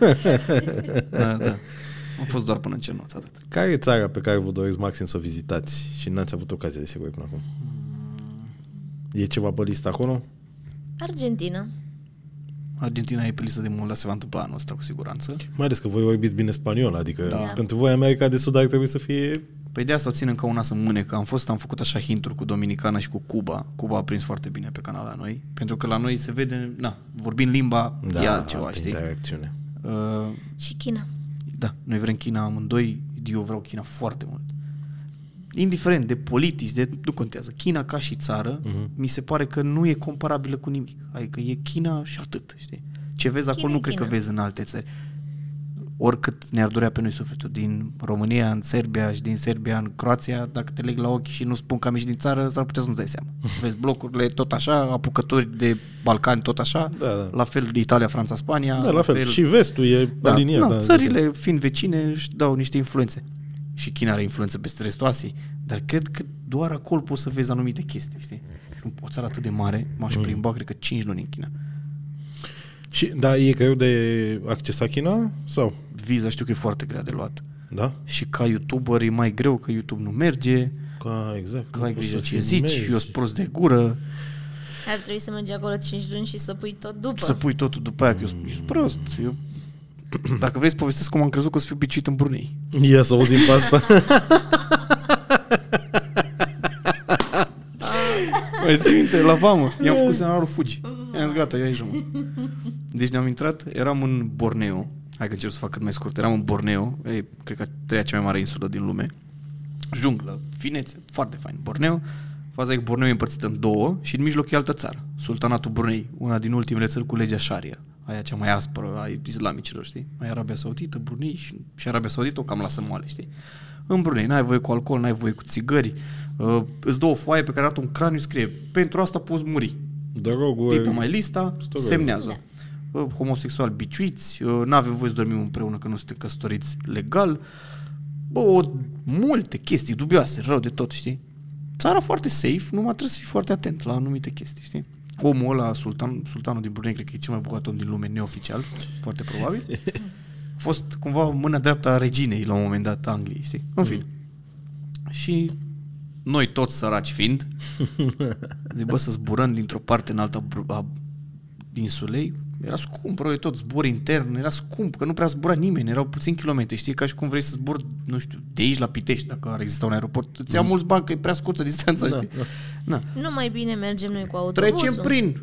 S2: Da, da. Am fost doar până în Cernoț, atât.
S1: Care e țara pe care vă doriți maxim să o vizitați și n-ați avut ocazia de sigur până acum? E ceva pe listă acolo?
S3: Argentina.
S2: Argentina e pe listă de mult, dar se va întâmpla anul ăsta cu siguranță.
S1: Mai ales că voi vorbiți bine spaniol, adică da.
S2: Da.
S1: pentru voi America de Sud ar trebui să fie...
S2: Păi de asta o țin încă una să mâne, că am fost, am făcut așa hinturi cu Dominicana și cu Cuba. Cuba a prins foarte bine pe canal la noi, pentru că la noi se vede, na, vorbind limba, da, e altceva,
S1: altă
S2: știi?
S1: Interacțiune.
S2: Uh,
S3: Și China.
S2: da, noi vrem China amândoi, eu vreau China foarte mult. Indiferent de politici, de nu contează. China ca și țară,
S1: Mhm.
S2: uh-huh. mi se pare că nu e comparabilă cu nimic. Adică e China și atât, știi? Ce vezi
S3: China
S2: acolo
S3: e
S2: nu cred că
S3: China.
S2: vezi în alte țări. Oricât ne-ar durea pe noi sufletul din România în Serbia și din Serbia în Croația, dacă te leg la ochi și nu spun că am ieșit din țară, s-ar putea să nu dai seama. Vezi blocurile tot așa, apucători de Balcani tot așa,
S1: Da, da.
S2: la fel Italia, Franța, Spania,
S1: Da, la fel. Și vestul e da.
S2: da,
S1: aliniat.
S2: na,
S1: da,
S2: țările fiind vecine își dau niște influențe. Și China are influență peste restul Asiei, dar cred că doar acolo poți să vezi anumite chestii, știi? Și o țară atât de mare, m-aș
S1: Mm.
S2: plimba, cred că 5 luni în China.
S1: Și, da, e greu de accesat China? Sau?
S2: Viza știu că e foarte grea de luat.
S1: Da?
S2: Și ca YouTuber e mai greu, că YouTube nu merge,
S1: Ca, exact.
S2: că ai
S1: Nu poți
S2: grijă
S1: să Da.
S2: ce zici,
S1: filmezi.
S2: eu sunt prost de gură,
S3: Ar trebui să mergi acolo 5 luni și să pui tot după.
S2: să pui totul după aia, că eu sunt eu sunt prost. Eu... Dacă vrei să povestesc cum am crezut că o să fiu biciuit în Brunei.
S1: Ia să auzim pe asta.
S2: Mai ții minte, la vamă, i-am făcut semnalarul fugi. I-am zis, gata, eu aici rămân. Deci ne-am intrat, eram în Borneo, hai că încerc să fac cât mai scurt, eram în Borneo, e, cred că a treia cea mai mare insulă din lume, junglă, finețe, foarte fain, Borneo, faza e că Borneo e împărțită în două și în mijloc e altă țară, Sultanatul Brunei, una din ultimele țări cu legea Sharia, aia cea mai aspră a islamicilor, știi? Mai Arabia Saudită, Brunei și, și Arabia Saudită o cam lasă moale, știi? În Brunei n-ai voie cu alcool, n-ai voie cu țigări, uh, îți dă o foaie pe care arată un craniu, scrie, pentru asta poți muri.
S1: Droguri.
S2: Dita mai lista,
S1: Stogoz.
S2: semnează. Uh, Homosexual biciuiți, uh, n-avem voie să dormim împreună că nu suntem căsătoriți legal. Bă, o, multe chestii dubioase, rău de tot, știi? Țara foarte safe, numai trebuie să fii foarte atent la anumite chestii, știi? Omul ăla, sultan, sultanul din Brunei, cred că e cel mai bogat om din lume, neoficial, foarte probabil. A fost cumva mâna dreaptă a reginei la un moment dat a Angliei, știi? În fine. Și noi toți săraci fiind, zic, bă, să zburăm dintr-o parte în alta br- a insulei, era scump, rău, de tot zbor intern, era scump, că nu prea zbura nimeni, erau puțini kilometri, știi, ca și cum vrei să zbor, nu știu, de aici la Pitești, dacă ar exista un aeroport, îți ia mulți bani, că e prea scurtă distanța, știi? Na.
S3: Nu mai bine mergem noi cu autobuzul.
S2: Trecem prin.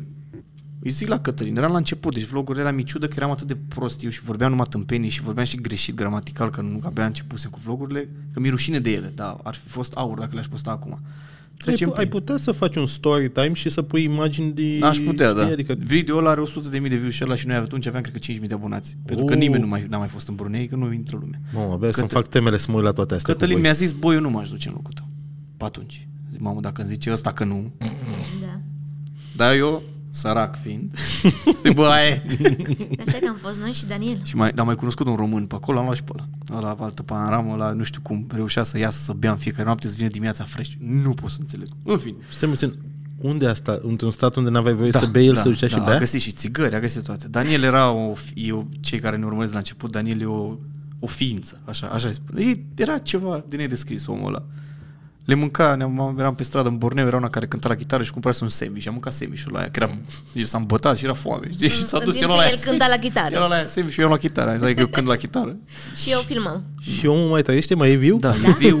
S2: Îi zic la Cătălin, eram la început, deci vlogurile la miciudă că eram atât de prost eu și vorbeam numai tâmpenii și vorbeam și greșit gramatical, că nu abia începusem cu vlogurile, că mi-e rușine de ele, dar ar fi fost aur dacă le-aș posta acum.
S1: Ai,
S2: Trecem
S1: pu- ai
S2: prin.
S1: putea să faci un story time și să pui imagini de...
S2: Aș putea, da.
S1: știi,
S2: Adică...
S1: Adică
S2: Video-ul are 100.000 de view și ăla și noi atunci aveam, cred că, 5.000 de abonați. Pentru că
S1: Oh.
S2: nimeni nu mai, n-a mai fost în Brunei, că nu intră lumea.
S1: Mamă, abia să-mi fac temele să mă uit la toate astea
S2: Cătălin
S1: cu voi.
S2: mi-a zis, boi, eu nu m-aș duce în locul tău. Pe atunci. Zic, mamă, dacă îmi zice ăsta că nu,
S3: Da.
S2: Dar eu sărac fiind. Zic, Bă, aia e.
S3: Dar stai că am fost noi și Daniel.
S2: Și mai, dar am mai cunoscut un român pe acolo, am luat și pe ăla. Ăla, pe altă panoramă, la nu știu cum, reușea să iasă să bea în fiecare noapte, să vină dimineața fresh. Nu pot să înțeleg. În fine.
S4: Stai puțin, unde asta? Într-un stat unde n-aveai
S2: Da,
S4: voie să bei, el se ducea și
S2: A
S4: bea?
S2: găsit și țigări, a găsit toate. Daniel era o, eu, cei care ne urmăresc la început, Daniel e o, o ființă, așa, așa îi spune. E- Era ceva de nedescris omul ăla. Le mânca, ne-am, eram pe stradă în Borneo, era una care cânta la chitară și cumpărase un sandwich. Am mâncat sandwich-ul ăla, că era, el s-a îmbătat și era foame. Știi? Și s-a
S3: Mm, În
S2: dus,
S3: timp
S2: era
S3: ce
S2: la
S3: el cânta la chitară.
S2: Era la aia sandwich și eu am luat chitară. Am zis că eu cânt la chitară.
S3: Și eu filmam.
S4: Și omul mai trăiește, mai e viu?
S2: Da, da? viu,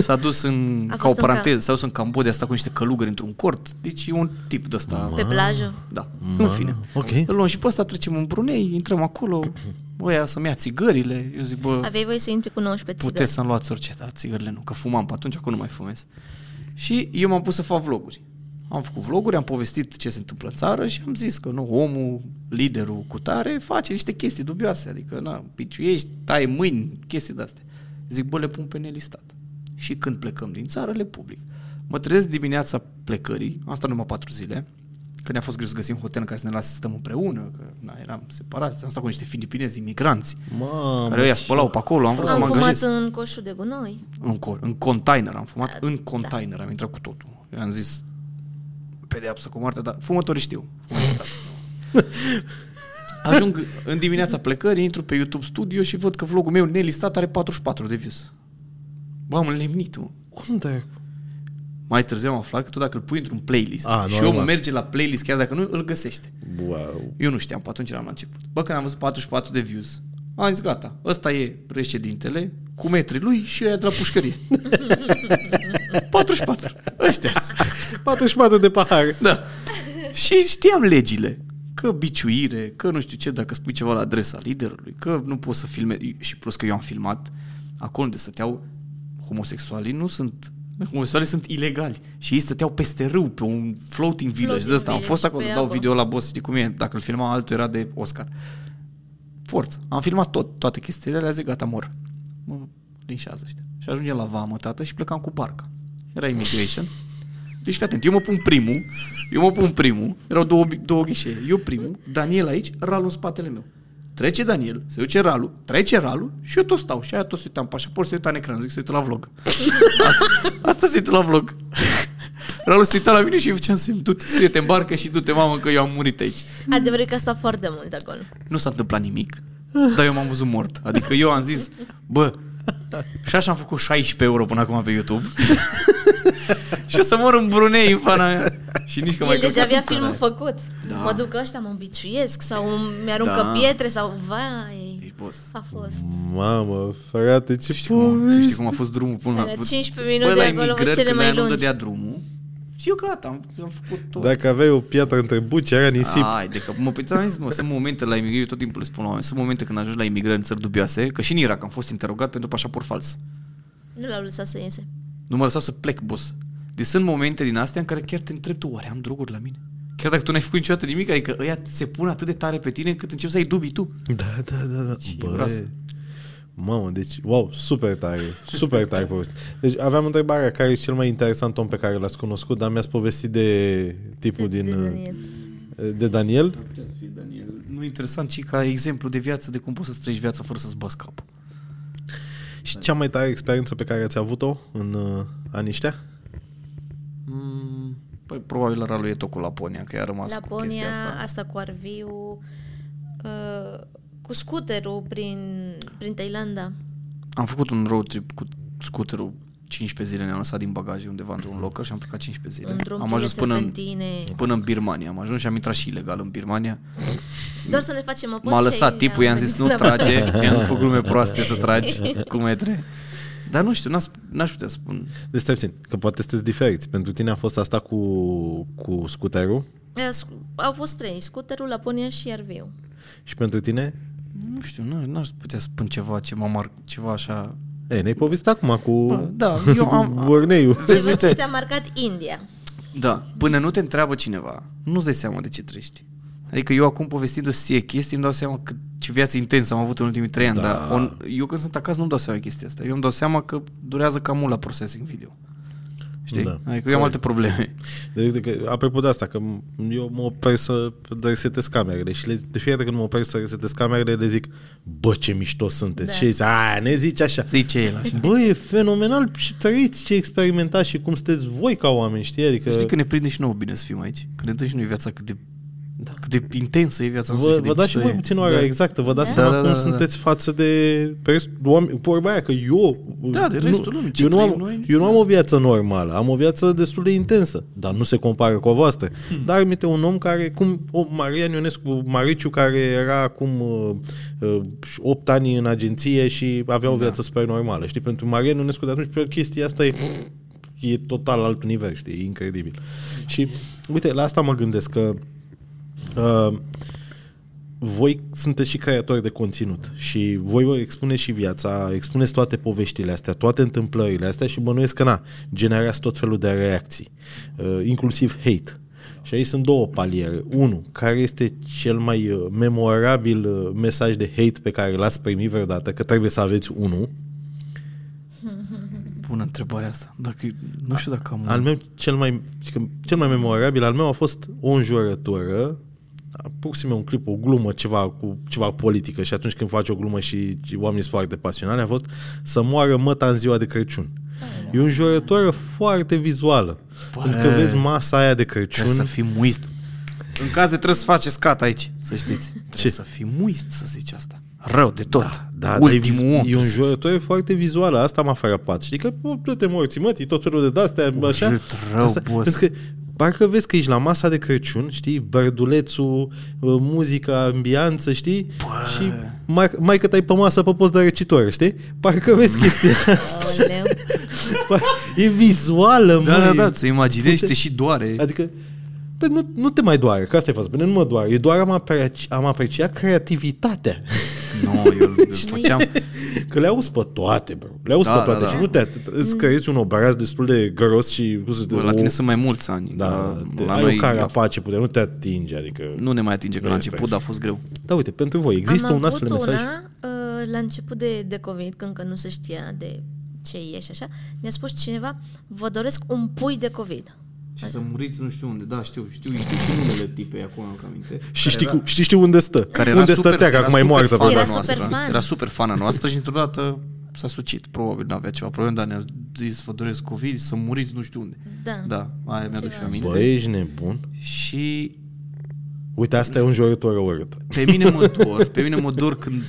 S2: s-a dus în,
S3: A
S2: ca o
S3: fost în
S2: paranteză, s-a dus în Cambodgia, a stat cu niște călugări într-un cort. Deci e un tip de ăsta.
S3: Pe plajă.
S2: Da, în fine.
S1: ok.
S2: Îl luăm și pe ăsta, trecem în Brunei, intrăm acolo, ăia să-mi ia țigările. Eu zic, bă,
S3: Aveai voie să intri cu 19 țigări.
S2: puteți să-mi luați orice, dar țigările nu, că fumam pe atunci, acum nu mai fumez. Și eu m-am pus să fac vloguri. Am făcut vloguri, am povestit ce se întâmplă în țară și am zis că nu, omul, liderul cu tare, face niște chestii dubioase, adică na, piciuiești, tai mâini, chestii de-astea. Zic, bă, le pun pe nelistat. Și când plecăm din țară, le public. Mă trezesc dimineața plecării, am stat numai patru zile, că ne-a fost greu să găsim hotel în care să ne lase să stăm împreună, că na, eram separați, am stat cu niște filipinezi imigranți,
S4: Mamă,
S2: care i-a spălau pe acolo, am vrut să
S3: Am
S2: mă
S3: fumat
S2: angajez.
S3: în coșul de gunoi.
S2: În, cor, în container am fumat,
S3: Da.
S2: în container am intrat cu totul. Eu am zis, pedeapsă cu moartea, dar fumătorii știu. Fumătorii Ajung în dimineața plecării, intru pe YouTube Studio și văd că vlogul meu nelistat are 44 de views. Bă, am lemnit mă.
S4: unde?
S2: Mai târziu am aflat că tu dacă îl pui într-un playlist
S1: A,
S2: A, și
S1: normal.
S2: omul merge la playlist chiar dacă nu, îl găsește.
S1: Wow.
S2: Eu nu știam, pe atunci eram la început. Bă, când am văzut 44 de views, am zis gata, ăsta e președintele cu metrii lui și ăia de la pușcărie. 44. Ăștia
S1: 44 de pahar.
S2: Da. Și știam legile. Că biciuire, că nu știu ce, dacă spui ceva la adresa liderului, că nu poți să filmezi. Și plus că eu am filmat acolo unde stăteau homosexualii, nu sunt Homosexualii sunt ilegali și ei stăteau peste râu, pe un floating village
S3: Floating
S2: de ăsta. Am
S3: village,
S2: fost acolo,
S3: pe
S2: îți dau
S3: apă.
S2: video la boss, știi cum e, dacă îl filma altul era de Oscar. Forță. Am filmat tot, toate chestiile alea, zic, gata, mor. Mă linșează ăștia. Și ajungem la vamă, tată, și plecam cu barca. Era immigration. Deci, fii atent, eu mă pun primul, eu mă pun primul, erau două, două ghișee, eu primul, Daniel aici, Ralu în spatele meu. Trece Daniel, se duce Ralu, trece Ralu și eu tot stau. Și aia tot se uita în pașaport, se uita în ecran, zic, se uită la vlog. Asta, asta se uită la vlog. Ralu se uita la mine și eu făceam semn, du-te, suie, te îmbarcă și du-te, mamă, că eu am murit aici.
S3: Adevărul e că a stat foarte mult acolo.
S2: Nu s-a întâmplat nimic, dar eu m-am văzut mort. Adică eu am zis, bă, și așa am făcut 16 euro până acum pe YouTube. și o să mor în Brunei, în pana mea. Și nici
S3: Că
S2: că mai
S3: El deja
S2: căcat
S3: deci avea
S2: în țara
S3: filmul
S2: aia.
S3: făcut.
S2: Da.
S3: Mă duc ăștia, mă îmbiciuiesc sau îmi aruncă
S2: Da.
S3: pietre sau... Vai,
S2: Deci, boss,
S3: a fost.
S1: Mamă, frate, ce
S2: tu știi, cum, tu știi
S1: poveste.
S2: cum a fost drumul până
S3: Alea 15 minute
S2: Bă, la
S3: acolo,
S2: imigrări,
S3: cele
S2: când
S3: mai
S2: aia nu
S3: lungi.
S2: dădea drumul, eu gata, am, am făcut tot.
S1: Dacă aveai o piatră între buci, era nisip.
S2: Ai, de că mă păi, am zis, mă, sunt momente la imigrări, eu tot timpul le spun la oameni, sunt momente când ajungi la imigrări în țări dubioase, că și în Irak am fost interogat pentru pașaport fals.
S3: Nu l-au lăsat să iese.
S2: Nu mă lăsau să plec, boss. Deci sunt momente din astea în care chiar te întreb tu, oare am droguri la mine? Chiar dacă tu n-ai făcut niciodată nimic, adică ăia se pun atât de tare pe tine încât începi să ai dubii tu.
S1: Da, da, da, da. Bă,
S2: groasă.
S1: mamă, deci, wow, super tare, super tare poveste. Deci aveam întrebarea care e cel mai interesant om pe care l-ați cunoscut, dar mi-ați povestit de tipul
S3: De-
S1: din...
S3: de
S1: Daniel. De Daniel?
S2: Nu interesant, ci ca exemplu de viață de cum poți să trăiești viața fără să-ți bați capul.
S1: Și cea mai tare experiență pe care ați avut-o în uh, anii ăștia?
S2: Mm, păi probabil la lui e tot cu Laponia, că i-a rămas cu
S3: Laponia,
S2: chestia
S3: asta.
S2: asta.
S3: asta cu Arviu, uh, cu scuterul prin, prin Thailanda.
S2: Am făcut un road trip cu scuterul 15 zile ne-am lăsat din bagaje undeva într-un locker și am plecat 15
S3: În
S2: zile.
S3: drum
S2: Am
S3: pe
S2: ajuns până în,
S3: serpentine.
S2: până în Birmania. Am ajuns și am intrat și ilegal în Birmania.
S3: Doar să Da, ne facem o poză
S2: M-a
S3: și
S2: lăsat
S3: ai-
S2: tipul, i-am
S3: am
S2: zis
S3: venit
S2: nu
S3: la-
S2: trage, i-am făcut glume proaste să tragi cu metre. Dar nu știu, n-aș, n-aș putea spun.
S1: Deci stai puțin, că poate sunteți diferiți. Pentru tine a fost asta cu, cu scuterul
S3: Eh, scu- Au fost trei, scuterul, Laponia și Arviu.
S1: și pentru tine...
S2: Nu știu, n- n-aș putea spun ceva ce mă marc, ceva așa.
S1: Ei, ne-ai povestit acum cu... Deci,
S2: Bă, da, eu am-
S1: Borneiu.
S2: Vezi,
S3: Ceva ce
S2: uite.
S3: te-a marcat India.
S2: Da, până nu te întreabă cineva, nu-ți dai seama de ce trăiești. Adică eu acum povestindu-ți ție chestii, îmi dau seama că ce viață intensă am avut în ultimii trei ani,
S1: Da.
S2: da. dar on, eu când sunt acasă nu-mi dau seama de chestia asta. Eu îmi dau seama că durează cam mult la processing video. știi?
S1: Da.
S2: Da. Adică eu am alte probleme.
S1: De, de, că- apropo de asta, că m- eu mă opresc să resetez camerele și le, de fiecare când mă opresc să resetez camerele, le zic, bă, ce mișto sunteți.
S3: Da.
S1: Și ei zic, aia, ne zici așa.
S2: Zice el așa.
S1: Bă, e fenomenal ce trăiți, ce experimentați și cum sunteți voi ca oameni, știi? Adică,
S2: Știi că ne prinde și nouă bine să fim aici. Că ne dă și noi viața cât de, da. cât de intensă e viața.
S1: vă, vă dați și voi puțin oarea da. exactă, vă dați da, seama da, da, cum da,
S2: da.
S1: sunteți față de rest, oameni, vorba aia că eu,
S2: Da, de restul lumii, ce
S1: eu, nu am,
S2: trăim noi,
S1: eu nu am o viață normală, am o viață destul de intensă, dar nu se compară cu a voastră. Hmm. Dar minte un om care, cum o, Marian Ionescu, Mariciu, care era acum uh, uh, 8 ani în agenție și avea o viață da. super normală, știi? Pentru Marian Ionescu de atunci, pe chestia asta e e total alt univers, știi? E incredibil. Și, uite, la asta mă gândesc că uh, voi sunteți și creatori de conținut și voi vă expuneți și viața, expuneți toate poveștile astea, toate întâmplările astea și bănuiesc că, na, generați tot felul de reacții, uh, inclusiv hate. Și aici sunt două paliere. Unu, care este cel mai uh, memorabil uh, mesaj de hate pe care l-ați primit vreodată, că trebuie să aveți unul.
S2: Bună întrebarea asta. Dacă, nu știu dacă am...
S1: Al meu cel mai, adică cel mai memorabil al meu a fost o înjurătură, aproxime un clip, o glumă, ceva cu ceva politică și atunci când faci o glumă și oamenii sunt foarte pasionali, a fost să moară măta în ziua de Crăciun. E o înjurătură foarte vizuală. Pentru că vezi masa aia de Crăciun.
S2: Trebuie să fim muist. În caz de trebuie să faceți cat aici, să știți. Trebuie Ce? să fii muist să zici asta. Rău de tot. Da,
S1: Da, dar
S2: Ultimul
S1: e,
S2: om.
S1: e un
S2: trebuie să-
S1: jurător foarte vizuală, asta m-a frapat. Știi că bă, du-te morții mătii, tot felul de d-astea, așa.
S2: jurt rău,
S1: Asta-
S2: boss.
S1: Pentru că parcă vezi că ești la masa de Crăciun, știi, bărdulețul, muzica, ambianță, știi? Bă. Și mai, mai că ai pe masă pe post de răcitor, știi? Parcă vezi chestia asta.
S3: Aoleu.
S1: Par- e vizuală,
S2: Da,
S1: mă,
S2: da,
S1: e-
S2: da, ți imaginezi, te și doare.
S1: Adică, pe nu, nu te mai doare, că asta e față. Bine, nu mă doare. Eu doar am, apreci- am apreciat creativitatea.
S2: Nu, eu îl făceam...
S1: Că le auzi pe toate, bro. Le auzi da,
S2: Da,
S1: pe toate da,
S2: da,
S1: da.
S2: da.
S1: și nu te at- îți creezi un obraz destul de gros și cum să te,
S2: Bă, la tine sunt mai mulți ani.
S1: da, te,
S2: la
S1: ai
S2: noi
S1: o carapace, putea, nu te atinge, adică...
S2: nu ne mai atinge, că la
S1: Asta e.
S2: început a fost greu.
S1: Da, uite, pentru voi există
S3: Am
S1: un astfel de
S3: avut
S1: mesaj?
S3: Una, uh, la început de, de COVID, când încă nu se știa de ce e și așa, ne-a spus cineva, vă doresc un pui de COVID.
S2: Și să muriți nu știu unde, da, știu, știu, știu și numele tipei acum, am aminte.
S1: Și știi, cu, știi, știi unde stă?
S2: care era
S1: unde
S2: super,
S1: stătea, că
S2: era
S1: acum e
S2: super
S1: moartă.
S2: fana
S1: bro.
S3: Era
S2: noastră.
S3: super fan.
S2: Era super fana noastră și într-o dată s-a sucit, probabil n-avea ceva probleme, dar ne-a zis, vă doresc COVID, să muriți nu știu unde.
S3: Da.
S2: Da, aia mi-aduc și eu aminte.
S1: Bă, ești nebun?
S2: Și
S1: Uite, asta e un jurător urât.
S2: pe mine mă dor, pe mine mă dor când...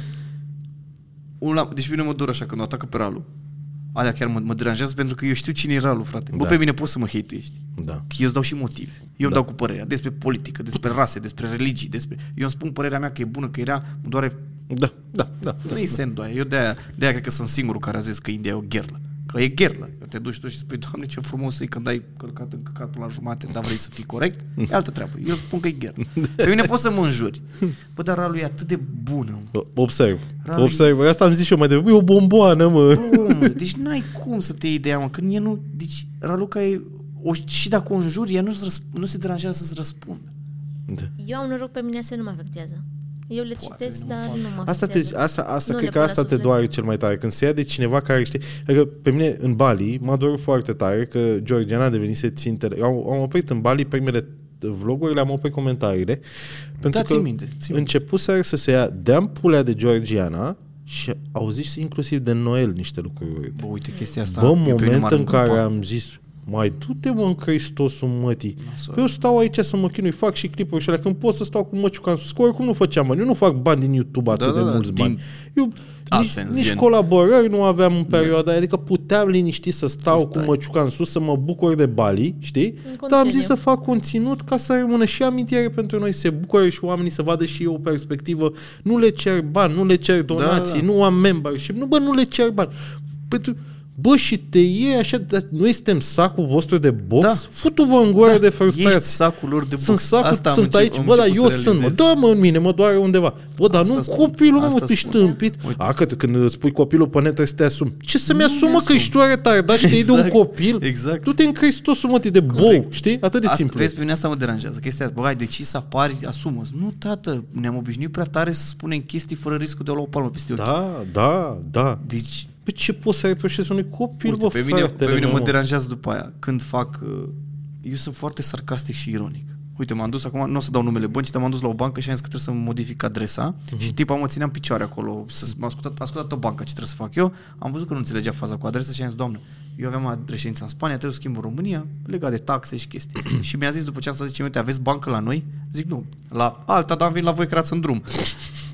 S2: Una, deci pe mine mă dor așa când o atacă pe Ralu. Alea chiar mă, mă deranjează pentru că eu știu cine e Ralu, frate. Bă,
S1: Da.
S2: pe mine poți să mă hate
S1: Da.
S2: Că eu îți dau și motive. Eu îmi dau cu părerea despre politică, despre rase, despre religii, despre... Eu îmi spun părerea mea că e bună, că era, mă doare
S1: Da, da, da.
S2: Nu i se îndoaie. Eu de-aia, de-aia cred că sunt singurul care a zis că India e o gherlă. Că e gherlă. Te duci tu și spui, Doamne, ce frumos e când ai călcat în căcatul la jumate, dar vrei să fii corect? E altă treabă. Eu spun că e gherlă. Pe mine poți să mă înjuri. Bă, dar Ralu e atât de bună. mă.
S1: Observ.
S2: Ralu-
S1: Observ. Asta am zis și eu mai devreme. E o bomboană,
S3: Oh.
S1: mă.
S2: Bă, mă, deci n-ai cum să te iei de ea, mă. Când e nu... Deci Raluca e... O, și dacă o înjuri, ea nu, răsp- nu se deranjează să-ți răspundă.
S1: Da.
S3: Eu am noroc pe mine să nu mă afectează. Eu le citesc, dar nu mă
S1: Asta, te,
S3: afectează.
S1: asta, asta
S3: Nu
S1: cred că
S3: le pun la
S1: asta te
S3: suflet.
S1: doare cel mai tare. Când se ia de cineva care știe... Adică pe mine, în Bali, m-a dorut foarte tare că Georgiana devenise țintele. Am, am oprit în Bali primele vloguri, le-am oprit comentariile. Pentru
S2: Da, țin minte, țin minte.
S1: începuseră să se ia de pulea de Georgiana și au zis inclusiv de Noel niște lucruri urâte.
S2: Bă, uite chestia asta.
S1: Bă,
S2: eu
S1: în
S2: pe mine mă
S1: moment
S2: arunc
S1: în care
S2: pat.
S1: am zis mai du-te mă în Cristosul mătii.
S2: Nasol.
S1: Că eu stau aici să mă chinui, fac și clipuri și alea. Când pot să stau cu măciuca în sus, că oricum nu făceam bani. Eu nu fac bani din YouTube atât
S2: Da,
S1: de
S2: da, da,
S1: mulți
S2: din
S1: bani. Eu nici,
S2: AdSense,
S1: nici
S2: gen.
S1: colaborări nu aveam în perioada aia, adică puteam liniștit să stau cu măciuca în sus, să mă bucur de Bali, știi? Dar am
S3: concediu.
S1: zis să fac conținut ca să rămână și amintire pentru noi, să se bucure și oamenii să vadă și eu o perspectivă. Nu le cer bani, nu le cer donații,
S2: da.
S1: nu am membership, nu, bă, nu le cer bani. Pentru Bă, și te iei așa, dar noi suntem sacul vostru de box?
S2: Da.
S1: Futu-vă în gură de
S2: Ești
S1: frustrați.
S2: sacul lor de
S1: Sunt
S2: box.
S1: sacul,
S2: Asta am
S1: sunt
S2: încep-
S1: aici,
S2: am
S1: bă, dar eu
S2: început să
S1: sunt, mă,
S2: realizez.
S1: dă mă în mine, mă doare undeva. Bă, dar
S2: Asta
S1: nu
S2: spun.
S1: copilul, mă,
S2: Asta
S1: tu ești
S2: spun.
S1: tâmpit. A, că, când îți pui copilul pe net trebuie să te asumi. Ce să-mi asumă că ești tu retardat și te iei de un
S2: Exact,
S1: copil?
S2: exact.
S1: Du-te în Hristosul, mă, te de bou, știi? Atât de
S2: asta,
S1: simplu.
S2: Vezi, pe mine asta mă deranjează. Chestia asta, bă, ai decis să apari, asumă Nu, tată, ne-am obișnuit prea tare să spunem chestii fără riscul de a lua o palmă peste ochi.
S1: Da, da, da.
S2: Deci,
S4: Pe ce poți să reproșezi unui copil,
S2: Uite,
S4: bă,
S2: pe mine,
S4: fratele
S2: pe mine
S4: meu,
S2: mă
S4: mă?
S2: deranjează după aia când fac... uh, Eu sunt foarte sarcastic și ironic. Uite, m-am dus acum, nu o să dau numele băncii, dar m-am dus la o bancă și am zis că trebuie să-mi modific adresa uh-huh. și tipa mă ținea în picioare acolo, să, m-a ascultat, a ascultat o bancă ce trebuie să fac eu, am văzut că nu înțelegea faza cu adresa și am zis, doamnă, eu aveam reședința în Spania, trebuie să schimb în România, legat de taxe și chestii. și mi-a zis după ce am stat 10 minute, aveți bancă la noi? Zic, nu, la alta, dar am venit la voi că erați în drum.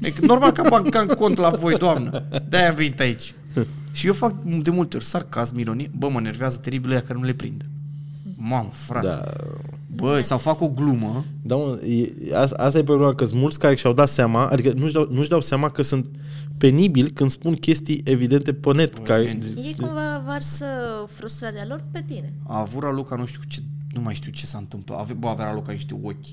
S2: Adică, normal că am bancă am cont la voi, doamnă, de-aia am venit aici. Și eu fac de multe ori sarcasm, ironie, bă, mă nervează teribil ăia care nu le prind. Mamă, frate. Da.
S4: Da,
S2: Bă, sau fac o glumă.
S4: Da, mă, e, asta, asta e problema, că sunt mulți care și-au dat seama, adică nu-și dau, nu-și dau seama că sunt penibili când spun chestii evidente pe net, Bă, care...
S2: evident.
S3: Ei cumva varsă frustrarea lor pe tine.
S2: A avut Raluca, nu știu ce, nu mai știu ce s-a întâmplat. Ave, bă, avea Raluca niște ochi,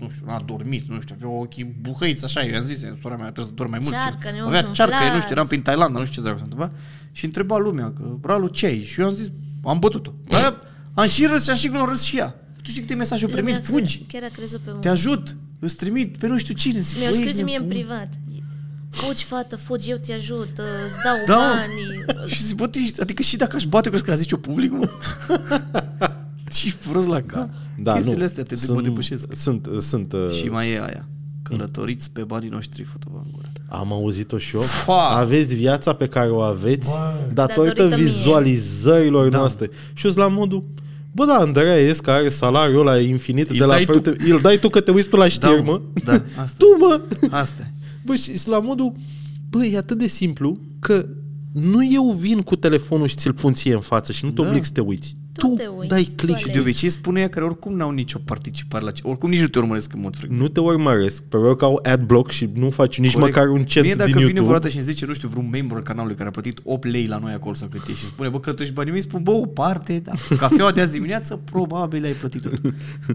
S2: nu știu, a dormit, nu știu, avea ochii buhăiți, așa, eu i-am zis, sora mea trebuie să dorm mai mult.
S3: Cearcă, ne
S2: avea
S3: umflați.
S2: cearcă, eu nu știu, eram prin Thailanda, nu știu ce dracu s-a întâmplat. Și întreba lumea, că Ralu, ce ai? Și eu am zis, am bătut-o. Dar am și râs și am și glorâs și ea. Tu știi câte mesaje eu primit?
S3: Lumea cre-
S2: Fugi!
S3: Chiar a crezut pe
S2: Te
S3: mine.
S2: ajut! Îți trimit pe nu știu cine. Zic,
S3: Mi-au
S2: bă,
S3: scris
S2: ești
S3: mie în
S2: nebun.
S3: privat. Fugi, fată, fugi, eu te ajut, uh, îți dau
S2: Da.
S3: banii.
S2: Și zic, bă, tu ești- adică și dacă aș bate, eu crezi că la zice eu public, mă? Ce prost la cap.
S1: Da,
S2: Chestiile
S1: nu.
S2: astea te
S1: sunt,
S2: mă depășesc.
S1: Sunt, sunt, uh,
S2: Și mai e aia. Călătoriți pe banii noștri, fătă-vă în gură.
S1: am auzit-o și eu.
S2: Fa!
S1: Aveți viața pe care o aveți datorită,
S3: Datorită mie.
S1: vizualizărilor
S2: Da.
S1: noastre. Și eu sunt la modul, bă, da, Andreea Esca are salariul ăla infinit
S2: Îl
S1: de la...
S2: dai tu.
S1: proiecte- Îl dai tu că te uiți pe la știri,
S2: mă.
S1: mă.
S2: Da, asta.
S1: tu, mă.
S2: Asta e.
S1: Bă, și sunt la modul, bă, e atât de simplu că nu eu vin cu telefonul și ți-l pun ție în față și nu te
S2: Da.
S1: oblig să te uiți.
S3: Tu
S1: Tu,
S3: te uiți,
S1: dai
S3: tu
S1: click și
S3: alegi.
S1: te
S2: De
S1: uiți.
S2: obicei spune ea care oricum n-au nicio participare la ce. Oricum nici nu te urmăresc în mod frecvent.
S1: Nu te urmăresc, pe rău că au ad block și nu faci nici
S2: Corect.
S1: măcar un cent
S2: Mie dacă
S1: din
S2: vine
S1: YouTube.
S2: vreodată și îmi zice, nu știu, vreun membru al canalului care a plătit 8 lei la noi acolo sau cât e și spune, bă, că tu ești banii mei, spun, bă, o parte, da. Cafeaua de azi dimineață, probabil ai plătit tot.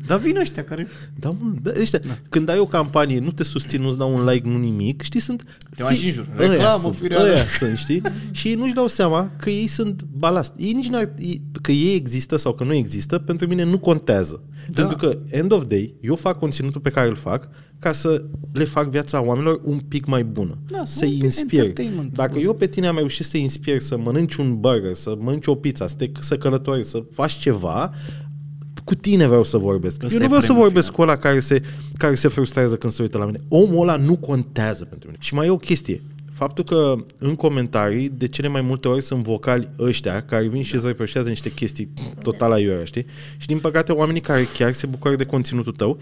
S2: Dar vin ăștia care
S1: Da, mă, da, ăștia, da. când ai o campanie, nu te susțin, nu-ți dau un like, nu nimic, știi, sunt...
S2: Te mai și înjură.
S1: ăia
S2: Reclamă,
S1: sunt,
S2: fireală.
S1: ăia sunt, știi? și ei nu-și dau seama că ei sunt balast. Ei nici n-ar, ei- că ei există sau că nu există, pentru mine nu contează. Da. Pentru că, end of day, eu fac conținutul pe care îl fac ca să le fac viața oamenilor un pic mai bună.
S2: Da, să
S1: să-i
S2: un pic
S1: inspir.
S2: entertainment.
S1: Dacă eu pe tine am reușit să-i inspir să mănânci un burger, să mănânci o pizza, să, te, să călătorești, să faci ceva, cu tine vreau să vorbesc.
S2: Ăsta
S1: eu
S2: e
S1: nu vreau să
S2: premiul
S1: vorbesc cu ăla care se, care se frustrează când se uită la mine. Omul ăla nu contează pentru mine. Și mai e o chestie. Faptul că în comentarii de cele mai multe ori sunt vocali ăștia care vin și
S2: Da.
S1: îți reproșează niște chestii total aiurea, știi? Și din păcate oamenii care chiar se bucură de conținutul tău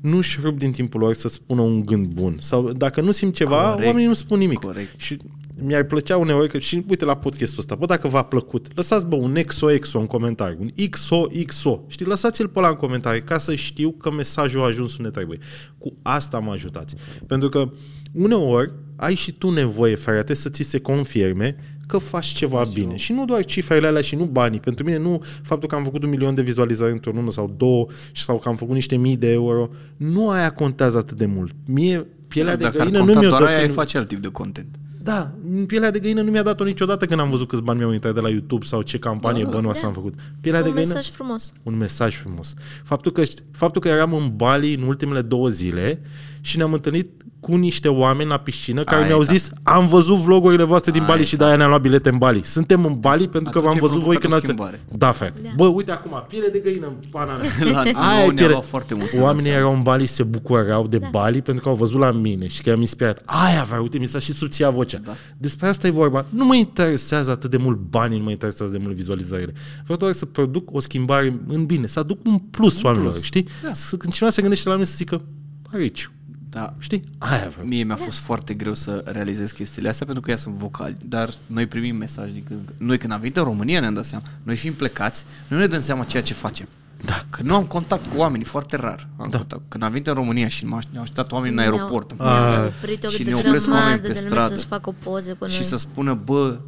S1: nu-și rup din timpul lor să spună un gând bun. Sau dacă nu simt ceva,
S2: Corect.
S1: oamenii nu spun nimic.
S2: Corect.
S1: Și mi-ar plăcea uneori, că, și uite la podcastul ăsta, bă, dacă v-a plăcut, lăsați bă un XOXO în comentarii, un XOXO, știi, lăsați-l pe ăla în comentarii ca să știu că mesajul a ajuns unde trebuie. Cu asta mă ajutați. Pentru că uneori ai și tu nevoie, frate, să ți se confirme că faci ceva bine. Și nu doar cifrele alea și nu banii. Pentru mine nu faptul că am făcut un milion de vizualizări într-o lună sau două și- sau că am făcut niște mii de euro. Nu aia contează atât de mult. Mie pielea de
S2: dacă ar
S1: găină nu
S2: conta
S1: mi-o
S2: doar
S1: dă
S2: aia, ai
S1: când-
S2: face alt tip de content.
S1: da, pielea de găină nu mi-a dat-o niciodată când am văzut câți bani mi-au intrat de la YouTube sau ce campanie da, bănoasă
S3: Da.
S1: am făcut. Pielea de
S3: Un
S1: găină,
S3: mesaj frumos.
S1: un mesaj frumos. Faptul că, faptul că eram în Bali în ultimele două zile și ne-am întâlnit cu niște oameni la piscină care
S2: Aia
S1: mi-au
S2: e tare.
S1: zis am văzut vlogurile voastre din
S2: Aia
S1: Bali
S2: e
S1: și de-aia ne-am luat bilete în Bali. Suntem în Bali pentru că
S2: da. Atunci
S1: v-am
S2: ai
S1: văzut voi
S2: provocat
S1: când
S2: o
S1: ați...
S2: schimbare.
S1: Da, frate.
S3: Da.
S1: Bă, uite acum, piele de găină în pana mea.
S2: La
S1: Aia
S2: nouă
S1: e
S2: ne-a
S1: pielea-
S2: luat foarte mult. să ne dăm
S1: Oamenii erau în Bali, se bucurau de da. Bali pentru că au văzut la mine și că i-am inspirat. Aia vreau, uite, mi s-a și subția vocea. Da. Despre asta e vorba. Nu mă interesează atât de mult banii, nu mă interesează de mult vizualizările. Vreau doar să produc o schimbare în bine, să aduc un plus un oamenilor, plus. știi? Da. Să, când cineva se gândește la mine să zică, aici,
S2: Da.
S1: știi? Aia vreau.
S2: Mie mi-a fost foarte greu să realizez chestiile astea pentru că ea sunt vocali, dar noi primim mesaj din când. în când. Noi când am venit în România ne-am dat seama. Noi fiind plecați, nu ne dăm seama ceea ce facem. Da. Că nu am contact cu oamenii, foarte rar am da. contact. Când am venit în România și m-au ne-au așteptat oameni în aeroport. în primul
S3: Mi-am
S2: rând,
S3: oprit o
S2: și
S3: câte
S2: ne opresc oameni
S3: grămadă
S2: pe
S3: de lume
S2: stradă
S3: să-și facă o poză cu
S2: și
S3: noi.
S2: să spună, bă,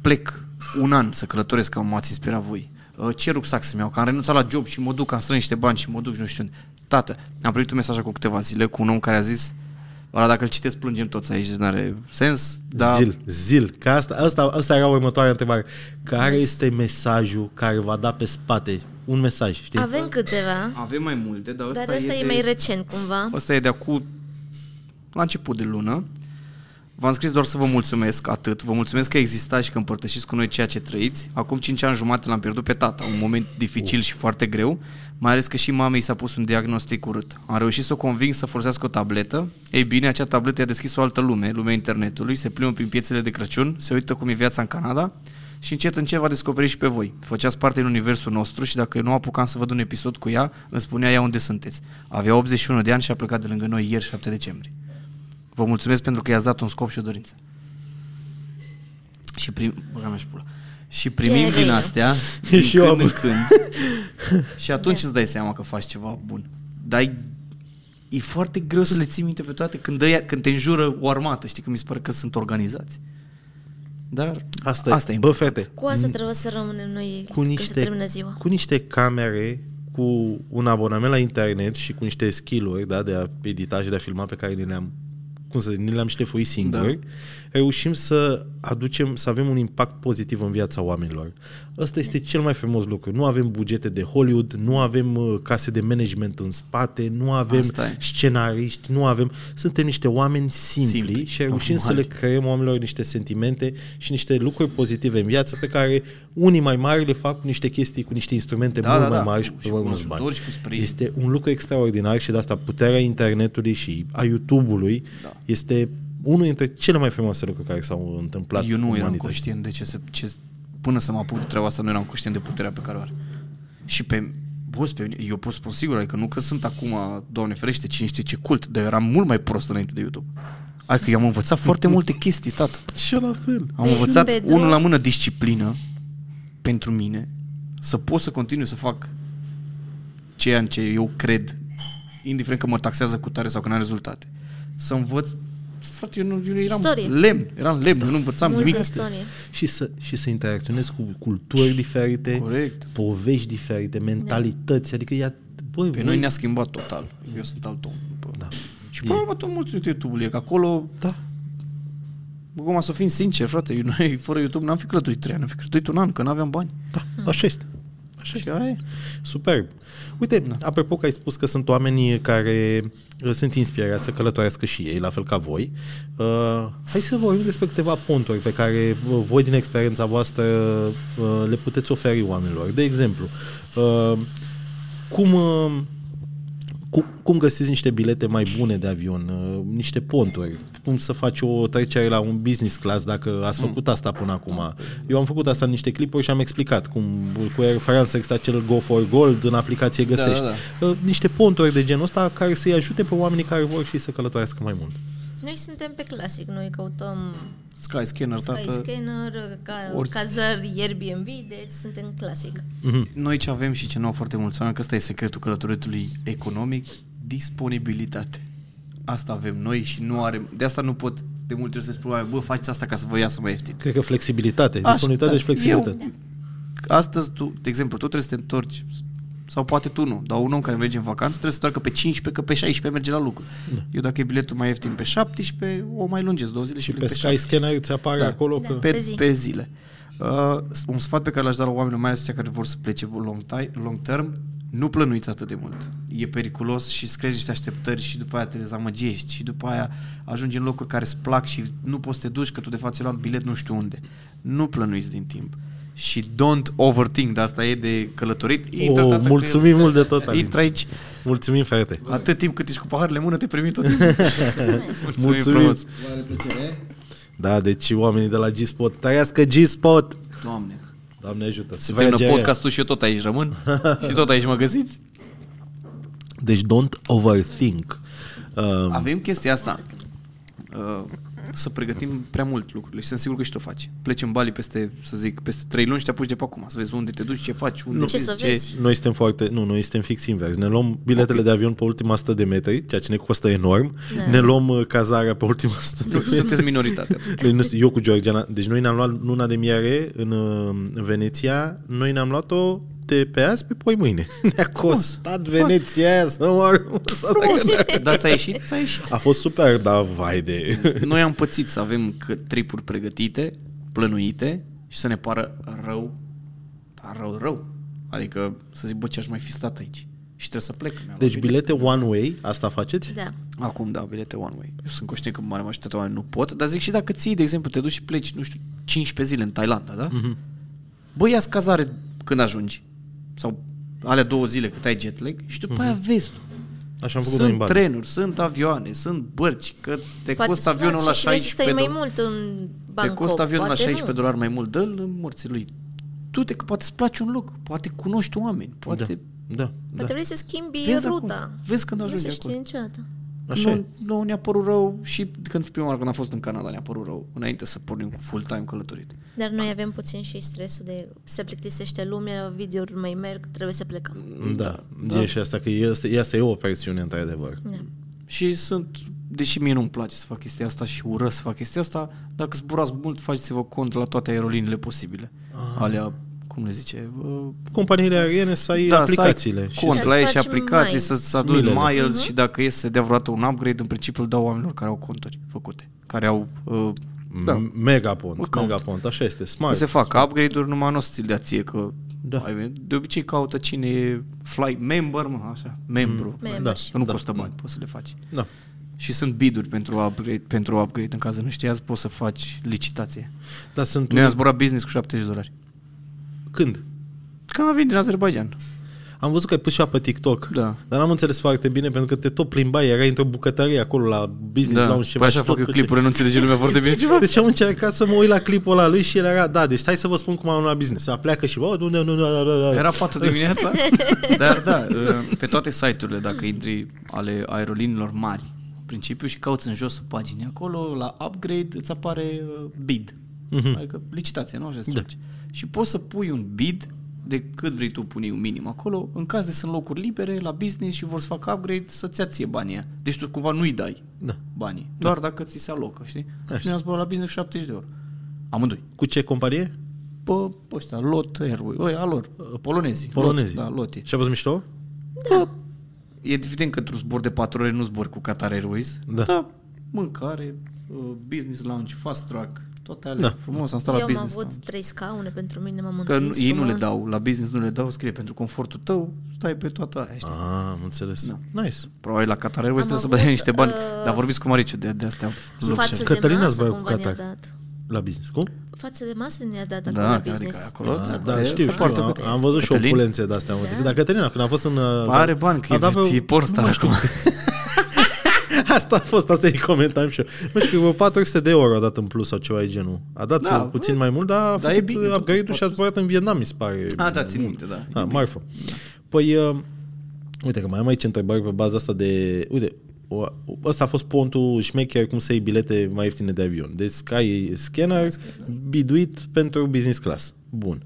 S2: plec un an să călătoresc, că m-ați inspirat voi. Uh, Ce rucsac să-mi iau? Că am renunțat la job și mă duc, am strâns niște bani și mă duc și nu știu unde. Tată, am primit un mesaj acum câteva zile cu un om care a zis Ăla, dacă îl citesc, plângem toți aici, deci n-are sens,
S1: Da.
S2: dar
S1: Zil, zil. Că asta, asta, asta era următoarea întrebare. Care este mesajul care va da pe spate? Un mesaj, știi?
S3: Avem câteva,
S2: avem mai multe, dar ăsta
S3: dar asta
S2: e,
S3: e
S2: de...
S3: mai recent cumva.
S2: Asta e de acum la început de lună. V-am scris doar să vă mulțumesc atât. Vă mulțumesc că existați și că împărtășiți cu noi ceea ce trăiți. Acum 5 ani jumate l-am pierdut pe tata, un moment dificil și foarte greu, mai ales că și mamei s-a pus un diagnostic urât. Am reușit să o conving să forțească o tabletă. Ei bine, acea tabletă i-a deschis o altă lume, lumea internetului, se plimbă prin piețele de Crăciun, se uită cum e viața în Canada și încet încet va descoperi și pe voi. Făceați parte din universul nostru și dacă eu nu apucam să văd un episod cu ea, îmi spunea ea unde sunteți. Avea 81 de ani și a plecat de lângă noi ieri 7 decembrie. Vă mulțumesc pentru că i-ați dat un scop și o dorință. Și prim... Băga mea și pula. Și primim
S3: Chiar
S2: din
S3: eu.
S2: astea din
S1: Și eu
S2: când
S1: am.
S2: în când. și atunci îți dai seama că faci ceva bun. Dar e- e foarte greu să le ții minte pe toate când, dă, când te înjură o armată. Știi că mi se pare că sunt organizați. Dar
S1: Asta,
S2: asta e
S1: e, bă, fete,
S3: Cu
S2: Mm.
S3: asta trebuie să rămânem noi
S1: cu
S3: când se termină
S1: niște,
S3: ziua.
S1: cu niște camere, cu un abonament la internet și cu niște skill-uri da, de a edita și de a filma pe care ni le-am cum să zic, ni le-am șlefuit singuri, da. reușim să aducem, să avem un impact pozitiv în viața oamenilor. Ăsta este cel mai frumos lucru. Nu avem bugete de Hollywood, nu avem uh, case de management în spate, nu avem
S2: Asta e.
S1: scenariști, nu avem... Suntem niște oameni simpli,
S2: Simpli,
S1: simpli și reușim
S2: normali.
S1: să le creăm oamenilor niște sentimente și niște lucruri pozitive în viață pe care unii mai mari le fac cu niște chestii, cu niște instrumente
S2: Da,
S1: mult
S2: da,
S1: mai
S2: da,
S1: mari
S2: cu-
S1: și cu
S2: și cu
S1: mai mulți
S2: ajutor
S1: bani.
S2: și cu sprijin.
S1: este un lucru extraordinar și de asta puterea internetului și a YouTube-ului
S2: Da.
S1: este unul dintre cele mai frumoase lucruri care s-au întâmplat
S2: Eu nu eram
S1: umanității.
S2: conștient de ce se... Ce, până să mă apuc de treaba asta, nu eram conștient de puterea pe care o are. Și pe... Boss, pe mine, eu pot spun sigur, adică nu că sunt acum, doamne ferește, cine știe ce cult, dar eu eram mult mai prost înainte de YouTube. Adică eu am învățat foarte multe chestii, tată.
S1: Și eu la fel.
S2: Am
S3: Pe-
S2: învățat
S3: pe
S2: unul
S3: drum.
S2: la mână disciplină pentru mine, să pot să continui să fac ceea în ce eu cred, indiferent că mă taxează cu tare sau că n-am rezultate. Să învăț Frate, eu, nu, eu eram
S3: Istorie.
S2: lemn, eram lemn, eu nu învățam nimic.
S3: Multă istorie.
S1: Și să, și să interacționezi cu culturi diferite,
S2: Corect.
S1: povești diferite, mentalități, adică ea... Băi,
S2: Pe noi ne-a schimbat total. Eu sunt alt om. După.
S1: Da.
S2: Și până la urmă tu mulțumit YouTube-ului, că acolo... Da. Acum să fim sincer, frate, eu, noi fără YouTube n-am fi clătuit trei ani, am fi clătuit un an, că n-aveam bani.
S1: Da, așa este. Așa
S2: Și aia e.
S1: Superb. Uite, da. apropo că ai spus că sunt oamenii care uh, sunt inspirați să călătorească și ei, la fel ca voi. Uh, hai să vorbim despre câteva ponturi pe care uh, voi din experiența voastră uh, le puteți oferi oamenilor. De exemplu, uh, cum, uh, cum, cum găsiți niște bilete mai bune de avion, uh, niște ponturi, cum să faci o trecere la un business class dacă ați
S2: Mm.
S1: făcut asta până acum. Eu am făcut asta în niște clipuri și am explicat cum cu Air France exista acel Go for Gold, în aplicație găsești.
S2: da,
S1: Uh, Niște ponturi de genul ăsta care să-i ajute pe oamenii care vor și să călătorească mai mult.
S3: Noi suntem pe clasic, noi căutăm
S2: Sky scanner, tată.
S3: Skyscanner, ca,
S2: uh, orice.
S3: cazări, Airbnb, deci suntem clasic.
S2: Noi ce avem și ce nu au foarte mulți oameni, că ăsta e secretul călătoretului economic, disponibilitate. Asta avem noi și nu are... De asta nu pot de multe ori să spun, oameni, bă, faceți asta ca să vă iasă mai ieftin.
S1: Cred că flexibilitate,
S2: Așa,
S1: disponibilitate
S2: da.
S1: și flexibilitate.
S2: Eu, astăzi, tu, de exemplu, tu trebuie să te întorci sau poate tu nu, dar un om care merge în vacanță trebuie să toarcă pe 15, că pe 16 merge la lucru. Da. Eu dacă e biletul mai ieftin pe 17, o mai lungesc două zile și,
S1: Și
S2: plec
S1: pe
S2: pe
S1: Skyscanner îți apare
S2: Da.
S1: acolo
S3: Da.
S1: că...
S2: pe,
S3: Pe zi.
S2: pe zile. Uh, un sfat pe care l-aș da la oamenii, mai ales cei care vor să plece long, time, long term, nu plănuiți atât de mult. E periculos și îți creezi niște așteptări și după aia te dezamăgești și după aia ajungi în locuri care îți plac și nu poți să te duci că tu de fapt ți-ai luat bilet nu știu unde. Nu plănuiți din timp. Și don't overthink, de asta e de călătorit. Intră,
S1: Oh,
S2: tată, că-
S1: mulțumim mult de tot, Alin.
S2: Intră aici,
S1: Mulțumim, frate!
S2: atât timp cât ești cu paharele în mână, te primim tot timpul. mulțumim,
S1: Mulțumim.
S2: frumos.
S5: Mare plăcere.
S1: Da, deci oamenii de la G-Spot, trăiască G-Spot!
S2: Doamne.
S1: Doamne ajută!
S2: Se
S1: Verge
S2: termină
S1: aia.
S2: podcastul și eu tot aici rămân și tot aici mă găsiți.
S1: Deci don't overthink. Uh,
S2: Avem chestia asta. Uh, să pregătim prea mult lucrurile și sunt sigur că și tu o faci. Pleci în Bali peste, să zic, peste 3 luni și te apuci de pe acum, să vezi unde te duci, ce faci, unde
S3: Ce să vezi?
S1: noi suntem foarte, nu, noi suntem fix invers. Ne luăm biletele de avion pe ultima 100 de metri, ceea ce ne costă enorm. Ne luăm uh, cazarea pe ultima 100 de
S2: Da. Nu,
S1: metri.
S2: sunteți minoritatea.
S1: Noi nu- Eu cu Georgiana, deci noi ne-am luat luna de miere în, uh, în Veneția, noi ne-am luat-o de pe azi pe poi mâine. Ne-a costat Veneția aia să mor.
S2: Dar Da, ți-a ieșit? Ți-a ieșit.
S1: A fost super, dar vai de...
S2: Noi am pățit să avem că- tripuri pregătite, plănuite și să ne pară rău, dar rău, rău. Adică să zic, bă, ce aș mai fi stat aici? Și și trebuie să plec. Mi-am
S1: Deci
S2: luat
S1: bilete one way, asta faceți?
S3: Da.
S2: Acum, da, bilete one way. Eu sunt conștient că mare majoritatea oameni nu pot, dar zic și dacă ții, de exemplu, te duci și pleci, nu știu, 15 zile în Thailanda, da? Mm-hmm. Băi, ia cazare când ajungi. Sau alea două zile cât ai jet lag și după mm-hmm. aia vezi tu.
S1: Așa am făcut noi în
S2: Sunt
S1: Bali.
S2: trenuri, sunt avioane, sunt bărci, că te
S3: Poate
S2: costă avionul la 16
S3: pe
S2: de-
S3: mai mult în
S2: te
S3: Bangkok.
S2: costă avionul la
S3: poate
S2: 16
S3: nu.
S2: dolari mai mult, dă-l în morții lui. Tu te că poate îți place un loc, poate cunoști oameni, poate...
S1: Da, da.
S3: Poate vrei să schimbi
S2: Vezi acolo,
S3: ruta.
S2: vezi când
S3: Nu
S2: ajungi
S3: se
S2: acolo.
S3: știe niciodată.
S1: Așa
S2: nu,
S1: e.
S2: nu ne-a părut rău și când prima oară când am fost în Canada ne-a părut rău, înainte să pornim cu full-time călătorit.
S3: Dar noi avem puțin și stresul de se plictisește lumea, videouri mai merg, trebuie să plecăm.
S1: Da, da. E și asta, că e, asta, e- asta e o presiune, într-adevăr.
S3: Da.
S2: Și sunt, deși mie nu-mi place să fac chestia asta și urăsc să fac chestia asta, dacă zburați mult, faceți-vă cont la toate aerolinile posibile. Ah. Alea, cum le zice, uh,
S1: Companiile aeriene să ai da, aplicațiile.
S2: Să
S1: și
S2: ai cont
S3: să-
S2: la ei și
S3: Să-ți faci
S2: aplicații,
S3: miles. Mhm.
S2: să-ți aduni
S1: Milele.
S2: miles și dacă e să se dea vreodată un upgrade, în principiu îl dau oamenilor care au conturi făcute, care au... Uh, da.
S1: da. mega pont,
S2: Account.
S1: mega pont, așa este,
S2: Că
S1: smart.
S2: se fac upgrade-uri, numai nu o să ți-l dea ție, că
S1: Da.
S2: ai venit. de obicei caută cine e fly member, mă, așa,
S1: Mm.
S2: membru.
S3: Member.
S2: Da,
S3: și-
S2: că nu costă bani, poți să le faci.
S1: Da.
S2: Și sunt biduri pentru upgrade, pentru upgrade în caz de nu știați, poți să faci licitație.
S1: Dar sunt...
S2: Noi am zburat business cu 70 de dolari.
S1: Când?
S2: Când am venit din Azerbaijan.
S1: Am văzut că ai pus și pe TikTok,
S2: Da.
S1: dar n-am înțeles foarte bine pentru că te tot plimbai, erai într-o bucătărie acolo la business
S2: Da,
S1: lounge
S2: păi
S1: și
S2: așa fac eu clipuri, nu înțelege lumea foarte bine ceva.
S1: Deci am încercat să mă uit la clipul ăla lui și el era, da, deci stai să vă spun cum am luat business. Se pleacă și, bă, unde, nu, nu, nu, nu,
S2: Era 4 dimineața, dar da, pe toate site-urile, dacă intri ale aerolinilor mari, în principiu, și cauți în josul paginii acolo, la upgrade îți apare uh, bid, mm-hmm. adică licitație, nu? Așa da. Și poți să pui un bid de cât vrei tu pune un minim acolo, în caz de sunt locuri libere la business și vor să facă upgrade, să-ți ia ție banii aia. Deci tu cumva nu-i dai
S1: Da.
S2: banii, doar dacă ți se alocă, știi? Și ne-am zburat la business 70 de ori. Amândoi
S1: Cu ce companie?
S2: pe pe ăștia, Lot Airway, ăia a lor, ă, polonezii.
S1: Polonezii.
S2: Lot, da, Loti.
S1: Și a fost mișto?
S2: Da. E evident că într-un zbor de 4 ore nu zbor cu Qatar Airways,
S1: Da.
S2: dar mâncare, uh, business lounge, fast track, toate alea.
S1: Da.
S2: Da. Frumos, am stat la
S3: Eu am
S2: business. da.
S3: avut trei scaune pentru mine, m-am
S2: Că nu,
S3: întins
S2: ei nu le
S3: frumos.
S2: dau, la business nu le dau, scrie pentru confortul tău, stai pe toată aia, știi?
S1: Ah, am înțeles.
S2: Da.
S1: Nice.
S2: Probabil la Qatar Airways
S3: Am
S2: trebuie să
S3: avut,
S2: bădea niște bani,
S3: uh,
S2: dar vorbiți cu Mariciu de, de astea.
S3: Față
S2: luxuri.
S3: de
S1: Cătălina
S3: masă
S1: zbura cu
S3: cumva ne-a
S1: Qatar.
S3: dat.
S1: La business, cum?
S3: Față de masă ne-a dat acolo
S2: Da,
S3: la
S2: adică
S3: business.
S2: acolo
S3: Să
S2: Da, se
S1: Da,
S2: Poate-
S1: știu,
S2: se
S1: știu.
S2: poartă
S1: Am,
S2: câte
S1: am văzut și
S2: Cătălin.
S1: opulențe de astea. Da. Dar Cătălina, când a fost în... uh,
S2: Are bani, că
S1: avea vreo-
S2: e, e pornstar acum.
S1: Asta a fost, asta îi comentam și eu. Nu știu, vreo 400 de euro a dat în plus sau ceva de genul. A dat
S2: Da,
S1: da, puțin mai mult, dar a
S2: dar
S1: făcut
S2: e bine, totuși,
S1: upgrade-ul și a zburat în Vietnam, mi se pare.
S2: Ah, da, țin minte, da.
S1: A, marfă. Păi, uh, uite că mai am aici întrebări pe baza asta de... Uite, o, ăsta a fost pontul șmecher cum să iei bilete mai ieftine de avion. Deci Sky Scanner, biduit pentru business class. Bun.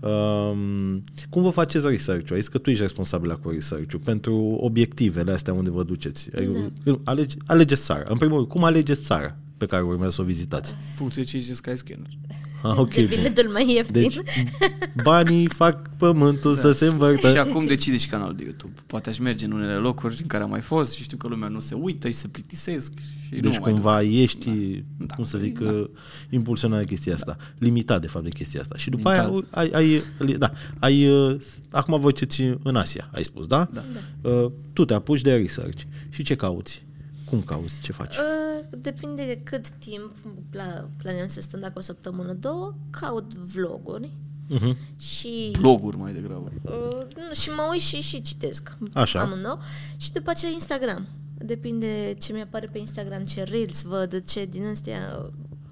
S1: Um, cum vă faceți research-ul? Ai zis că tu ești responsabil cu research-ul pentru obiectivele astea unde vă duceți. Da. Alege, alegeți țara. În primul rând, cum alegeți țara pe care urmează să o vizitați?
S2: Funcție 5 de Skyscanner.
S1: Ah, ok,
S3: De
S1: bun.
S3: biletul mai ieftin.
S1: Deci banii fac pământul să se învârtă.
S2: Și acum decide și canalul de YouTube. Poate aș merge în unele locuri în care am mai fost și știu că lumea nu se uită și se plictisesc. Și
S1: Deci
S2: nu mai
S1: cumva ești,
S2: Da.
S1: cum să
S2: Da.
S1: zic, da. impulsionat de chestia asta. Limitat, de fapt, de chestia asta. Și după
S2: Mental.
S1: aia ai, ai, li- da, ai, uh, acum vă ceți în Asia, ai spus, da?
S2: Da.
S1: Uh, Tu te apuci de research. Și ce cauți? Cum cauți? Ce faci?
S3: Uh, Depinde de cât timp pla- planeam să stăm, dacă o săptămână, două, caut vloguri
S1: Uh-huh.
S3: și...
S2: Bloguri mai degrabă.
S3: Uh, nu, și mă uit și, și citesc.
S1: Așa.
S3: Am un nou. Și după aceea Instagram. Depinde ce mi-apare pe Instagram, ce reels văd, ce din astea...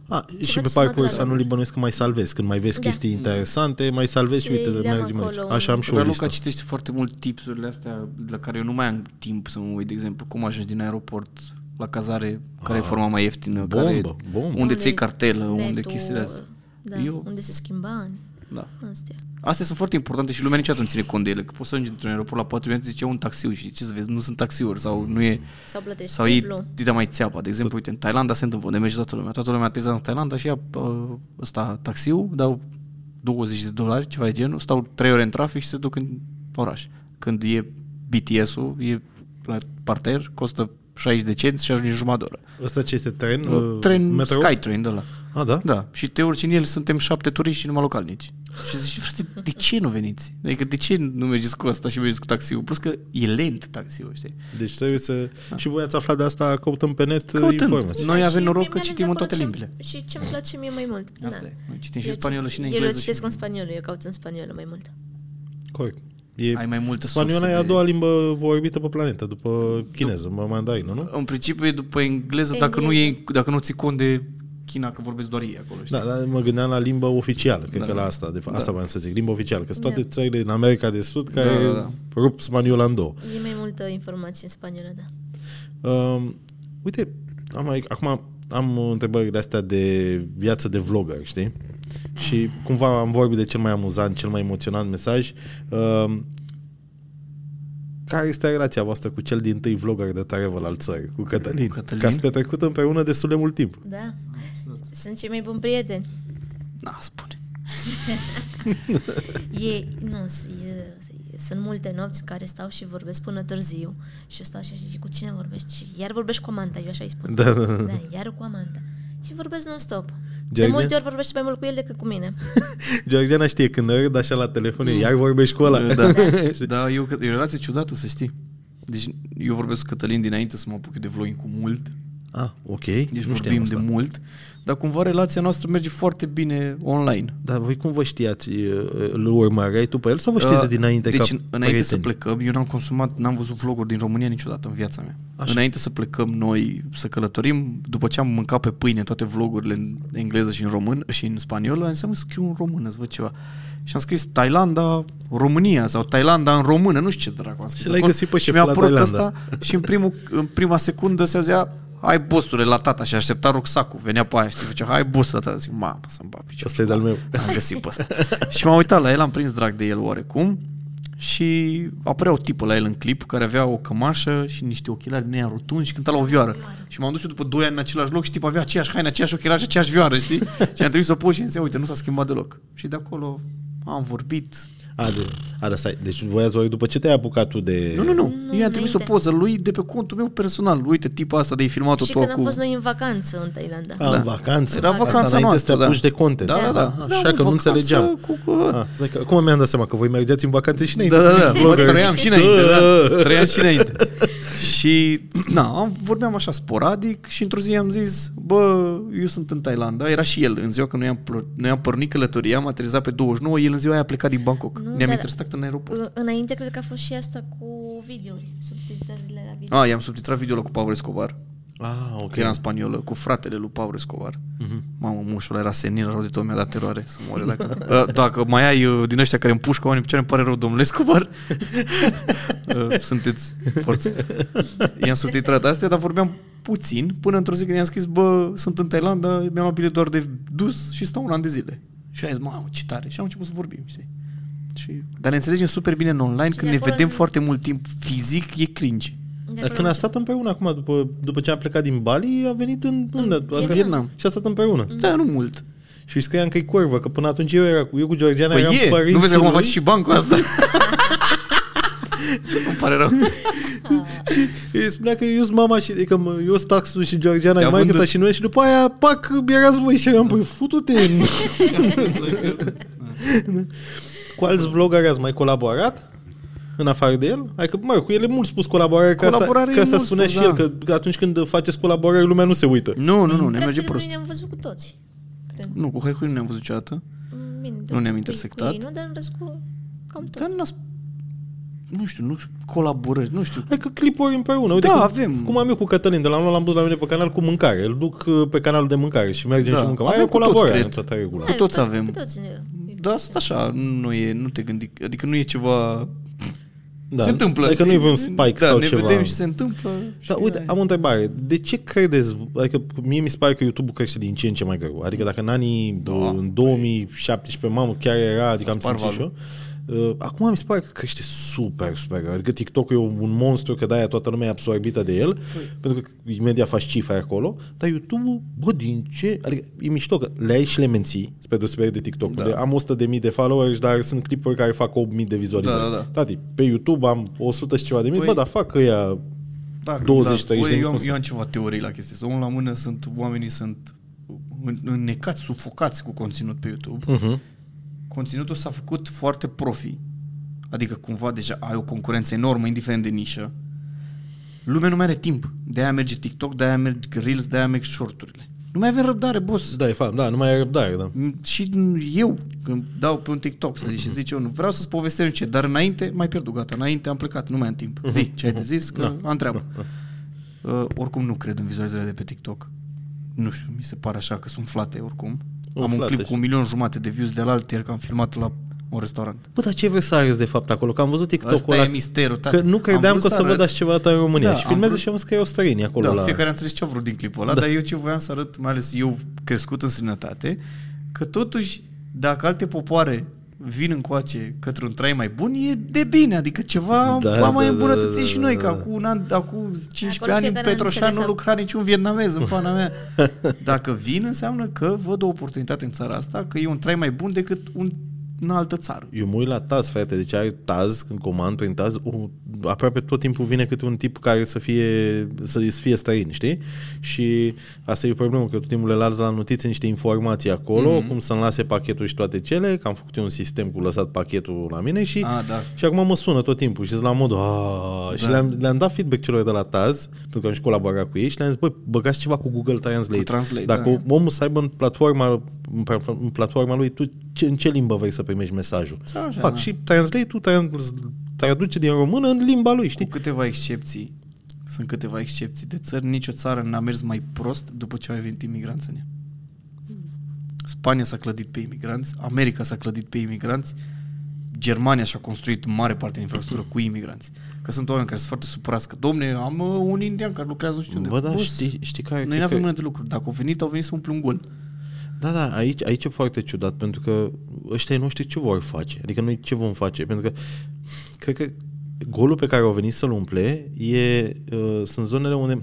S1: A,
S3: Ce
S1: Ah, și
S3: faci
S1: pe
S3: să mă
S1: parcursul
S3: tragă?
S1: anului bănuiesc că mai salvezi. Când mai vezi
S3: Da.
S1: chestii interesante, mai salvezi și
S3: Și
S1: uite,
S3: le-am
S1: mergem aici.
S3: acolo în-
S1: Așa am și o
S2: Dar Luca
S1: listă.
S2: citește foarte mult tipsurile astea la care eu nu mai am timp să mă uit, de exemplu, cum ajungi din aeroport la cazare, care e forma mai ieftină,
S1: Bombă,
S2: care,
S1: Ah. bombă.
S2: unde ți iei cartelă,
S3: netul,
S2: unde chestiile astea.
S3: Da,
S2: Eu-
S3: unde se schimba ani.
S2: Da.
S3: Astea.
S2: Astea sunt foarte importante și lumea niciodată nu ține cont de ele, că poți să ajungi într-un aeroport la 4 minute, zice un taxiu și ce să vezi, nu sunt taxiuri sau nu e...
S3: Sau plătești
S2: Sau ei
S3: triplu.
S2: dita mai țeapa. De exemplu, uite, în Thailanda se întâmplă, unde merge toată lumea. Toată lumea aterizează în Thailanda și ia uh, ăsta taxiul, dau 20 de dolari, ceva de genul, stau 3 ore în trafic și se duc în oraș. Când e BTS-ul, e la parter, costă 60 de cenți și ajungi în jumătate de oră.
S1: Ăsta ce este? Tren?
S2: Uh, Tren,
S1: Uh, metro?
S2: Skytrain de la.
S1: A, da?
S2: Da. Și te urci în el, suntem șapte turiști și numai localnici. Și zici, frate, de ce nu veniți? Adică de ce nu mergeți cu asta și mergeți cu taxiul? Plus că e lent taxiul, știi?
S1: Deci trebuie să... Și voi ați aflat de asta căutăm pe net
S2: Da. Căutând.
S1: informații.
S2: Noi
S3: Da,
S2: avem
S3: și
S2: noroc
S3: mi-e
S2: că
S3: mai ales
S2: citim în
S3: de acolo
S2: toate
S3: ce-
S2: limbile.
S3: Și ce-mi place mie mai mult.
S2: Asta
S3: da.
S2: e. Noi citim și
S3: Eu
S2: spaniolă
S3: cit-
S2: și în
S3: Eu le
S2: engleză.
S3: citesc
S2: și...
S3: în spaniolă, eu caut în spaniolă mai mult.
S1: Corect. E...
S2: Ai mai multă sursă
S1: Spaniola e a
S2: de-
S1: doua limbă vorbită pe planetă, după chineză, mă mandarină, nu?
S2: În principiu e după engleză, dacă nu, e,
S3: Engleză.
S2: dacă nu ții cont de China, că vorbesc doar ei acolo, știi?
S1: Da, dar mă gândeam la limba oficială, cred
S2: Da.
S1: da. că la asta, de fapt, asta voiam să zic, limba oficială, că sunt toate țările în America de Sud care
S2: da,
S1: da,
S2: da.
S1: da. rup spaniola în două.
S3: E mai multă informație în spaniolă, da.
S1: Um, uite, am mai, acum am întrebările astea de viață de vlogger, știi? Și cumva am vorbit de cel mai amuzant, cel mai emoționant mesaj. Um, care este relația voastră cu cel din tâi vlogger de Tarevel al țării, cu Cătălin?
S2: Cu Cătălin?
S1: Că ați petrecut împreună destul de mult timp.
S3: Da. Sunt cei mai buni prieteni.
S2: Na, Da, spune.
S3: E, nu, s- e, sunt multe nopți în care stau și vorbesc până târziu și stau și așa și cu cine vorbești? Și iar vorbești cu Amanta, eu așa îi spun.
S1: Da, da, da.
S3: da iar cu Amanta. Și vorbesc non-stop. De
S1: George?
S3: multe ori vorbești mai mult cu el decât cu mine.
S1: Georgiana știe când râd așa la telefon, mm. iar vorbești cu ăla.
S2: Da. da, eu, e o relație ciudată, să știi. Deci eu vorbesc cu Cătălin dinainte să mă apuc eu de vlogging cu mult.
S1: ah, ok.
S2: Deci
S1: nu
S2: nu
S1: știam
S2: vorbim de
S1: asta.
S2: mult. Dar cumva relația noastră merge foarte bine online.
S1: Dar voi cum vă știați? uh, Îl urmăreai tu pe el sau vă știți de dinainte
S2: Deci
S1: ca
S2: în- înainte
S1: prieteni?
S2: să plecăm, eu n-am consumat, n-am văzut vloguri din România niciodată în viața mea. Așa. Înainte să plecăm noi să călătorim, după ce am mâncat pe pâine toate vlogurile în engleză și în român și în spaniolă, am zis, "Mă, scriu în română, să văd ceva. Și am scris Thailanda, România sau Thailanda în română, nu știu ce dracu am scris.
S1: Și l-ai
S2: acolo.
S1: găsit pe
S2: Exact. și
S1: șeful
S2: mi-a
S1: la
S2: apărut
S1: Thailanda.
S2: asta și în, primul, în prima secundă se auzea Hai bosule la tata și aștepta rucsacul, venea pe aia și făcea, hai bosul la tata, zic, mamă, să-mi bat piciorul.
S1: Asta e de-al meu.
S2: Am găsit pe ăsta. și m-am uitat la el, am prins drag de el oarecum și apărea o tipă la el în clip care avea o cămașă și niște ochelari din aia rotunzi și cânta la o vioară. Și m-am dus eu după 2 ani în același loc și tipul avea aceeași haină, aceeași ochelari și aceeași vioară, știi? și am trimis o poză și am zis, uite, nu s-a schimbat deloc. Și de acolo am vorbit.
S1: A, de, a, da, stai. Deci voi ați vorbit după ce te-ai apucat tu de...
S2: Nu, nu, nu. nu eu am trimis o
S3: înainte.
S2: poză lui de pe contul meu personal. Uite, tipa asta de ai filmat-o
S3: și
S2: tu
S3: când am
S2: cu...
S3: fost noi în vacanță în Thailanda.
S2: Ah.
S1: A, da. în vacanță.
S2: Era vacanța
S1: Asta înainte
S2: noastră,
S1: să te apuci
S2: da.
S1: de conte.
S2: Da, da, da.
S1: Aha,
S2: Da,
S1: Așa
S2: în
S1: că nu
S2: vacanță
S1: înțelegeam.
S2: cu- cu-
S1: A, zic că, cum mi-am dat seama că voi mergeați în vacanțe și înainte
S2: Da,
S1: să
S2: da,
S1: fiți
S2: da, mă
S1: vlogger?
S2: trăiam și înainte,
S1: Da.
S2: da, trăiam și înainte. Și, na, am- vorbeam așa sporadic și într-o zi am zis, bă, eu sunt în Thailanda, era și el în ziua când noi am, plor- noi am pornit călătoria, am aterizat pe 29, el în ziua aia a plecat din Bangkok.
S3: Nu,
S2: Ne-am
S3: dar-
S2: intersectat în aeroport.
S3: În- Înainte cred că a fost și asta cu videouri, subtitrările la video.
S2: Ah, i-am subtitrat videoul cu Pablo Escobar,
S1: Ah, ok.
S2: că era în spaniolă, cu fratele lui Pablo Escobar. Mamă, mușul ăla era senil, rău de tot, mi-a dat teroare să moare dacă... Uh, dacă mai ai uh, din ăștia care împușcă oamenii pe ce îmi pare rău, domnule Escobar. Uh, Sunteți forță. I-am subtitrat astea, dar vorbeam puțin, până într-o zi când i-am scris, bă, sunt în Thailanda, mi-am luat bilet doar de dus și stau un an de zile. Și a zis, mamă, ce tare. Și am început să vorbim, știi? Și... Dar ne înțelegem super bine în online, când
S3: de
S2: ne
S3: acolo
S2: vedem
S3: ne-
S2: foarte mult timp fizic, e cringe.
S3: De
S1: Dar
S3: acolo
S1: când a stat împreună acum, după, după ce am plecat din Bali, a venit în, unde? Asta-
S2: Vietnam.
S1: Și a stat împreună.
S2: Da, nu mult.
S1: Și îi scriam că e curvă, că până atunci eu, era, cu- eu cu Georgiana eram
S2: Păi e,
S1: părinții
S2: nu vezi acum
S1: lui.
S2: faci și bancul asta. Îmi pare rău.
S1: Îi spunea că eu sunt mama și că mă- eu sunt taxul și Georgiana e
S2: Te-am
S1: mai ta
S2: vândut.
S1: și noi și după aia, pac, erați voi și eram, păi, futu-te!
S2: Da.
S1: cu alți vlogări ați mai colaborat? În afară de el? Adică, mă, cu el e mult spus colaborare, că asta,
S2: Colaborare
S1: că
S2: e
S1: asta
S2: mult
S1: spunea
S2: spus,
S1: și el,
S2: da.
S1: că atunci când faceți colaborare, lumea nu se uită.
S2: Nu, nu, nu, ne
S3: Practic,
S2: merge
S3: noi
S2: prost.
S3: ne-am văzut cu toți. Cred.
S2: Nu, cu Haihui nu ne-am văzut niciodată.
S3: Bine,
S2: Nu ne-am
S3: cu-
S2: intersectat.
S3: Cu ei, nu, dar în rest cu cam toți.
S2: Dar n-a... sp- Nu știu, nu știu, colaborări, nu știu.
S1: Adică clipuri împreună. Uite
S2: Da,
S1: cum,
S2: avem.
S1: Cum am eu cu Cătălin, de la am luat, l-am pus la mine pe canal cu mâncare. Îl duc uh, pe canalul de mâncare și mergem
S2: Da.
S1: și mâncăm.
S2: Avem
S1: Aia e o
S2: cu toți,
S1: colaborare
S2: cred.
S1: în toată regula.
S3: Da,
S2: cu toți
S3: cu-
S2: avem. Da.
S3: Cu toți ne...
S2: Dar asta așa, nu e, nu te gândi, adică nu e ceva...
S1: Da.
S2: se întâmplă.
S1: Adică nu e vreun spike
S2: da,
S1: sau
S2: ne
S1: ceva.
S2: vedem și se întâmplă. și
S1: Dar uite,
S2: da.
S1: am o întrebare. De ce credeți, adică mie mi se pare că YouTube-ul crește din ce în ce mai greu. Adică dacă în anii
S2: Mm. Da.
S1: în 2017, mamă, chiar era, adică am
S2: spart
S1: simțit și eu. Uh, Acum mi se pare că crește super, super greu. Adică TikTok-ul e un monstru, că de-aia toată lumea e absorbită de el, pentru că imediat faci cifre acolo, dar YouTube-ul, bă, din ce? Adică e mișto că le ai și le menții, spre deosebire de TikTok. Da. De, am 100.000 de followers, dar sunt clipuri care fac 8.000 de vizualizări.
S2: Da, da, da.
S1: Tati, pe YouTube am 100 și ceva de mii,
S2: Păi-
S1: bă, dar fac ea
S2: Da,
S1: 20-30 de
S2: voi, eu, am,
S1: minute.
S2: eu am ceva teorii la chestia asta. Unul la mână sunt, oamenii sunt în- înnecați, sufocați cu conținut pe YouTube. Uh-huh.
S1: Mhm.
S2: Conținutul s-a făcut foarte profi. Adică cumva deja ai o concurență enormă, indiferent de nișă. Lumea nu mai are timp. De-aia merge TikTok, de-aia merg Reels, de-aia merg shorturile. Nu mai avem răbdare, boss.
S1: Da, e fapt, da, nu mai ai răbdare, da.
S2: M- Și eu, când dau pe un TikTok, să zic, și zice unul, vreau să-ți povestesc ce, dar înainte mai pierdut, gata, înainte am plecat, nu mai am timp. Zi, ce ai de zis, că
S1: Da.
S2: am treabă. Uh, oricum nu cred în vizualizările de pe TikTok. Nu știu, mi se pare așa că sunt flate oricum. Am un
S1: Umflate
S2: clip
S1: și-
S2: cu un milion jumate de views de la alt ieri că am filmat la un restaurant.
S1: Bă, dar ce vrei să arăți de fapt acolo? Că am văzut TikTok-ul
S2: Asta e
S1: ăla,
S2: misterul, tati.
S1: că nu
S2: Am
S1: credeam
S2: vrut
S1: că o să
S2: arăt-
S1: văd așa ceva ta în România.
S2: Da,
S1: și
S2: am
S1: filmeze
S2: vrut-
S1: și am scriu străini acolo
S2: Da,
S1: la...
S2: fiecare a înțeles ce a vrut din clipul ăla, da. dar eu ce voiam să arăt, mai ales eu crescut în sănătate, că totuși, dacă alte popoare vin încoace către un trai mai bun, e de bine, adică ceva
S1: Da,
S2: da, am mai
S1: da,
S2: îmbunătățit
S1: da, da,
S2: și
S1: da,
S2: noi,
S1: da.
S2: că acum un an, acum 15
S6: Acolo
S2: ani în
S6: fiecare a
S2: Petroșan nu
S6: înțeles,
S2: lucra niciun vietnamez în pana mea. Dacă vin, înseamnă că văd o oportunitate în țara asta, că e un trai mai bun decât un, în altă țară.
S1: Eu mă uit la Taz, frate, deci ai Taz, când comand prin Taz, o, aproape tot timpul vine câte un tip care să fie, să fie străin, știi? Și asta e o problemă, că tot timpul le las la notițe niște informații
S2: Mhm.
S1: acolo, mm-hmm. cum să-mi lase pachetul și toate cele, că am făcut eu un sistem cu lăsat pachetul la mine și,
S2: Ah, da.
S1: și acum mă sună tot timpul și sunt la modul da. și le-am, le-am, dat feedback celor de la Taz, pentru că am și colaborat cu ei și le-am zis, băi, băgați ceva cu Google Translate.
S2: Cu Translate,
S1: Dacă
S2: da.
S1: omul să aibă în platforma, în platform- în platforma lui, tu ce, în ce limbă vrei să primești mesajul?
S2: Sau așa,
S1: Fac
S2: da.
S1: și translate-ul trans- traduce din română în limba lui, știi?
S2: Cu câteva excepții. Sunt câteva excepții de țări. Nicio țară n-a mers mai prost după ce au venit imigranți în ea. Spania s-a clădit pe imigranți, America s-a clădit pe imigranți, Germania și-a construit mare parte din infrastructură cu imigranți. Că sunt oameni care sunt foarte supărați că, domne, am uh, un indian care lucrează nu știu unde.
S1: Bă, da,
S2: Boss,
S1: știi- știi care-
S2: Noi
S1: cred
S2: nu avem
S1: că-
S2: mână de lucru. Dacă au venit, au venit să umplu un gol.
S1: Da, da, aici, aici e foarte ciudat, pentru că ăștia nu știu ce vor face. Adică noi ce vom face? Pentru că cred că golul pe care au venit să-l umple e, uh, sunt zonele unde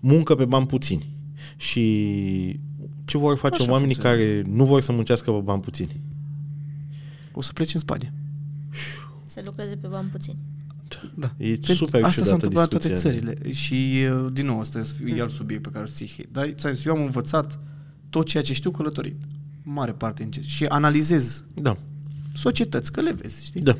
S1: muncă pe bani puțini. Și ce vor face
S2: Așa
S1: oamenii
S2: funcționează.
S1: care nu vor să muncească pe bani puțini?
S2: O să plece în Spania.
S3: Să lucreze pe bani puțin.
S2: Da.
S1: E super
S2: Asta s-a
S1: ciudată
S2: întâmplat în toate
S1: discuția.
S2: țările și, uh, din nou, asta e alt subiect pe care o să ții. Dar ți-am zis, eu am învățat tot ceea ce știu călătorind. Mare parte încerc. Și analizez
S1: Da,
S2: societăți, că le vezi, știi?
S1: da.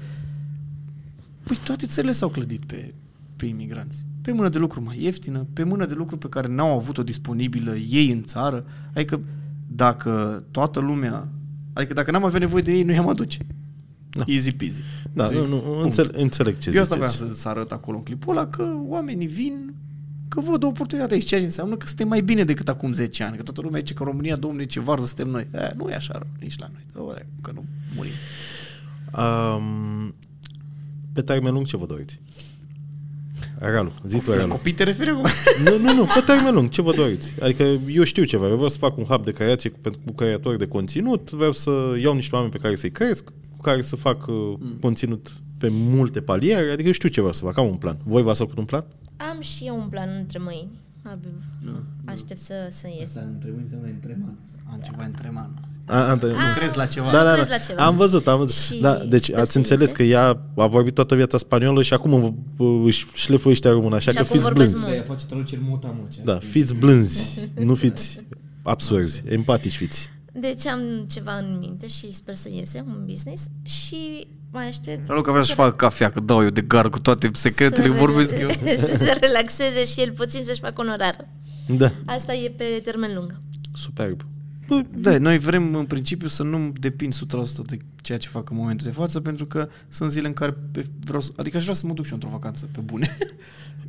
S2: Păi toate țările s-au clădit pe, pe imigranți. Pe mână de lucru mai ieftină, pe mână de lucru pe care n-au avut-o disponibilă ei în țară. Adică dacă toată lumea... Adică dacă n-am avea nevoie de ei, noi am aduce. Da. Easy peasy.
S1: Da,
S2: Zic,
S1: nu, nu,
S2: punct.
S1: înțeleg, înțeleg ce
S2: Eu asta
S1: ziceți.
S2: vreau să, să arăt acolo în clipul ăla, că oamenii vin, că văd o oportunitate aici, ceea ce înseamnă că suntem mai bine decât acum 10 ani, că toată lumea zice că România, domnule, ce varză suntem noi. E, nu e așa rău, nici la noi, Bă, bă, că nu murim.
S1: Um, pe termen lung ce vă doriți? Ralu, zi tu, Ralu.
S2: Copii te referi acum?
S1: Nu, nu, nu, pe termen lung, ce vă doriți? Adică eu știu ceva, eu vreau să fac un hub de creație cu, pentru- cu creatori de conținut, vreau să iau niște oameni pe care să-i cresc, cu care să fac uh, conținut pe multe paliere, adică eu știu ce vreau să fac, am un plan. Voi v-ați făcut un plan?
S3: Am și eu un plan între mâini. Abia
S1: Da.
S3: Aștept să, să ies.
S2: întrebăm să mai întrebăm. Am ceva întrebăm.
S1: A, Antoni, nu.
S2: Crezi la ceva?
S1: Da, da,
S3: Lucrez
S1: da.
S3: Ah. la ceva.
S1: Am văzut, am văzut.
S3: Și
S1: Da, deci
S3: sper
S1: ați
S3: să
S1: înțeles
S3: iese.
S1: că ea a vorbit toată viața spaniolă și acum uh, își șlefuiește română, așa
S3: Și
S1: că
S3: acum
S1: fiți
S3: vorbesc
S1: blânzi.
S3: mult.
S2: Ea face traduceri mult amuce.
S1: Da, fiți blânzi, nu fiți absurzi, empatici fiți.
S3: Deci am ceva în minte și sper să iese un business și mai aștept
S2: Ralu că vrea să-și
S3: să-
S2: facă cafea, că dau da, eu de gard cu toate secretele,
S3: să-
S2: vorbesc eu.
S3: să se relaxeze și el puțin să-și facă onorar.
S1: Da,
S3: Asta e pe termen lung.
S1: superb.
S2: Da, noi vrem în principiu să nu depind 100% de ceea ce fac în momentul de față, pentru că sunt zile în care pe- vreau să, adică aș vrea să mă duc și eu într-o vacanță, pe bune.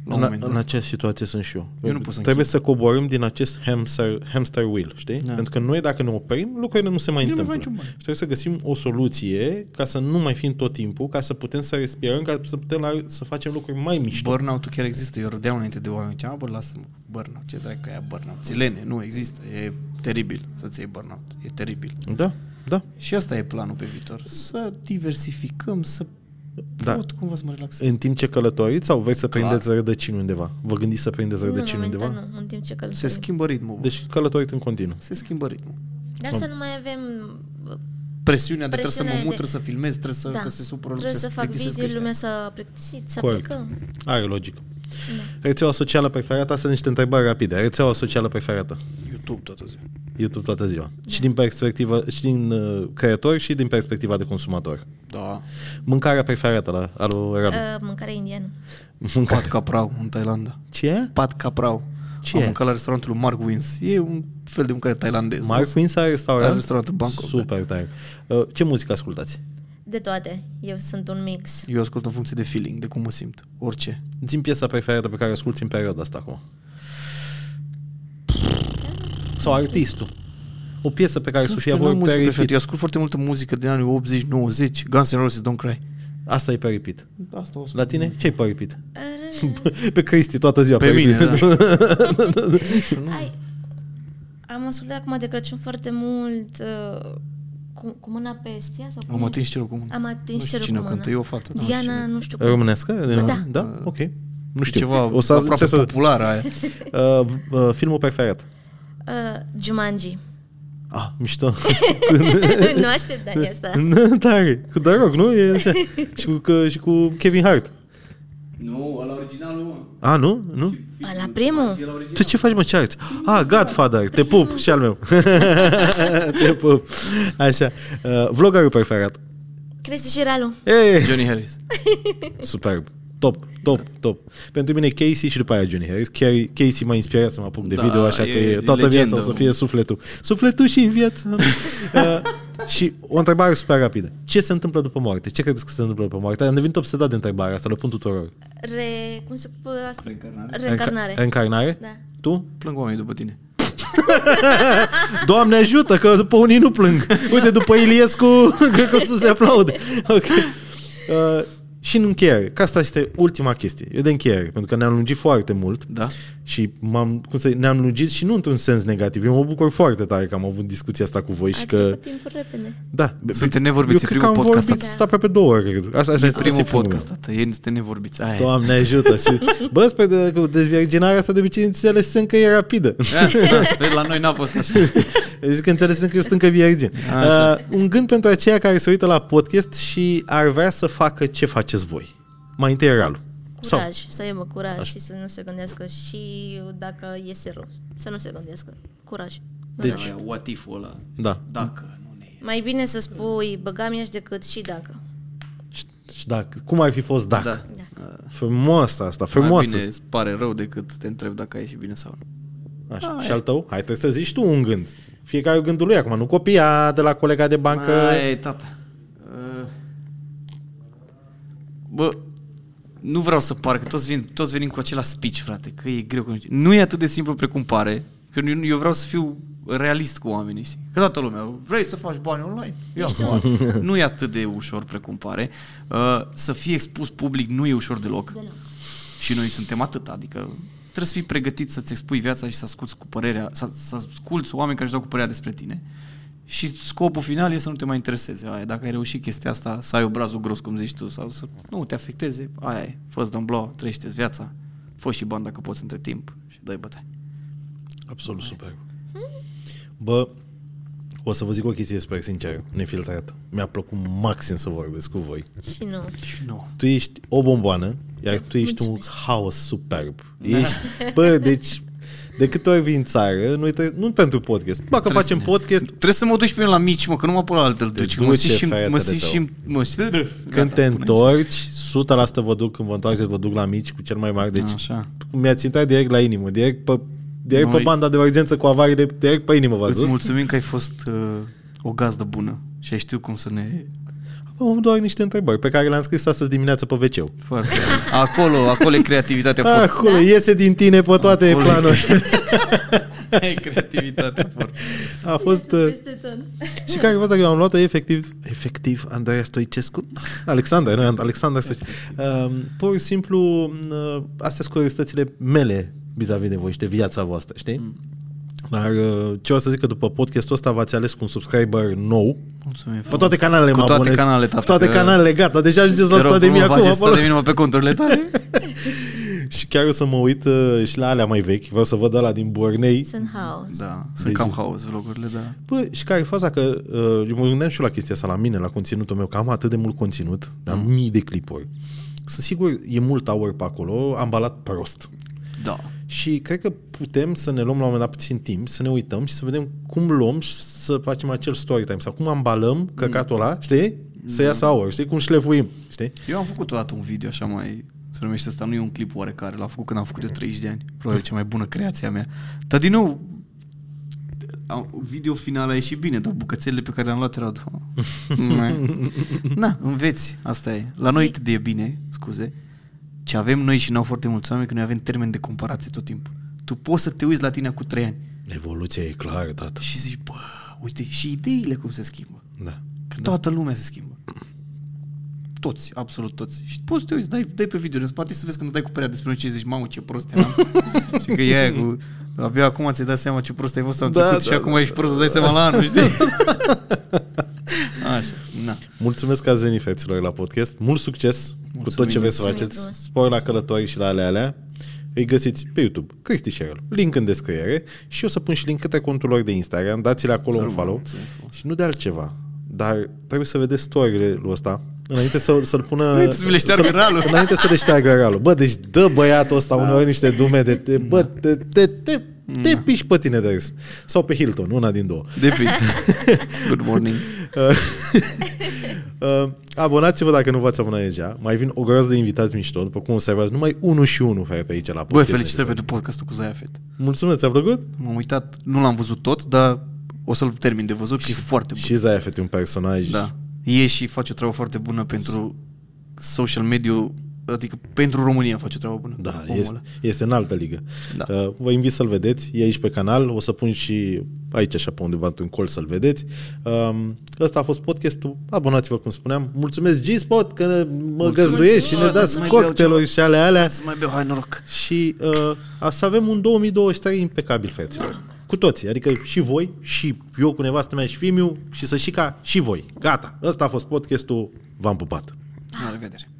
S2: La un
S1: În,
S2: moment
S1: în
S2: dat.
S1: această situație sunt și eu.
S2: Eu nu pot să
S1: da. Trebuie să coborâm din acest hamster, hamster wheel, știi?
S2: Da.
S1: Pentru că noi dacă ne oprim, lucrurile nu se mai
S2: Nu ne
S1: întâmplă.
S2: mai facem bani.
S1: Și trebuie să găsim o soluție ca să nu mai fim tot timpul, ca să putem să respirăm, ca să putem la, să facem lucruri mai mișto.
S2: Burnout-ul chiar există. Eu râdeam înainte de oameni. Ziceam, "A, bă, lasă-mă, cu burnout, ce dracu e aia burnout? Țilene, nu există. E teribil să-ți iei burnout. E teribil.
S1: Da, da.
S2: Și asta e planul pe viitor. Să diversificăm, să
S1: Da.
S2: da. pot cumva să mă relaxez.
S1: În timp ce călătoriți sau vreți să
S2: Clar.
S1: prindeți rădăcini undeva? Vă gândiți să prindeți
S3: Nu,
S1: rădăcini undeva?
S3: momentan nu, în timp ce
S2: Se
S3: călătorim.
S2: schimbă ritmul. Deci,
S1: Deci călătoriți în continuu.
S2: se schimbă ritmul.
S3: Dar să nu mai avem...
S2: Presiunea de trebuie să mă
S3: Presiunea
S2: mut,
S3: de-
S2: trebuie să filmez, trebuie să
S3: Da,
S2: că se supără,
S3: trebuie să
S2: se
S3: fac
S2: plictisesc
S3: vizii,
S2: ăștia.
S3: lumea să plictisit, să
S1: Corect.
S3: plecăm.
S1: Are logică. Da. Rețeaua socială preferată, asta sunt niște întrebări rapide. Rețeaua socială preferată.
S2: YouTube toată ziua.
S1: YouTube toată ziua.
S2: Da.
S1: Și din perspectiva, și din uh, creator și din perspectiva de consumator.
S2: Da.
S1: Mâncarea preferată la, al lui Radu.
S3: Uh, mâncare indiană.
S1: Mâncare.
S2: Pat Caprau în Thailanda.
S1: Ce?
S2: Pat Caprau.
S1: Ce
S2: Am
S1: e?
S2: mâncat la restaurantul lui Mark Wins. E un fel de mâncare tailandez.
S1: Mark Queens are restaurant?
S2: Are restaurant în Bangkok, da.
S1: Super tare. Uh, ce muzică ascultați?
S3: De toate. Eu sunt un mix.
S2: Eu ascult în funcție de feeling, de cum mă simt. Orice.
S1: Zim piesa preferată pe care o asculti în perioada asta acum. Sau artistul. O piesă pe care să o
S2: Nu
S1: și
S2: știu, n-am
S1: voi pe
S2: muzică
S1: repeat.
S2: preferată. Eu ascult foarte multă muzică din anii 80-90. Guns N' Roses, Don't Cry.
S1: Asta e pe repeat.
S2: Da, Asta o
S1: La tine? Ce-ai pe repeat? Pe Cristi toată ziua
S2: Pe mine,
S1: repeat.
S2: da.
S3: Ai, am ascultat acum de Crăciun foarte mult uh, cu, cu mâna pe estia sau cum
S2: Am
S3: e?
S2: atins cerul cu mâna.
S3: Am
S2: Nu
S3: atins
S2: știu
S3: cerul
S2: cine
S3: cu mâna.
S2: cântă, e o fată. da. nu știu
S3: Diana,
S2: cine.
S3: nu știu cum.
S1: Românească?
S3: Da.
S1: Da? Ok. Nu
S2: E
S1: știu.
S2: Ceva
S1: o să,
S2: aproape
S1: ce să,
S2: populară aia.
S1: uh, v- uh, filmul preferat.
S3: Uh, Jumanji.
S1: Ah, mișto.
S3: nu așteptai asta.
S1: Tare. Cu The Rock, nu? E așa. și, cu, că, și cu Kevin Hart.
S7: Nu, la originalul, mă.
S1: A, nu? Nu?
S3: A, la primul?
S7: E la original.
S1: Tu ce faci, mă, ce arți? Ah, Godfather, te pup și al meu. te pup. Așa. Uh, vloggerul preferat.
S3: Cristi și Ralu.
S1: Hey,
S2: Johnny Harris.
S1: superb. Top, top, top. Pentru mine Casey și după aia Johnny Harris. Chiar Casey m-a inspirat să mă apuc de
S2: Da,
S1: video, așa
S2: e-
S1: că e
S2: e
S1: toată
S2: legendă.
S1: viața o să fie sufletul. Sufletul și viața. uh, și o întrebare super rapidă. Ce se întâmplă după moarte? Ce credeți că se întâmplă după moarte? Am devenit obsedat de întrebarea asta, le pun tuturor.
S3: Re... Cum se... pă- asta?
S7: Reîncarnare?
S3: Reîncarnare.
S1: Reînca- Reîncarnare?
S3: Da.
S1: Tu?
S2: Plâng oamenii după tine.
S1: Doamne ajută, că după unii nu plâng. Uite, după Iliescu, cred că o să se aplaude. Ok. Uh, și în încheiere, că asta este ultima chestie, e de încheiere, pentru că ne-am lungit foarte mult
S2: Da.
S1: și m-am, cum să, zic, ne-am lungit și nu într-un sens negativ. Eu mă bucur foarte tare că am avut discuția asta cu voi și
S3: A
S1: că...
S3: trecut Adică timpul repede.
S1: Da,
S2: Suntem nevorbiți,
S1: eu
S2: e
S1: cred că
S2: primul
S1: am
S2: podcast
S1: vorbit,
S2: atât.
S1: da. aproape două ore, cred. Asta, asta, asta,
S2: E
S1: asta
S2: primul
S1: e filmul
S2: podcast, tată. Ei nu te nevorbiți. Aia. e.
S1: Doamne ajută! Și, bă, spre de, cu dezvirginarea asta de obicei înțelesem că e rapidă.
S2: La noi n-a fost așa.
S1: Deci că înțelesem că eu sunt încă virgin. Uh,
S2: Așa.
S1: un gând pentru aceia care se uită la podcast și ar vrea să facă ce faceți voi. Mai întâi Ralu. Sau,
S3: Curaj. Să aibă curaj și să nu se gândească și dacă iese rău. Să nu se gândească. Curaj. Nu
S1: Deci-
S3: rău.
S7: Aia, What if-ul ăla.
S1: da.
S7: Dacă nu ne
S3: Mai bine să spui băga ești decât și dacă.
S1: Și, și dacă, cum ar fi fost dacă?
S2: Da.
S1: Frumos asta,
S2: Mai
S1: frumos.
S2: bine îți pare rău decât te întreb dacă a ieșit bine sau nu.
S1: Așa. Și al tău? Hai, trebuie să zici tu un gând. Fiecare gândul lui acum, nu copia de la colega de bancă.
S2: Aia e, tata. Uh, Bă, nu vreau să par că toți, vin, toți venim cu același speech, frate, că e greu. Că nu, știu. nu e atât de simplu precum pare, că eu, eu vreau să fiu realist cu oamenii, știi? Că toată lumea, vrei să faci bani online? Ia, bani. nu e atât de ușor precum pare. Uh, să fii expus public nu e ușor deloc. Și noi suntem atât, adică trebuie să fii pregătit să-ți expui viața și să asculți cu părerea, să, să asculți oameni care își dau cu părerea despre tine. Și scopul final e să nu te mai intereseze aia. Dacă ai reușit chestia asta, să ai obrazul gros, cum zici tu, sau să nu te afecteze, aia e. Fă-ți dă blow, trăiește-ți viața, fă și bani dacă poți între timp și dai bătaie.
S1: Absolut super. Bă, o să vă zic o chestie super sinceră, nefiltrată. Mi-a plăcut maxim să vorbesc cu voi.
S3: Și nu.
S2: Și nu.
S1: tu ești o bomboană, iar tu ești
S3: Mulțumesc.
S1: un haos superb.
S2: Da.
S1: Ești, bă, deci, de câte ori vin în țară, noi tre- nu pentru podcast, bă, că facem podcast, deci
S2: Trebuie să mă duci pe mine la mici, mă, că nu mă pot la altă duci. Mă
S1: duce,
S2: simt și
S1: fratele
S2: mă simt
S1: tău.
S2: și mă simt-
S1: când
S2: Gata,
S1: te
S2: pune aici.
S1: întorci, 100% vă duc, când vă întoarceți, vă duc la mici cu cel mai mare, deci
S2: Așa.
S1: mi-ați intrat direct la inimă, direct pe, direct pe
S2: Noi-
S1: banda de urgență cu avariile, direct pe inimă v-ați
S2: Îți
S1: dus.
S2: mulțumim că ai fost uh, o gazdă bună și ai știut cum să ne...
S1: Am avut doar niște întrebări pe care le-am scris astăzi dimineață pe wc
S2: Foarte... Acolo, acolo e creativitatea forță.
S1: Acolo, iese din tine pe toate
S2: Acolo e-
S1: planurile.
S2: E creativitatea forță.
S1: A fost... uh,
S3: Peste tot.
S1: Și care fost dacă eu am luat efectiv, efectiv Andreea Stoicescu? Alexandra, nu, Alexandra Stoicescu. Um, pur și simplu, uh, astea sunt curiozitățile mele vis-a-vis de voi și de viața voastră, știi?
S2: Mm.
S1: Dar uh, ce o să zic că după podcastul ăsta v-ați ales cu un subscriber nou.
S2: Mulțumim
S1: Pe
S2: frumos.
S1: toate canalele
S2: Cu
S1: mă
S2: toate
S1: abonez.
S2: canalele, tată,
S1: Pe toate
S2: că-
S1: canalele, gata. Deja ajungeți la
S2: Te rog
S1: 100 de mii
S2: frumos,
S1: acum.
S2: faceți 100
S1: acolo.
S2: de mii numai pe conturile tale.
S1: Și chiar o să mă uit uh, și la alea mai vechi. Vreau să văd ăla din Bornei.
S3: Sunt haos.
S2: Da, sunt cam haos vlogurile, da.
S1: Bă, și care e faza că uh, eu mă gândeam și eu la chestia asta, la mine, la conținutul meu, că am atât de mult conținut, am mii de clipuri. Sunt sigur, e mult aur pe acolo, am balat prost.
S2: Da.
S1: Și cred că putem să ne luăm la un moment dat puțin timp, să ne uităm și să vedem cum luăm și să facem acel story time sau cum ambalăm căcatul ăla, știi? Să iasă aur, știi? Cum șlefuim, știi?
S2: Eu am făcut odată un video așa mai... Se numește asta, nu e un clip oarecare, l-am făcut când am făcut de 30 de ani. Probabil cea mai bună creație a mea. Dar din nou, a- video final a ieșit bine, dar bucățelele pe care le-am luat erau... Na. Na, înveți, asta e. La noi atât de e bine, scuze, ce avem noi și n-au foarte mulți oameni, că noi avem termen de comparație tot timpul. Tu poți să te uiți la tine cu 3 ani
S1: Evoluția e clară, tată.
S2: și zici, bă, uite, și ideile cum se schimbă.
S1: Da.
S2: Că toată lumea se schimbă. Toți, absolut toți. Și poți să te uiți, dai, dai pe video în spate și să vezi când îți dai cu perea despre noi și zici, mamă, ce prost eram. și că e aia cu... Abia acum ți-ai dat seama ce prost ai fost sau da,
S1: Da,
S2: trecut da, și
S1: da,
S2: acum ești prost, îți dai seama la anul, știi? Așa, na.
S1: Mulțumesc că ați venit, frăților, la podcast. Mult succes Mulțumim. cu tot ce vreți să
S8: Mulțumim
S1: faceți.
S8: frumos.
S1: Spor la călătorii și la alea alea. Îi găsiți pe YouTube, Cristi Sherl, link în descriere și o să pun și link câte conturi lor de Instagram, dați-le acolo un
S2: Sărbă,
S1: follow.
S2: mulțumim frumos.
S1: Și nu de altceva, dar trebuie să vedeți story-urile lui ăsta înainte să, să-l pună...
S2: Înainte să mi Păi, le șteargă Da.
S1: să-
S2: realul.
S1: Înainte să le șteargă realul. Bă, deci dă băiatul ăsta uneori niște dume de... Te, bă, te, te, te,
S2: Da.
S1: te piși pe tine de râs. Sau pe Hilton, una din două.
S2: Depinde. Good morning.
S1: Uh, abonați-vă dacă nu v-ați abonat deja. Mai vin o groază de invitați mișto, după cum observați, numai unul și unul, frate, aici la
S2: Băi,
S1: podcast.
S2: felicitări pentru podcastul cu Zaia Fet.
S1: Mulțumesc, ți-a plăcut?
S2: M-am uitat, nu l-am văzut tot, dar o să-l termin de văzut, că e foarte bun.
S1: Și Zaya Fete, un personaj.
S2: Da. E și face o treabă foarte bună pentru social media, adică pentru România face o treabă bună.
S1: Da,
S2: omul
S1: este,
S2: ăla.
S1: este în altă ligă.
S2: Da.
S1: Uh, Vă invit să-l vedeți, e aici pe canal, o să pun și aici așa pe undeva într-un col să-l vedeți. Um, Ăsta a fost podcastul, abonați-vă cum spuneam. Mulțumesc G-Spot că ne- mă găzduiești și ne dați
S2: Mai beau
S1: cocktailuri și ale alea.
S2: Să mai beau, hai noroc.
S1: și uh, să avem un 2023 impecabil, fraților. Cu toții, adică și voi, și eu cu nevastă mea și Fimiu, și Sășica, și voi. Gata, ăsta a fost podcastul, v-am pupat.
S2: La revedere.